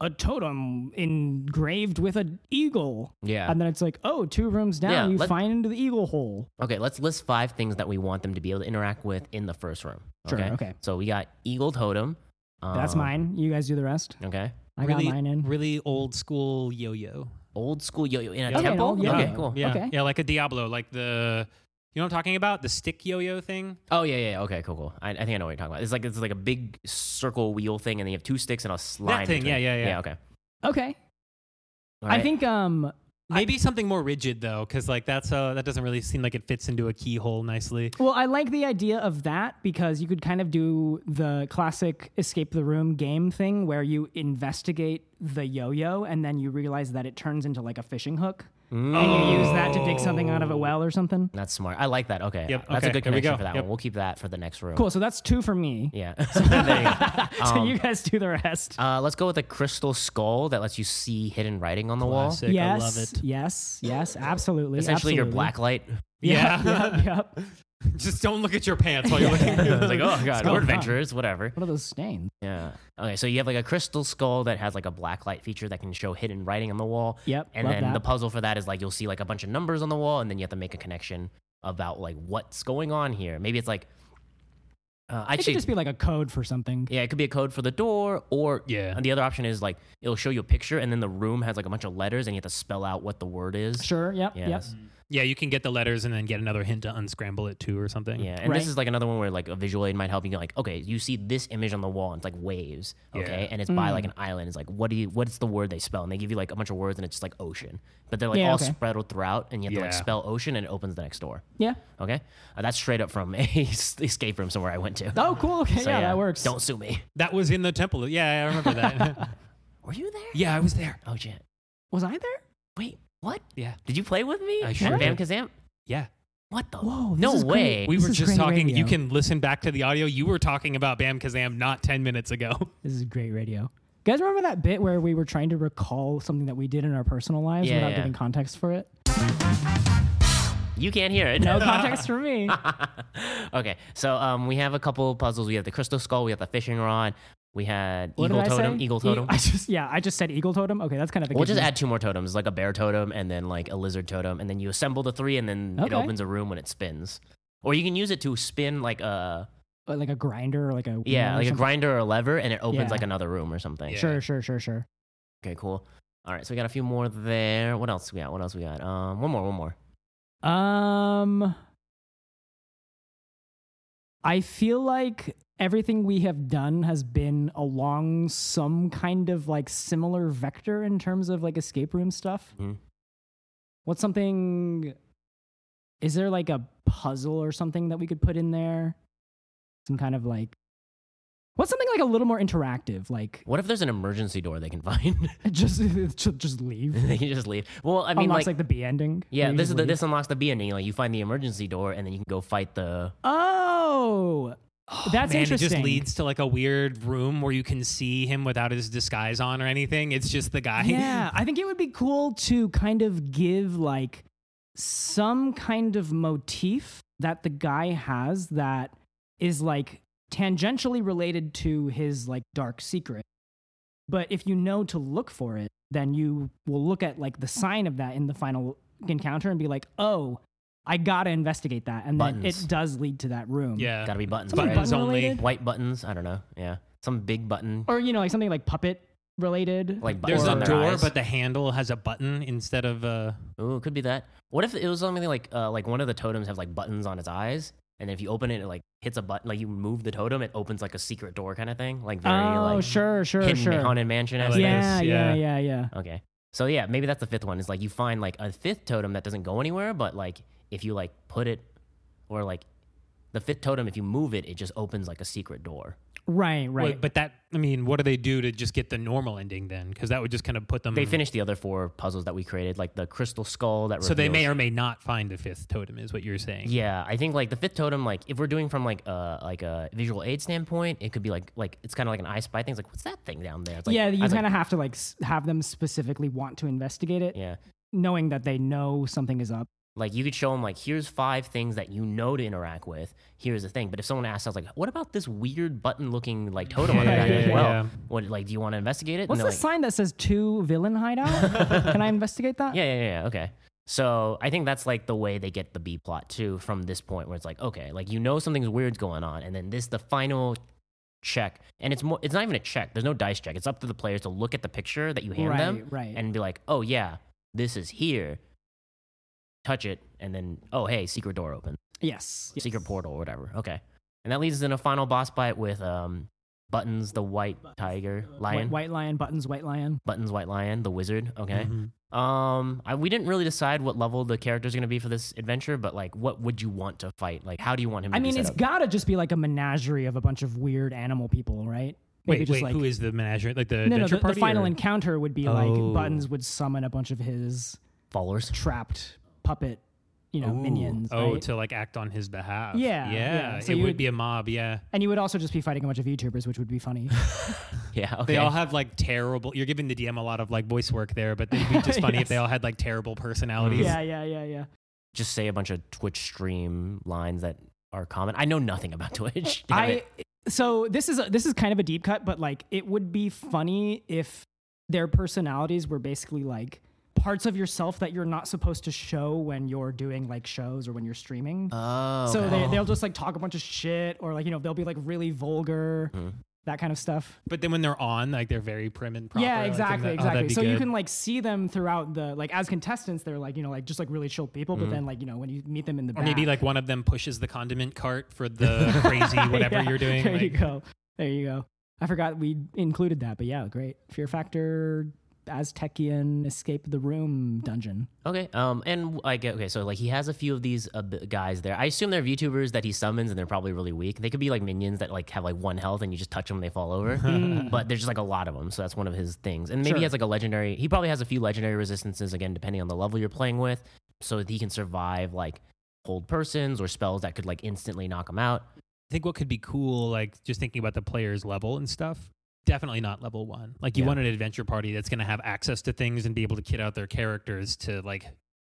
[SPEAKER 2] a totem engraved with an eagle,
[SPEAKER 1] Yeah.
[SPEAKER 2] and then it's like, oh, two rooms down,
[SPEAKER 1] Yeah,
[SPEAKER 2] you
[SPEAKER 1] let-
[SPEAKER 2] find the eagle hole.
[SPEAKER 1] Okay, let's list five things that we want them to be able to interact with in the first room.
[SPEAKER 2] Sure,
[SPEAKER 1] Okay.
[SPEAKER 2] okay.
[SPEAKER 1] So we got Eagle Totem.
[SPEAKER 2] That's
[SPEAKER 1] um,
[SPEAKER 2] mine. You guys do the rest.
[SPEAKER 1] Okay.
[SPEAKER 2] I
[SPEAKER 3] really,
[SPEAKER 2] got mine in.
[SPEAKER 3] Really old school yo-yo.
[SPEAKER 1] Old school yo yo in a
[SPEAKER 3] Okay, an
[SPEAKER 1] temple?
[SPEAKER 2] old yo-yo.
[SPEAKER 1] Okay, cool.
[SPEAKER 3] Yeah,
[SPEAKER 2] Okay.
[SPEAKER 3] yeah, like a Diablo, like the. You know what I'm talking about? The stick yo-yo thing.
[SPEAKER 1] Oh yeah, yeah, yeah. Okay, cool, cool. I, I think I know what you're talking about. It's like it's like a big circle wheel thing, and then you have two sticks and a slide.
[SPEAKER 3] thing,
[SPEAKER 1] between.
[SPEAKER 3] yeah, yeah, yeah.
[SPEAKER 1] Yeah, okay.
[SPEAKER 2] Okay.
[SPEAKER 1] All
[SPEAKER 2] I
[SPEAKER 1] right.
[SPEAKER 2] think um
[SPEAKER 3] Maybe something more rigid though, because like that's uh that doesn't really seem like it fits into a keyhole nicely.
[SPEAKER 2] well I like the idea of that because you could kind of do the classic escape the room game thing where you investigate the yo-yo and then you realize that it turns into like a fishing hook and you use that to dig something out
[SPEAKER 1] Mm.
[SPEAKER 2] of a well or something.
[SPEAKER 1] that's smart. I like that. Okay,
[SPEAKER 3] Yep,
[SPEAKER 1] that's
[SPEAKER 3] okay,
[SPEAKER 1] a good
[SPEAKER 3] here we
[SPEAKER 1] connection
[SPEAKER 3] go.
[SPEAKER 1] for that
[SPEAKER 3] Yep.
[SPEAKER 1] one. We'll keep that for the next room.
[SPEAKER 2] Cool, so that's two for me.
[SPEAKER 1] Yeah. There you go.
[SPEAKER 2] so
[SPEAKER 1] Um,
[SPEAKER 2] you guys do the rest.
[SPEAKER 1] Uh, let's go with a crystal skull that lets you see hidden writing on the wall.
[SPEAKER 3] Classic, I
[SPEAKER 2] yes,
[SPEAKER 3] love it.
[SPEAKER 2] yes, yes, absolutely.
[SPEAKER 1] Essentially, your
[SPEAKER 2] absolutely.
[SPEAKER 1] black light.
[SPEAKER 2] Yep,
[SPEAKER 3] Yeah.
[SPEAKER 2] yep, yep.
[SPEAKER 3] Just don't look at your pants while you're looking.
[SPEAKER 1] I was like, oh god,
[SPEAKER 2] going
[SPEAKER 1] we're
[SPEAKER 2] on?
[SPEAKER 1] adventurers, whatever.
[SPEAKER 2] What are those stains?
[SPEAKER 1] Yeah. Okay, so you have like a crystal skull that has like a black light feature that can show hidden writing on the wall.
[SPEAKER 2] Yep,
[SPEAKER 1] And
[SPEAKER 2] love
[SPEAKER 1] then
[SPEAKER 2] that.
[SPEAKER 1] the puzzle for that is like you'll see like a bunch of numbers on the wall, and then you have to make a connection about like what's going on here. Maybe it's like uh,
[SPEAKER 2] It
[SPEAKER 1] actually,
[SPEAKER 2] could just be like a code for something.
[SPEAKER 1] yeah, it could be a code for the door, or
[SPEAKER 3] Yeah.
[SPEAKER 1] And the other option is like it'll show you a picture, and then the room has like a bunch of letters, and you have to spell out what the word is.
[SPEAKER 2] Sure. Yep. Yep.
[SPEAKER 1] Yes.
[SPEAKER 3] Yeah, you can get the letters and then get another hint to unscramble it too or something.
[SPEAKER 1] Yeah, and
[SPEAKER 2] Right.
[SPEAKER 1] this is like another one where like a visual aid might help you. Go like, okay, you see this image on the wall, and it's like waves, okay,
[SPEAKER 3] Yeah.
[SPEAKER 1] and it's by like an island. It's like, what do you? What's the word they spell? And they give you like a bunch of words, and it's just like ocean, but they're like
[SPEAKER 2] Yeah,
[SPEAKER 1] all
[SPEAKER 2] okay.
[SPEAKER 1] spread throughout, and you have to like
[SPEAKER 3] Yeah.
[SPEAKER 1] spell ocean, and it opens the next door.
[SPEAKER 2] Yeah.
[SPEAKER 1] Okay, uh, that's straight up from a s- escape room somewhere I went to.
[SPEAKER 2] Oh, cool. Okay.
[SPEAKER 1] So,
[SPEAKER 2] yeah, that works.
[SPEAKER 1] Don't sue me.
[SPEAKER 3] That was in the temple. Yeah, I remember that.
[SPEAKER 1] Were you there?
[SPEAKER 3] yeah, I was there.
[SPEAKER 1] Oh shit.
[SPEAKER 2] Was I there?
[SPEAKER 1] Wait, what?
[SPEAKER 3] Yeah.
[SPEAKER 1] Did you play with me?
[SPEAKER 3] I sure
[SPEAKER 1] Bam
[SPEAKER 3] did.
[SPEAKER 1] Kazam.
[SPEAKER 3] Yeah.
[SPEAKER 1] What the?
[SPEAKER 2] Whoa, this
[SPEAKER 1] no
[SPEAKER 2] is great.
[SPEAKER 1] way.
[SPEAKER 3] We
[SPEAKER 2] This
[SPEAKER 3] were
[SPEAKER 2] is
[SPEAKER 3] just
[SPEAKER 2] great
[SPEAKER 3] talking. You
[SPEAKER 2] radio.
[SPEAKER 3] can listen back to the audio. You were talking about Bam Kazam not 10 minutes ago.
[SPEAKER 2] This is great radio. You guys remember that bit where we were trying to recall something that we did in our personal lives
[SPEAKER 1] Yeah,
[SPEAKER 2] without
[SPEAKER 1] yeah.
[SPEAKER 2] giving context for it?
[SPEAKER 1] You can't hear it.
[SPEAKER 2] No context for me.
[SPEAKER 1] Okay, so um, we have a couple puzzles. We have the crystal skull. We have the fishing rod. We had
[SPEAKER 2] What
[SPEAKER 1] eagle
[SPEAKER 2] did I
[SPEAKER 1] totem.
[SPEAKER 2] say?
[SPEAKER 1] Eagle
[SPEAKER 2] E-
[SPEAKER 1] totem.
[SPEAKER 2] I just yeah, I just said eagle totem. Okay, that's kind of a
[SPEAKER 1] We'll
[SPEAKER 2] good
[SPEAKER 1] just
[SPEAKER 2] one.
[SPEAKER 1] add two more totems, like a bear totem and then like a lizard totem, and then you assemble the three, and then it
[SPEAKER 2] Okay.
[SPEAKER 1] opens a room when it spins. Or you can use it to spin like a
[SPEAKER 2] Uh, like a grinder or like a wheel
[SPEAKER 1] yeah,
[SPEAKER 2] or
[SPEAKER 1] like a
[SPEAKER 2] something.
[SPEAKER 1] grinder or a lever, and it opens
[SPEAKER 2] Yeah.
[SPEAKER 1] like another room or something.
[SPEAKER 3] Yeah.
[SPEAKER 2] Sure, sure, sure, sure.
[SPEAKER 1] Okay, cool. All right, so we got a few more there. What else we got? What else we got? Um, one more, one more.
[SPEAKER 2] Um, I feel like everything we have done has been along some kind of like similar vector in terms of like escape room stuff.
[SPEAKER 1] Mhm.
[SPEAKER 2] What's something? Is there like a puzzle or something that we could put in there? Some kind of like. What's something like a little more interactive? Like
[SPEAKER 1] What if there's an emergency door they can find?
[SPEAKER 2] just just just leave.
[SPEAKER 1] they can just leave. Well, I mean,
[SPEAKER 2] Unlocks like,
[SPEAKER 1] like,
[SPEAKER 2] the B ending.
[SPEAKER 1] yeah,
[SPEAKER 2] You
[SPEAKER 1] this
[SPEAKER 2] just
[SPEAKER 1] is the,
[SPEAKER 2] leave.
[SPEAKER 1] this unlocks the B ending. Like you find the emergency door, and then you can go fight the.
[SPEAKER 2] Oh, that's
[SPEAKER 3] Man,
[SPEAKER 2] interesting.
[SPEAKER 3] It just leads to like a weird room where you can see him without his disguise on or anything. It's just the guy.
[SPEAKER 2] yeah, I think it would be cool to kind of give like some kind of motif that the guy has that is like tangentially related to his like dark secret. But if you know to look for it, then you will look at like the sign of that in the final encounter and be like, "Oh, I got to investigate that." And then
[SPEAKER 1] Buttons.
[SPEAKER 2] it does lead to that room.
[SPEAKER 3] Yeah.
[SPEAKER 1] Gotta be buttons.
[SPEAKER 2] Something
[SPEAKER 1] right?
[SPEAKER 3] buttons
[SPEAKER 2] button
[SPEAKER 3] only.
[SPEAKER 2] related?
[SPEAKER 1] White buttons. I don't know. Yeah, some big button.
[SPEAKER 2] Or you know, like something like puppet related.
[SPEAKER 1] Like
[SPEAKER 3] There's
[SPEAKER 1] buttons
[SPEAKER 2] or,
[SPEAKER 1] on
[SPEAKER 3] a
[SPEAKER 1] their
[SPEAKER 3] door,
[SPEAKER 1] eyes.
[SPEAKER 3] but the handle has a button instead of uh, a.
[SPEAKER 1] Ooh, it could be that. What if it was something like uh, like one of the totems have like buttons on its eyes, and if you open it, it like hits a button. Like you move the totem, it opens like a secret door kind of thing. Like very
[SPEAKER 2] Oh,
[SPEAKER 1] like
[SPEAKER 2] sure, sure,
[SPEAKER 1] hidden
[SPEAKER 2] sure.
[SPEAKER 1] haunted mansion.
[SPEAKER 3] I
[SPEAKER 1] esque
[SPEAKER 3] like
[SPEAKER 1] thing.
[SPEAKER 2] yeah,
[SPEAKER 3] this,
[SPEAKER 2] yeah,
[SPEAKER 3] yeah.
[SPEAKER 2] yeah, yeah.
[SPEAKER 1] Okay. So yeah, maybe that's the fifth one. Is like you find like a fifth totem that doesn't go anywhere, but like if you like put it, or like the fifth totem, if you move it, it just opens like a secret door.
[SPEAKER 2] Right, right.
[SPEAKER 3] Wait, but that, I mean, what do they do to just get the normal ending then? Because that would just kind of put them.
[SPEAKER 1] They finished the other four puzzles that we created, like the crystal skull that.
[SPEAKER 3] So they
[SPEAKER 1] reveals-
[SPEAKER 3] may or may not find the fifth totem, is what you're saying.
[SPEAKER 1] Yeah, I think like the fifth totem, like if we're doing from like a like a visual aid standpoint, it could be like like it's kind of like an eye spy thing. It's like what's that thing down there? It's like,
[SPEAKER 2] yeah,
[SPEAKER 1] I
[SPEAKER 2] you
[SPEAKER 1] was
[SPEAKER 2] kind
[SPEAKER 1] like,
[SPEAKER 2] of have to like s- have them specifically want to investigate it,
[SPEAKER 1] yeah.
[SPEAKER 2] knowing that they know something is up.
[SPEAKER 1] Like you could show them like here's five things that you know to interact with. Here's the thing. But if someone asks, I was like, what about this weird button looking like totem on the
[SPEAKER 3] Yeah,
[SPEAKER 1] back?
[SPEAKER 3] yeah,
[SPEAKER 1] Like,
[SPEAKER 3] yeah,
[SPEAKER 1] well,
[SPEAKER 3] yeah.
[SPEAKER 1] what like do you want to investigate it? And
[SPEAKER 2] What's
[SPEAKER 1] they're
[SPEAKER 2] the
[SPEAKER 1] like,
[SPEAKER 2] sign that says two villain hideout? Can I investigate that?
[SPEAKER 1] yeah, yeah, yeah, yeah. Okay. So I think that's like the way they get the B plot too from this point where it's like, okay, like you know something's weird's going on, and then this the final check. And it's more it's not even a check. There's no dice check. It's up to the players to look at the picture that you hand
[SPEAKER 2] right,
[SPEAKER 1] them
[SPEAKER 2] right.
[SPEAKER 1] and be like, oh yeah, this is here. Touch it, and then oh hey, secret door open,
[SPEAKER 2] yes, yes.
[SPEAKER 1] secret portal or whatever. Okay. And that leads us in a final boss fight with um Buttons, the white tiger, lion.
[SPEAKER 2] uh, White, Mm-hmm. white lion buttons, white lion.
[SPEAKER 1] Buttons, white lion, the wizard. Okay.
[SPEAKER 3] Mhm.
[SPEAKER 1] Um, I, we didn't really decide what level the character's going to be for this adventure, but like, what would you want to fight? Like, how do you want him? to
[SPEAKER 2] I
[SPEAKER 1] be
[SPEAKER 2] mean,
[SPEAKER 1] set
[SPEAKER 2] it's
[SPEAKER 1] up?
[SPEAKER 2] gotta just be like a menagerie of a bunch of weird animal people, right?
[SPEAKER 3] Wait,
[SPEAKER 2] Maybe just
[SPEAKER 3] wait,
[SPEAKER 2] like
[SPEAKER 3] who is the manager? Like the
[SPEAKER 2] no, no.
[SPEAKER 3] adventure
[SPEAKER 2] The, the
[SPEAKER 3] party?
[SPEAKER 2] final
[SPEAKER 3] or-
[SPEAKER 2] encounter would be like
[SPEAKER 3] Oh.
[SPEAKER 2] buttons would summon a bunch of his
[SPEAKER 1] followers.
[SPEAKER 2] trapped puppet, you know, minions.
[SPEAKER 3] Oh,
[SPEAKER 2] right?
[SPEAKER 3] to like act on his behalf.
[SPEAKER 2] Yeah,
[SPEAKER 3] Yeah.
[SPEAKER 2] yeah. So
[SPEAKER 3] it
[SPEAKER 2] you
[SPEAKER 3] would
[SPEAKER 2] would-
[SPEAKER 3] be a mob. Yeah.
[SPEAKER 2] and you would also just be fighting a bunch of YouTubers, which would be funny.
[SPEAKER 1] Yeah. Okay.
[SPEAKER 3] They all have like terrible. You're giving the DM a lot of like voice work there, but it'd be just funny if they all had like terrible personalities.
[SPEAKER 2] yeah, yeah, yeah, yeah.
[SPEAKER 1] Just say a bunch of Twitch stream lines that are common. I know nothing about Twitch. Damn
[SPEAKER 2] I
[SPEAKER 1] it.
[SPEAKER 2] so this is a, this is kind of a deep cut, but like it would be funny if their personalities were basically like parts of yourself that you're not supposed to show when you're doing like shows or when you're streaming.
[SPEAKER 1] Oh.
[SPEAKER 2] So
[SPEAKER 1] okay.
[SPEAKER 2] they, they'll just like talk a bunch of shit or like you know they'll be like really vulgar,
[SPEAKER 3] Mm-hmm.
[SPEAKER 2] that kind of stuff.
[SPEAKER 3] But then when they're on, like they're very prim and proper.
[SPEAKER 2] yeah,
[SPEAKER 3] like, and
[SPEAKER 2] exactly,
[SPEAKER 3] that- oh, that'd
[SPEAKER 2] exactly.
[SPEAKER 3] be
[SPEAKER 2] so you
[SPEAKER 3] good.
[SPEAKER 2] can like see them throughout the like as contestants, they're like you know like just like really chill people, but then like you know when you meet them in the
[SPEAKER 3] Mm-hmm. Or maybe like one of them pushes the condiment cart for the crazy whatever
[SPEAKER 2] Yeah,
[SPEAKER 3] you're doing.
[SPEAKER 2] There you
[SPEAKER 3] like-
[SPEAKER 2] go. There you go. I forgot we included that, but yeah, great. Fear Factor, Aztecian escape the room dungeon.
[SPEAKER 1] Okay. Um. And I get okay. So like, he has a few of these uh, b- guys there. I assume they're VTubers that he summons, and they're probably really weak. They could be like minions that like have like one health, and you just touch them, and they fall over.
[SPEAKER 2] Hmm.
[SPEAKER 1] but there's just like a lot of them, so that's one of his things. And maybe he has like a legendary. He probably has a few legendary resistances again, depending on the level you're playing with, so that he can survive like hold persons or spells that could like instantly knock them out.
[SPEAKER 3] I think what could be cool, like just thinking about the player's level and stuff, definitely not level one. Like you
[SPEAKER 1] Yeah.
[SPEAKER 3] want an adventure party that's going to have access to things and be able to kit out their characters to like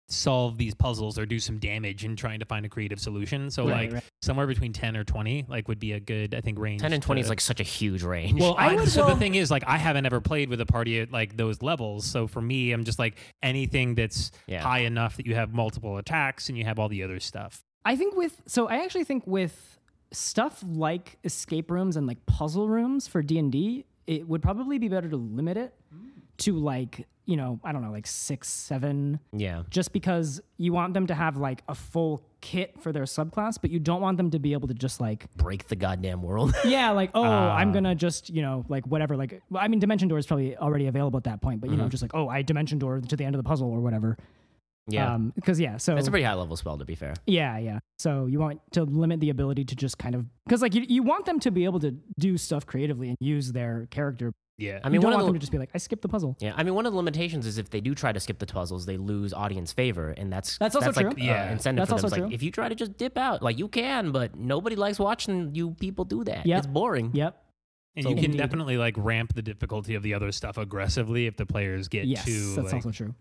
[SPEAKER 3] solve these puzzles or do some damage in trying to find a creative solution. So
[SPEAKER 2] Right,
[SPEAKER 3] like
[SPEAKER 2] right.
[SPEAKER 3] somewhere between ten or twenty, like would be a good, I think, range.
[SPEAKER 1] 10 and 20 is
[SPEAKER 3] to-
[SPEAKER 1] like such a huge range.
[SPEAKER 3] Well,
[SPEAKER 2] I
[SPEAKER 3] I
[SPEAKER 2] would-
[SPEAKER 3] so
[SPEAKER 2] well-
[SPEAKER 3] the thing is, like, I haven't ever played with a party at like those levels. So for me, I'm just like anything that's
[SPEAKER 1] Yeah.
[SPEAKER 3] high enough that you have multiple attacks and you have all the other stuff.
[SPEAKER 2] I think with so I actually think with stuff like escape rooms and like puzzle rooms for D and D, it would probably be better to limit it to like you know I don't know like six seven.
[SPEAKER 1] yeah.
[SPEAKER 2] Just because you want them to have like a full kit for their subclass, but you don't want them to be able to just like
[SPEAKER 1] Break the goddamn world.
[SPEAKER 2] yeah, like oh, I'm
[SPEAKER 1] Uh,
[SPEAKER 2] gonna just you know like whatever. Like well, I mean, dimension door is probably already available at that point, but you
[SPEAKER 1] Mm-hmm.
[SPEAKER 2] know just like oh, I dimension door to the end of the puzzle or whatever.
[SPEAKER 1] yeah.
[SPEAKER 2] Because yeah, so
[SPEAKER 1] That's a pretty high level spell, to be fair.
[SPEAKER 2] yeah, yeah. So you want to limit the ability to just kind of because like you, you want them to be able to do stuff creatively and use their character.
[SPEAKER 3] Yeah.
[SPEAKER 1] I
[SPEAKER 2] You
[SPEAKER 1] mean,
[SPEAKER 2] don't
[SPEAKER 1] one of
[SPEAKER 2] want
[SPEAKER 1] the
[SPEAKER 2] them to just be like I skipped the puzzle.
[SPEAKER 1] Yeah, I mean, one of the limitations is if they do try to skip the puzzles, they lose audience favor, and that's
[SPEAKER 2] That's also
[SPEAKER 1] like,
[SPEAKER 2] true.
[SPEAKER 1] uh,
[SPEAKER 3] Yeah.
[SPEAKER 1] incentive
[SPEAKER 2] That's
[SPEAKER 1] for them.
[SPEAKER 2] also
[SPEAKER 1] It's
[SPEAKER 2] true.
[SPEAKER 1] Like, if you try to just dip out, like you can, but nobody likes watching you people do that.
[SPEAKER 2] Yep.
[SPEAKER 1] It's boring.
[SPEAKER 2] Yep.
[SPEAKER 3] And
[SPEAKER 1] So-
[SPEAKER 3] you can
[SPEAKER 2] Indeed.
[SPEAKER 3] definitely like ramp the difficulty of the other stuff aggressively if the players get
[SPEAKER 2] Yes,
[SPEAKER 3] too
[SPEAKER 2] that's
[SPEAKER 3] like,
[SPEAKER 2] also true.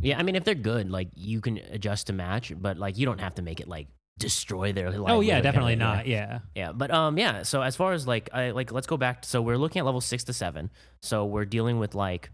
[SPEAKER 1] Yeah, I mean, if they're good, like you can adjust to match, but like you don't have to make it like destroy their life.
[SPEAKER 3] Oh yeah, definitely not. Yeah.
[SPEAKER 1] Yeah, but um, yeah. So as far as like, I like, let's go back. so we're looking at level six to seven. So we're dealing with like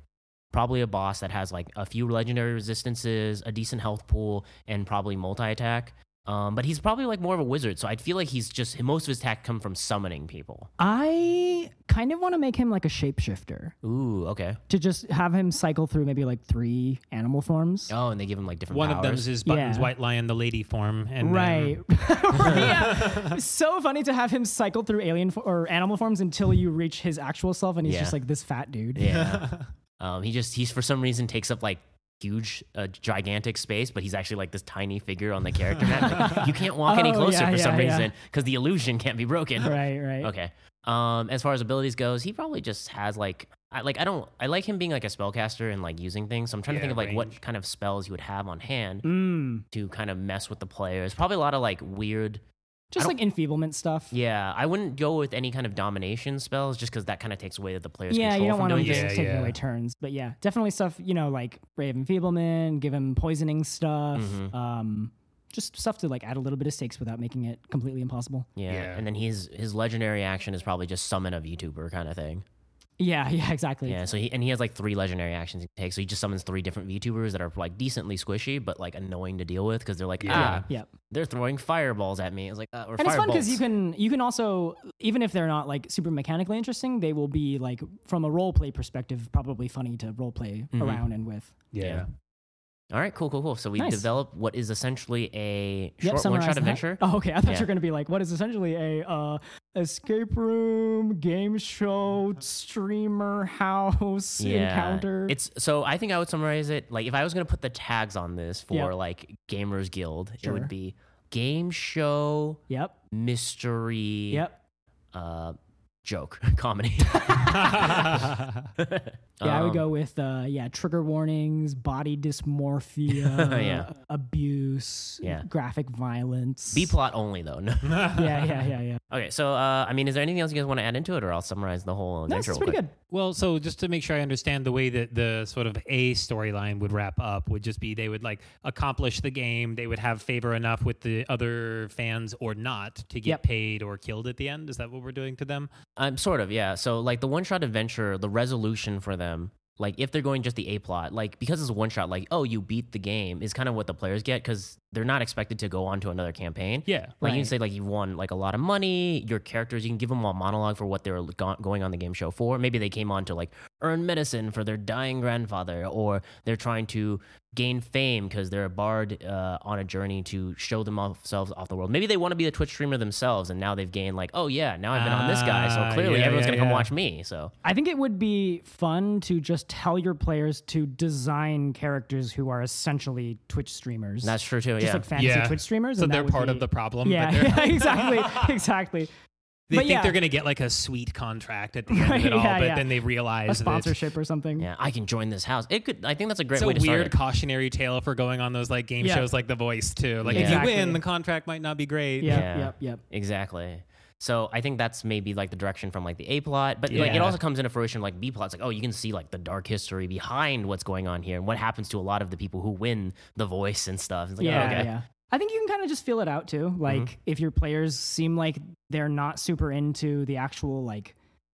[SPEAKER 1] probably a boss that has like a few legendary resistances, a decent health pool, and probably multi attack. Um, but he's probably like more of a wizard, so I feel like he's just most of his attack come from summoning people.
[SPEAKER 2] I kind of want to make him like a shapeshifter
[SPEAKER 1] Ooh, okay.
[SPEAKER 2] to just have him cycle through maybe like three animal forms.
[SPEAKER 1] Oh, and they give him like different.
[SPEAKER 3] One of
[SPEAKER 1] powers.
[SPEAKER 3] them is his buttons
[SPEAKER 2] Yeah.
[SPEAKER 3] white lion, the lady form, and
[SPEAKER 2] Right.
[SPEAKER 3] then-
[SPEAKER 2] yeah. So funny to have him cycle through alien fo- or animal forms until you reach his actual self and he's
[SPEAKER 1] Yeah.
[SPEAKER 2] just like this fat dude.
[SPEAKER 1] Yeah. um, he just he's for some reason takes up like huge, uh, gigantic space, but he's actually like this tiny figure on the character map. Like, you can't walk any
[SPEAKER 2] Oh,
[SPEAKER 1] closer
[SPEAKER 2] yeah,
[SPEAKER 1] for some
[SPEAKER 2] yeah, yeah.
[SPEAKER 1] reason because the illusion can't be broken.
[SPEAKER 2] Right, right.
[SPEAKER 1] Okay. Um, as far as abilities goes, he probably just has like I like I don't I like him being like a spellcaster and like using things. So I'm trying to
[SPEAKER 3] Yeah,
[SPEAKER 1] think of like
[SPEAKER 3] range.
[SPEAKER 1] what kind of spells he would have on hand
[SPEAKER 2] Mm.
[SPEAKER 1] to kind of mess with the players. Probably a lot of like weird.
[SPEAKER 2] Just
[SPEAKER 1] I
[SPEAKER 2] like enfeeblement stuff.
[SPEAKER 1] Yeah, I wouldn't go with any kind of domination spells just because that kind of takes away that the players.
[SPEAKER 2] Yeah,
[SPEAKER 1] control
[SPEAKER 2] you don't
[SPEAKER 1] from
[SPEAKER 2] want him
[SPEAKER 1] doing
[SPEAKER 2] just
[SPEAKER 1] things.
[SPEAKER 3] Yeah,
[SPEAKER 2] taking
[SPEAKER 3] yeah.
[SPEAKER 2] away turns, but yeah, definitely stuff you know like Rave Enfeeblement, give him poisoning stuff,
[SPEAKER 1] Mhm.
[SPEAKER 2] um, just stuff to like add a little bit of stakes without making it completely impossible.
[SPEAKER 1] Yeah.
[SPEAKER 3] Yeah.
[SPEAKER 1] and then his his legendary action is probably just summon a VTuber kind of thing.
[SPEAKER 2] Yeah, yeah, exactly.
[SPEAKER 1] Yeah, so he and he has like three legendary actions he can take. So he just summons three different VTubers that are like decently squishy, but like annoying to deal with because they're like,
[SPEAKER 3] Yeah.
[SPEAKER 1] ah,
[SPEAKER 2] Yep.
[SPEAKER 1] they're throwing fireballs at me. It's like, uh, or
[SPEAKER 2] And it's fun because you
[SPEAKER 1] firebolts.
[SPEAKER 2] can you can also even if they're not like super mechanically interesting, they will be like from a role play perspective probably funny to role play
[SPEAKER 1] Mhm.
[SPEAKER 2] around and with.
[SPEAKER 1] Yeah. All right, cool, cool, cool. So we
[SPEAKER 2] Nice.
[SPEAKER 1] develop what is essentially a
[SPEAKER 2] Yep,
[SPEAKER 1] short one
[SPEAKER 2] summarize
[SPEAKER 1] shot
[SPEAKER 2] that.
[SPEAKER 1] adventure.
[SPEAKER 2] Oh, okay, I thought you
[SPEAKER 1] Yeah.
[SPEAKER 2] were gonna be like what is essentially a uh, escape room game show streamer house encounter.
[SPEAKER 1] It's so I think I would summarize it like if I was gonna put the tags on this for
[SPEAKER 2] Yep.
[SPEAKER 1] like Gamers Guild, it
[SPEAKER 2] Sure.
[SPEAKER 1] would be game show
[SPEAKER 2] yep.
[SPEAKER 1] mystery
[SPEAKER 2] Yep.
[SPEAKER 1] uh joke comedy.
[SPEAKER 2] Yeah, I would
[SPEAKER 1] Um,
[SPEAKER 2] go with uh, yeah, trigger warnings, body dysmorphia,
[SPEAKER 1] Yeah.
[SPEAKER 2] abuse,
[SPEAKER 1] Yeah.
[SPEAKER 2] graphic violence.
[SPEAKER 1] B plot only though. No.
[SPEAKER 2] Yeah, yeah, yeah, yeah.
[SPEAKER 1] okay, so uh, I mean, is there anything else you guys want to add into it, or I'll summarize the whole
[SPEAKER 2] No, this
[SPEAKER 1] adventure? real
[SPEAKER 2] is pretty
[SPEAKER 1] quick.
[SPEAKER 2] good.
[SPEAKER 3] Well, so just to make sure I understand the way that the sort of A storyline would wrap up would just be they would like accomplish the game, they would have favor enough with the other fans or not to get
[SPEAKER 2] Yep.
[SPEAKER 3] paid or killed at the end. Is that what we're doing to them?
[SPEAKER 1] Um, sort of, yeah. So like the one shot adventure, the resolution for them, like if they're going just the A plot, like because it's a one shot, like oh you beat the game is kind of what the players get because they're not expected to go on to another campaign.
[SPEAKER 3] Yeah.
[SPEAKER 1] Like you
[SPEAKER 2] Right.
[SPEAKER 1] can say like you won like a lot of money, your characters, you can give them a monologue for what they were go- going on the game show for. Maybe they came on to like earn medicine for their dying grandfather, or they're trying to gain fame because they're a bard uh, on a journey to show themselves off the world. Maybe they want to be a Twitch streamer themselves, and now they've gained like, oh yeah, now I've been on this guy,
[SPEAKER 3] Ah,
[SPEAKER 1] so clearly
[SPEAKER 3] yeah,
[SPEAKER 1] everyone's
[SPEAKER 3] yeah,
[SPEAKER 1] gonna come
[SPEAKER 3] yeah.
[SPEAKER 1] watch me. So
[SPEAKER 2] I think it would be fun to just tell your players to design characters who are essentially Twitch streamers.
[SPEAKER 1] that's true too.
[SPEAKER 2] just
[SPEAKER 1] Yeah.
[SPEAKER 2] like fantasy
[SPEAKER 3] Yeah.
[SPEAKER 2] Twitch streamers.
[SPEAKER 3] So
[SPEAKER 2] and that
[SPEAKER 3] they're
[SPEAKER 2] would
[SPEAKER 3] part
[SPEAKER 2] be-
[SPEAKER 3] of the problem. but
[SPEAKER 2] Yeah,
[SPEAKER 3] they're-
[SPEAKER 2] yeah, exactly, exactly.
[SPEAKER 3] They
[SPEAKER 2] But
[SPEAKER 3] think
[SPEAKER 2] yeah.
[SPEAKER 3] they're going to get like a sweet contract at the end of
[SPEAKER 2] Right,
[SPEAKER 3] it all,
[SPEAKER 2] yeah,
[SPEAKER 3] but
[SPEAKER 2] yeah.
[SPEAKER 3] then they realize
[SPEAKER 2] a
[SPEAKER 3] that
[SPEAKER 2] sponsorship or something.
[SPEAKER 1] Yeah, I can join this house. It could. I think that's a great
[SPEAKER 3] it's a
[SPEAKER 1] way to
[SPEAKER 3] weird
[SPEAKER 1] start. it.
[SPEAKER 3] cautionary tale for going on those like game
[SPEAKER 2] Yeah.
[SPEAKER 3] shows like The Voice too. Like
[SPEAKER 2] Exactly.
[SPEAKER 3] if you win, the contract might not be great.
[SPEAKER 2] Yep,
[SPEAKER 1] Yeah.
[SPEAKER 2] yep, yep.
[SPEAKER 1] Exactly. So I think that's maybe like the direction from like the A plot, but like it
[SPEAKER 3] Yeah.
[SPEAKER 1] also comes into fruition like B plot. It's like oh, you can see like the dark history behind what's going on here and what happens to a lot of the people who win the voice and stuff. It's like, oh,
[SPEAKER 2] yeah,
[SPEAKER 1] okay.
[SPEAKER 2] yeah. I think you can kind of just feel it out too. Like if your players seem like they're not super into the actual like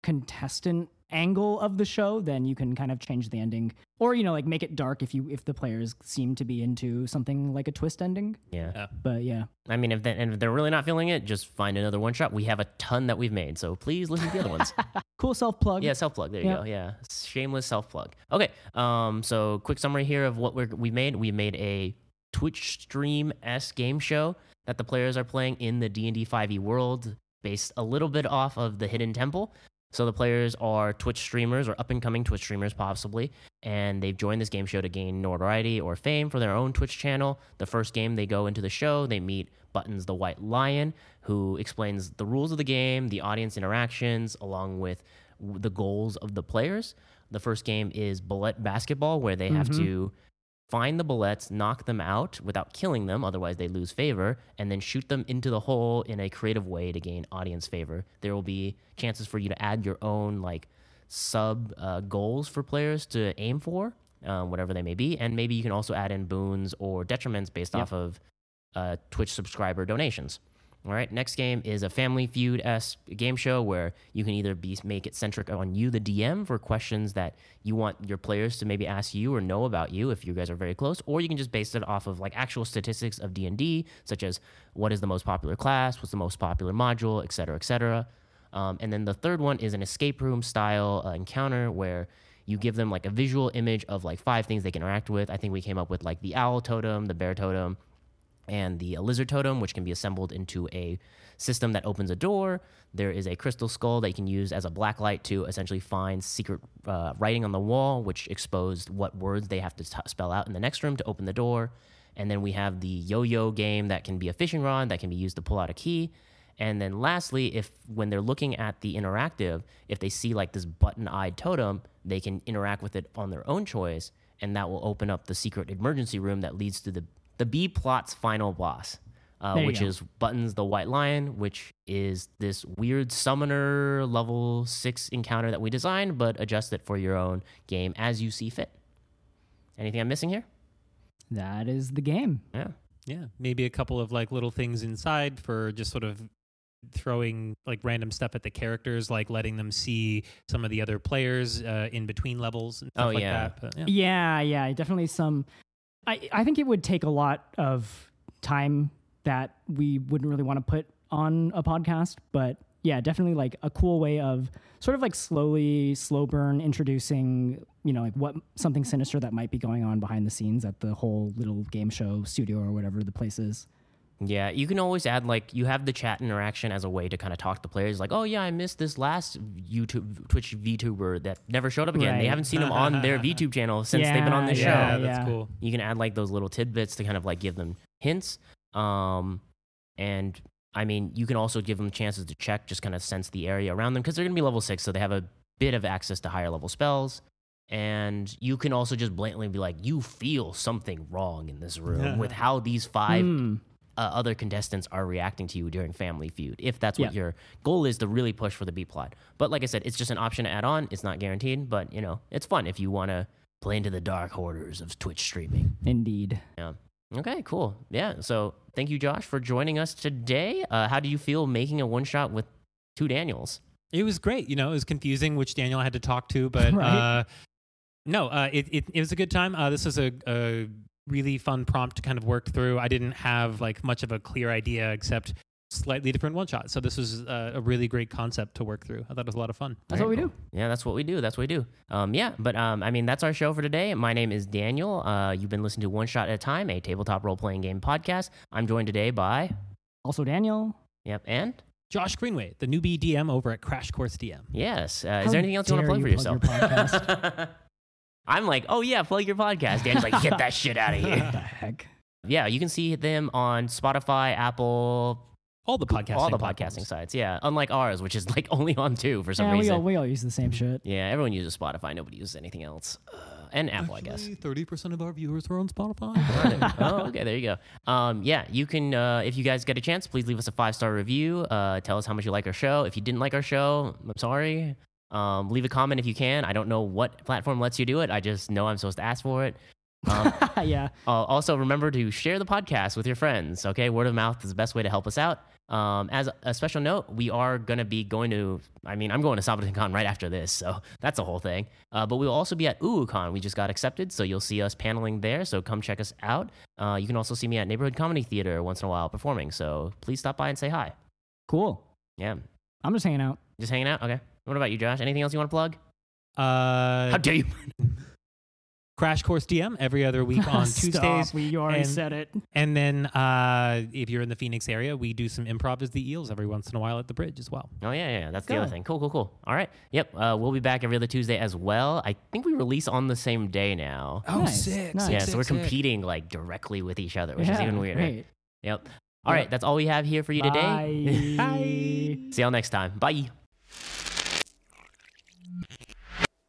[SPEAKER 2] contestant angle of the show, then you can kind of change the ending or you know like make it dark if you if the players seem to be into something like a twist ending.
[SPEAKER 1] yeah.
[SPEAKER 2] But yeah.
[SPEAKER 1] I mean, if they, and if they're really not feeling it, just find another one shot. We have a ton that we've made, so please listen to the other ones.
[SPEAKER 2] Cool self plug.
[SPEAKER 1] Yeah, self plug. There you
[SPEAKER 2] Yeah.
[SPEAKER 1] go. Yeah, shameless self plug. Okay. Um. So quick summary here of what we're we made. We made a Twitch stream s game show that the players are playing in the D and D five e world, based a little bit off of the Hidden Temple. So the players are Twitch streamers or up and coming Twitch streamers, possibly, and they've joined this game show to gain notoriety or fame for their own Twitch channel. The first game they go into the show, they meet Buttons the White Lion, who explains the rules of the game, the audience interactions, along with w- the goals of the players. The first game is bullet basketball, where they have to find the bullets, knock them out without killing them, otherwise they lose favor, and then shoot them into the hole in a creative way to gain audience favor. There will be chances for you to add your own like sub uh, goals for players to aim for, um, whatever they may be, and maybe you can also add in boons or detriments based off of uh, Twitch subscriber donations. All right, next game is a Family Feud s game show where you can either be make it centric on you, the DM, for questions that you want your players to maybe ask you or know about you if you guys are very close, or you can just base it off of like actual statistics of D and D, such as what is the most popular class, what's the most popular module, et cetera, et cetera. Um, and then the third one is an escape room style uh, encounter where you give them like a visual image of like five things they can interact with. I think we came up with like the owl totem, the bear totem, and the uh, lizard totem, which can be assembled into a system that opens a door. There is a crystal skull that you can use as a black light to essentially find secret uh, writing on the wall, which exposed what words they have to t- spell out in the next room to open the door. And then we have the yo-yo game that can be a fishing rod that can be used to pull out a key. And then lastly, if when they're looking at the interactive, if they see like this button-eyed totem, they can interact with it on their own choice, and that will open up the secret emergency room that leads to the the B plot's final boss, uh,
[SPEAKER 2] There you
[SPEAKER 1] which
[SPEAKER 2] go.
[SPEAKER 1] is Buttons the White Lion, which is this weird summoner level six encounter that we designed, but adjust it for your own game as you see fit. Anything I'm missing here?
[SPEAKER 2] That is the game.
[SPEAKER 1] Yeah.
[SPEAKER 3] Yeah, maybe a couple of like little things inside for just sort of throwing like random stuff at the characters, like letting them see some of the other players uh, in between levels and stuff
[SPEAKER 1] Oh,
[SPEAKER 3] like
[SPEAKER 1] yeah.
[SPEAKER 3] that. But, yeah.
[SPEAKER 2] Yeah, yeah, definitely some. I I think it would take a lot of time that we wouldn't really want to put on a podcast, but yeah, definitely like a cool way of sort of like slowly, slow burn introducing, you know, like what something sinister that might be going on behind the scenes at the whole little game show studio or whatever the place is.
[SPEAKER 1] Yeah, you can always add like you have the chat interaction as a way to kind of talk to players. Like, oh yeah, I missed this last YouTube Twitch VTuber that never showed up again. They
[SPEAKER 2] Right.
[SPEAKER 1] haven't seen him on their VTube channel since they've been on this
[SPEAKER 2] Yeah,
[SPEAKER 1] show.
[SPEAKER 3] Yeah, that's
[SPEAKER 2] yeah.
[SPEAKER 3] cool.
[SPEAKER 1] you can add like those little tidbits to kind of like give them hints um and i mean you can also give them chances to check just kind of sense the area around them because they're going to be level six so they have a bit of access to higher level spells and you can also just blatantly be like you feel something wrong in this room with how these five
[SPEAKER 2] Mm,
[SPEAKER 1] uh, other contestants are reacting to you during Family Feud, if that's what
[SPEAKER 2] Yeah.
[SPEAKER 1] your goal is to really push for the B plot. But like I said, it's just an option to add on. It's not guaranteed, but you know, it's fun if you want to play into the dark horrors of Twitch streaming.
[SPEAKER 2] indeed.
[SPEAKER 1] Yeah. Okay, cool. Yeah. So thank you, Josh, for joining us today. Uh, how do you feel making a one shot with two Daniels?
[SPEAKER 3] It was great. You know, it was confusing which Daniel I had to talk to, but
[SPEAKER 2] Right.
[SPEAKER 3] uh, no, uh, it, it it was a good time. Uh, this was a, a really fun prompt to kind of work through. I didn't have like much of a clear idea except slightly different one shot. So this was uh, a really great concept to work through. I thought it was a lot of fun.
[SPEAKER 2] That's what we do.
[SPEAKER 1] Yeah, that's what we do. That's what we do. Um, yeah, but um, I mean, that's our show for today. My name is Daniel. Uh, you've been listening to One Shot at a Time, a tabletop role playing game podcast. I'm joined today by,
[SPEAKER 2] Also, Daniel.
[SPEAKER 1] yep, and
[SPEAKER 3] Josh Greenway, the newbie DM over at Crash Course DM.
[SPEAKER 1] yes. Uh,
[SPEAKER 2] How
[SPEAKER 1] is there anything else you want to
[SPEAKER 2] dare
[SPEAKER 1] plug for
[SPEAKER 2] you
[SPEAKER 1] yourself?
[SPEAKER 2] plug your
[SPEAKER 1] I'm like, oh yeah, plug your podcast. Dan's like, get that shit out of here.
[SPEAKER 2] What the heck?
[SPEAKER 1] Yeah, you can see them on Spotify, Apple
[SPEAKER 3] all the podcasting,
[SPEAKER 1] all the
[SPEAKER 3] platforms.
[SPEAKER 1] podcasting sites. Yeah, unlike ours, which is like only on two for some
[SPEAKER 2] Yeah, we
[SPEAKER 1] reason.
[SPEAKER 2] all we all use the same shit.
[SPEAKER 1] yeah, everyone uses Spotify. Nobody uses anything else, uh, and Apple, I guess.
[SPEAKER 3] Thirty percent of our viewers are on Spotify.
[SPEAKER 1] oh, okay. There you go. Um, yeah, you can. Uh, if you guys get a chance, please leave us a five star review. Uh, tell us how much you like our show. If you didn't like our show, I'm sorry. Um, leave a comment if you can. I don't know what platform lets you do it. I just know I'm supposed to ask for it. Um,
[SPEAKER 2] yeah.
[SPEAKER 1] uh, also, remember to share the podcast with your friends. Okay, word of mouth is the best way to help us out. Um, as a special note, we are going to be going to, I mean, I'm going to SabatonCon right after this, so that's a whole thing. Uh, but we will also be at UUCon. We just got accepted, so you'll see us paneling there, so come check us out. Uh, you can also see me at Neighborhood Comedy Theater once in a while performing, so please stop by and say hi.
[SPEAKER 2] Cool.
[SPEAKER 1] Yeah,
[SPEAKER 2] I'm just hanging out.
[SPEAKER 1] just hanging out. Okay. What about you, Josh? Anything else you want to plug? How
[SPEAKER 3] Uh,
[SPEAKER 1] dare you?
[SPEAKER 3] Crash Course DM every other week on Tuesdays.
[SPEAKER 2] Stop, we already
[SPEAKER 3] and-
[SPEAKER 2] said it.
[SPEAKER 3] And then uh, if you're in the Phoenix area, we do some improv as the Eels every once in a while at the bridge as well.
[SPEAKER 1] Oh yeah, yeah, yeah. That's the
[SPEAKER 2] Go.
[SPEAKER 1] other thing. Cool, cool, cool. All right. Yep. Uh, we'll be back every other Tuesday as well. I think we release on the same day now.
[SPEAKER 4] Oh,
[SPEAKER 2] Nice,
[SPEAKER 4] sick.
[SPEAKER 2] nice.
[SPEAKER 4] sick,
[SPEAKER 1] yeah.
[SPEAKER 4] sick,
[SPEAKER 1] so we're
[SPEAKER 4] sick.
[SPEAKER 1] competing like directly with each other, which is even weirder.
[SPEAKER 2] Great.
[SPEAKER 1] Yep. All right. That's all we have here for you today.
[SPEAKER 2] Bye.
[SPEAKER 1] See y'all next time. Bye.